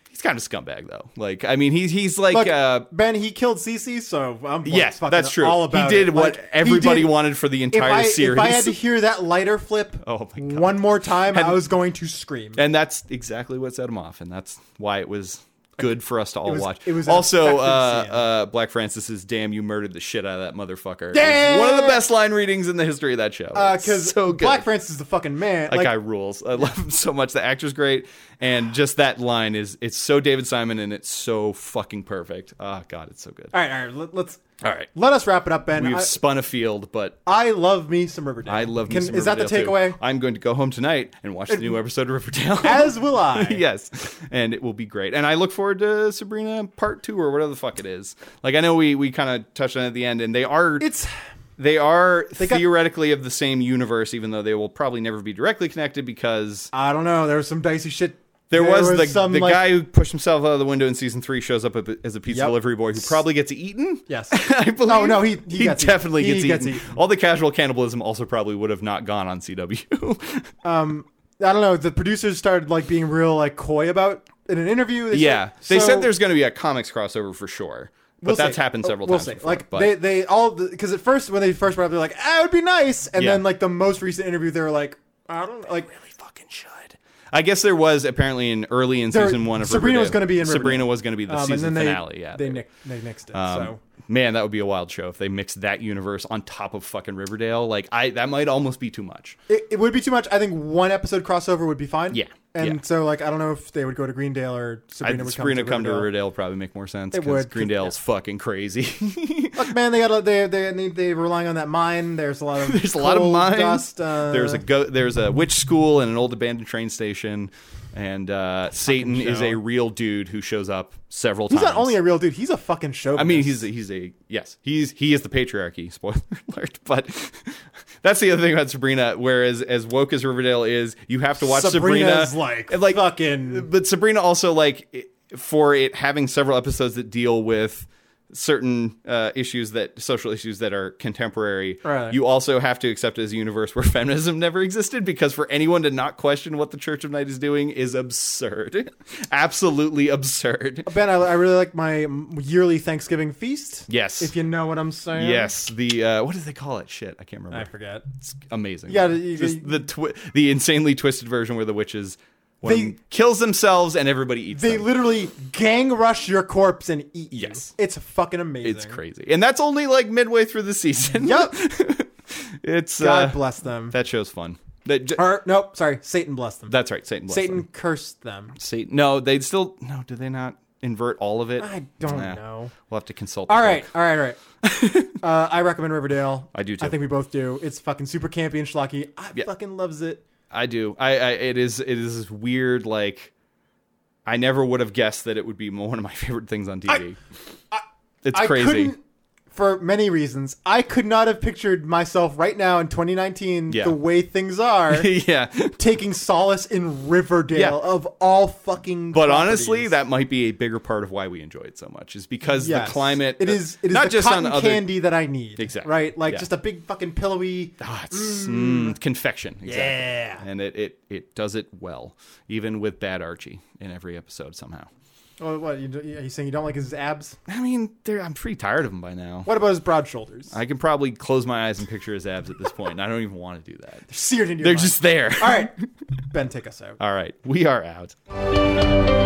Speaker 3: He's kind of a scumbag though. Like I mean, he's he's like
Speaker 2: Look,
Speaker 3: uh,
Speaker 2: Ben, he killed Cece, so I'm like,
Speaker 3: yes,
Speaker 2: fucking
Speaker 3: that's true.
Speaker 2: all about
Speaker 3: he did
Speaker 2: it. Like,
Speaker 3: what
Speaker 2: he
Speaker 3: everybody
Speaker 2: did-
Speaker 3: wanted for the
Speaker 2: If
Speaker 3: entire
Speaker 2: I,
Speaker 3: series.
Speaker 2: if I had to hear that lighter flip
Speaker 3: [laughs] Oh my God.
Speaker 2: one more time,
Speaker 3: And-
Speaker 2: I was going to scream.
Speaker 3: and that's exactly what set him off, and that's why it was good for us to all
Speaker 2: was-
Speaker 3: watch.
Speaker 2: it was an
Speaker 3: also
Speaker 2: effective
Speaker 3: uh,
Speaker 2: scene.
Speaker 3: uh, Black Francis's "Damn, you murdered the shit out of that motherfucker." It was
Speaker 2: Damn!
Speaker 3: one of the best line readings in the history of that show.
Speaker 2: Because
Speaker 3: so good.
Speaker 2: Uh, Black Francis is the fucking man.
Speaker 3: that
Speaker 2: like,
Speaker 3: guy rules. I love him so much. The actor's great, and just that line is—it's so David Simon, and it's so fucking perfect. Oh God, it's so good.
Speaker 2: all right, all right, let, let's
Speaker 3: All right,
Speaker 2: let us wrap it up, Ben.
Speaker 3: we've
Speaker 2: I,
Speaker 3: spun a field, but
Speaker 2: I love me some Riverdale.
Speaker 3: I love. me
Speaker 2: Can-
Speaker 3: some
Speaker 2: Is that the
Speaker 3: Riverdale, too.
Speaker 2: takeaway? Uh,
Speaker 3: I'm going to go home tonight and watch the new episode of Riverdale.
Speaker 2: As will
Speaker 3: [laughs]
Speaker 2: I.
Speaker 3: yes, and it will be great. And I look forward to Sabrina Part Two or whatever the fuck it is. Like I know we we kind of touched on it at the end, and they are
Speaker 2: It's
Speaker 3: they are
Speaker 2: got-
Speaker 3: theoretically of the same universe, even though they will probably never be directly connected because.
Speaker 2: I don't know. There was some dicey shit.
Speaker 3: There, was, the, the
Speaker 2: like-
Speaker 3: guy who pushed himself out of the window in season three shows up as a pizza
Speaker 2: Yep.
Speaker 3: delivery boy who probably gets eaten.
Speaker 2: Yes.
Speaker 3: [laughs] I believe.
Speaker 2: No, no, he- he gets eaten.
Speaker 3: definitely
Speaker 2: He
Speaker 3: gets,
Speaker 2: gets
Speaker 3: eaten.
Speaker 2: eaten.
Speaker 3: All the casual cannibalism also probably would have not gone on [laughs] CW.
Speaker 2: I don't know. The producers started like being real like coy about in an interview. They
Speaker 3: yeah,
Speaker 2: said-
Speaker 3: they
Speaker 2: so-
Speaker 3: said there's going to be a comics crossover for sure, but
Speaker 2: we'll
Speaker 3: that's
Speaker 2: see. Oh,
Speaker 3: happened several
Speaker 2: we'll
Speaker 3: times.
Speaker 2: see.
Speaker 3: before,
Speaker 2: like
Speaker 3: but-
Speaker 2: they they all because at first when they first brought up they're like ah, it would be nice, and
Speaker 3: Yeah.
Speaker 2: then like the most recent interview they were like I don't like
Speaker 3: really fucking should. I guess there was apparently in early in
Speaker 2: There-
Speaker 3: season one of
Speaker 2: Sabrina was
Speaker 3: going
Speaker 2: gonna be in
Speaker 3: Sabrina
Speaker 2: Riverdale.
Speaker 3: was going to be the
Speaker 2: um, and
Speaker 3: season
Speaker 2: then they
Speaker 3: finale. Yeah,
Speaker 2: they nick, they nixed it.
Speaker 3: Um,
Speaker 2: so
Speaker 3: man, that would be a wild show if they mixed that universe on top of fucking Riverdale. Like I, that might almost be too much.
Speaker 2: it, it would be too much. I think one episode crossover would be fine.
Speaker 3: Yeah,
Speaker 2: and
Speaker 3: yeah.
Speaker 2: so like I don't know if they would go to Greendale or
Speaker 3: I'd-
Speaker 2: Sabrina
Speaker 3: Sabrina,
Speaker 2: would
Speaker 3: come, to Riverdale would probably make more sense because
Speaker 2: would, 'cause-
Speaker 3: Greendale's fucking crazy. [laughs]
Speaker 2: Look, man, they got they they they they're relying on that mine. There's a lot of
Speaker 3: [laughs] there's a lot of
Speaker 2: coal,
Speaker 3: mines.
Speaker 2: Dust, uh,
Speaker 3: there's a go- there's a witch school and an old abandoned train station, and uh, Satan is
Speaker 2: show.
Speaker 3: a real dude who shows up several
Speaker 2: He's
Speaker 3: times.
Speaker 2: not only a real dude. He's a fucking show.
Speaker 3: I mean, he's a, he's a yes, he's he is the patriarchy. [laughs] Spoiler alert! But [laughs] that's the other thing about Sabrina. Whereas as woke as Riverdale is, you have to watch Sabrina.
Speaker 2: Sabrina's like,
Speaker 3: and,
Speaker 2: fucking-
Speaker 3: But Sabrina also like i- for it having several episodes that deal with certain uh, issues that social issues that are contemporary.
Speaker 2: Right.
Speaker 3: You also have to accept it as a universe where [laughs] feminism never existed because for anyone to not question what the Church of Night is doing is absurd, [laughs] absolutely absurd.
Speaker 2: Ben, I, I really like my yearly Thanksgiving feast.
Speaker 3: Yes.
Speaker 2: if you know what I'm saying.
Speaker 3: Yes, the uh, what do they call it? Shit, I can't remember.
Speaker 2: I forget.
Speaker 3: It's amazing.
Speaker 2: You gotta- you-
Speaker 3: Just the twi- the insanely twisted version where the witches one
Speaker 2: They-
Speaker 3: of them kills themselves and everybody eats
Speaker 2: They
Speaker 3: them.
Speaker 2: literally gang rush your corpse and eat you.
Speaker 3: Yes.
Speaker 2: it's fucking amazing.
Speaker 3: it's crazy, Uh, and that's only like midway through the season.
Speaker 2: Yup.
Speaker 3: [laughs] it's
Speaker 2: God
Speaker 3: uh,
Speaker 2: bless them.
Speaker 3: that show's fun. That j-
Speaker 2: or nope, sorry, Satan bless them.
Speaker 3: that's right, Satan. Bless
Speaker 2: Satan
Speaker 3: them.
Speaker 2: cursed them.
Speaker 3: Satan. No, they still no. Did they not invert all of it?
Speaker 2: I don't
Speaker 3: Nah.
Speaker 2: know.
Speaker 3: We'll have to consult.
Speaker 2: All
Speaker 3: the
Speaker 2: right,
Speaker 3: book.
Speaker 2: all right, all right.
Speaker 3: [laughs]
Speaker 2: uh, I recommend Riverdale.
Speaker 3: I do too.
Speaker 2: I think we both do. It's fucking super campy and schlocky. I
Speaker 3: Yeah.
Speaker 2: fucking loves it.
Speaker 3: I do. I, I it is it is this weird like I never would have guessed that it would be one of my [laughs] favorite things on TV. it's
Speaker 2: I
Speaker 3: crazy.
Speaker 2: couldn't, for many reasons, I could not have pictured myself right now in 2019
Speaker 3: Yeah.
Speaker 2: the way things are.
Speaker 3: [laughs] yeah.
Speaker 2: taking solace in Riverdale
Speaker 3: Yeah.
Speaker 2: of all fucking.
Speaker 3: But honestly,
Speaker 2: properties.
Speaker 3: that might be a bigger part of why we enjoy it so much is because
Speaker 2: Yes.
Speaker 3: the climate uh,
Speaker 2: It is. It is
Speaker 3: not
Speaker 2: the
Speaker 3: just on
Speaker 2: cotton
Speaker 3: other
Speaker 2: candy that I need.
Speaker 3: Exactly.
Speaker 2: Right. Like
Speaker 3: Yeah.
Speaker 2: just a big fucking pillowy.
Speaker 3: Ah, it's, mm, confection. Exactly.
Speaker 2: Yeah.
Speaker 3: And it, it it does it well even with bad Archie in every episode somehow.
Speaker 2: Oh, what you, do- are you saying? You don't like his abs?
Speaker 3: I mean, they're- I'm pretty tired of him by now.
Speaker 2: What about his broad shoulders?
Speaker 3: I can probably close my eyes and picture his abs at this point. and I don't even want to do
Speaker 2: [laughs]
Speaker 3: that.
Speaker 2: Seared into your
Speaker 3: [laughs] They're
Speaker 2: mind.
Speaker 3: just there.
Speaker 2: All right, Ben, take us out.
Speaker 3: All right, we are out.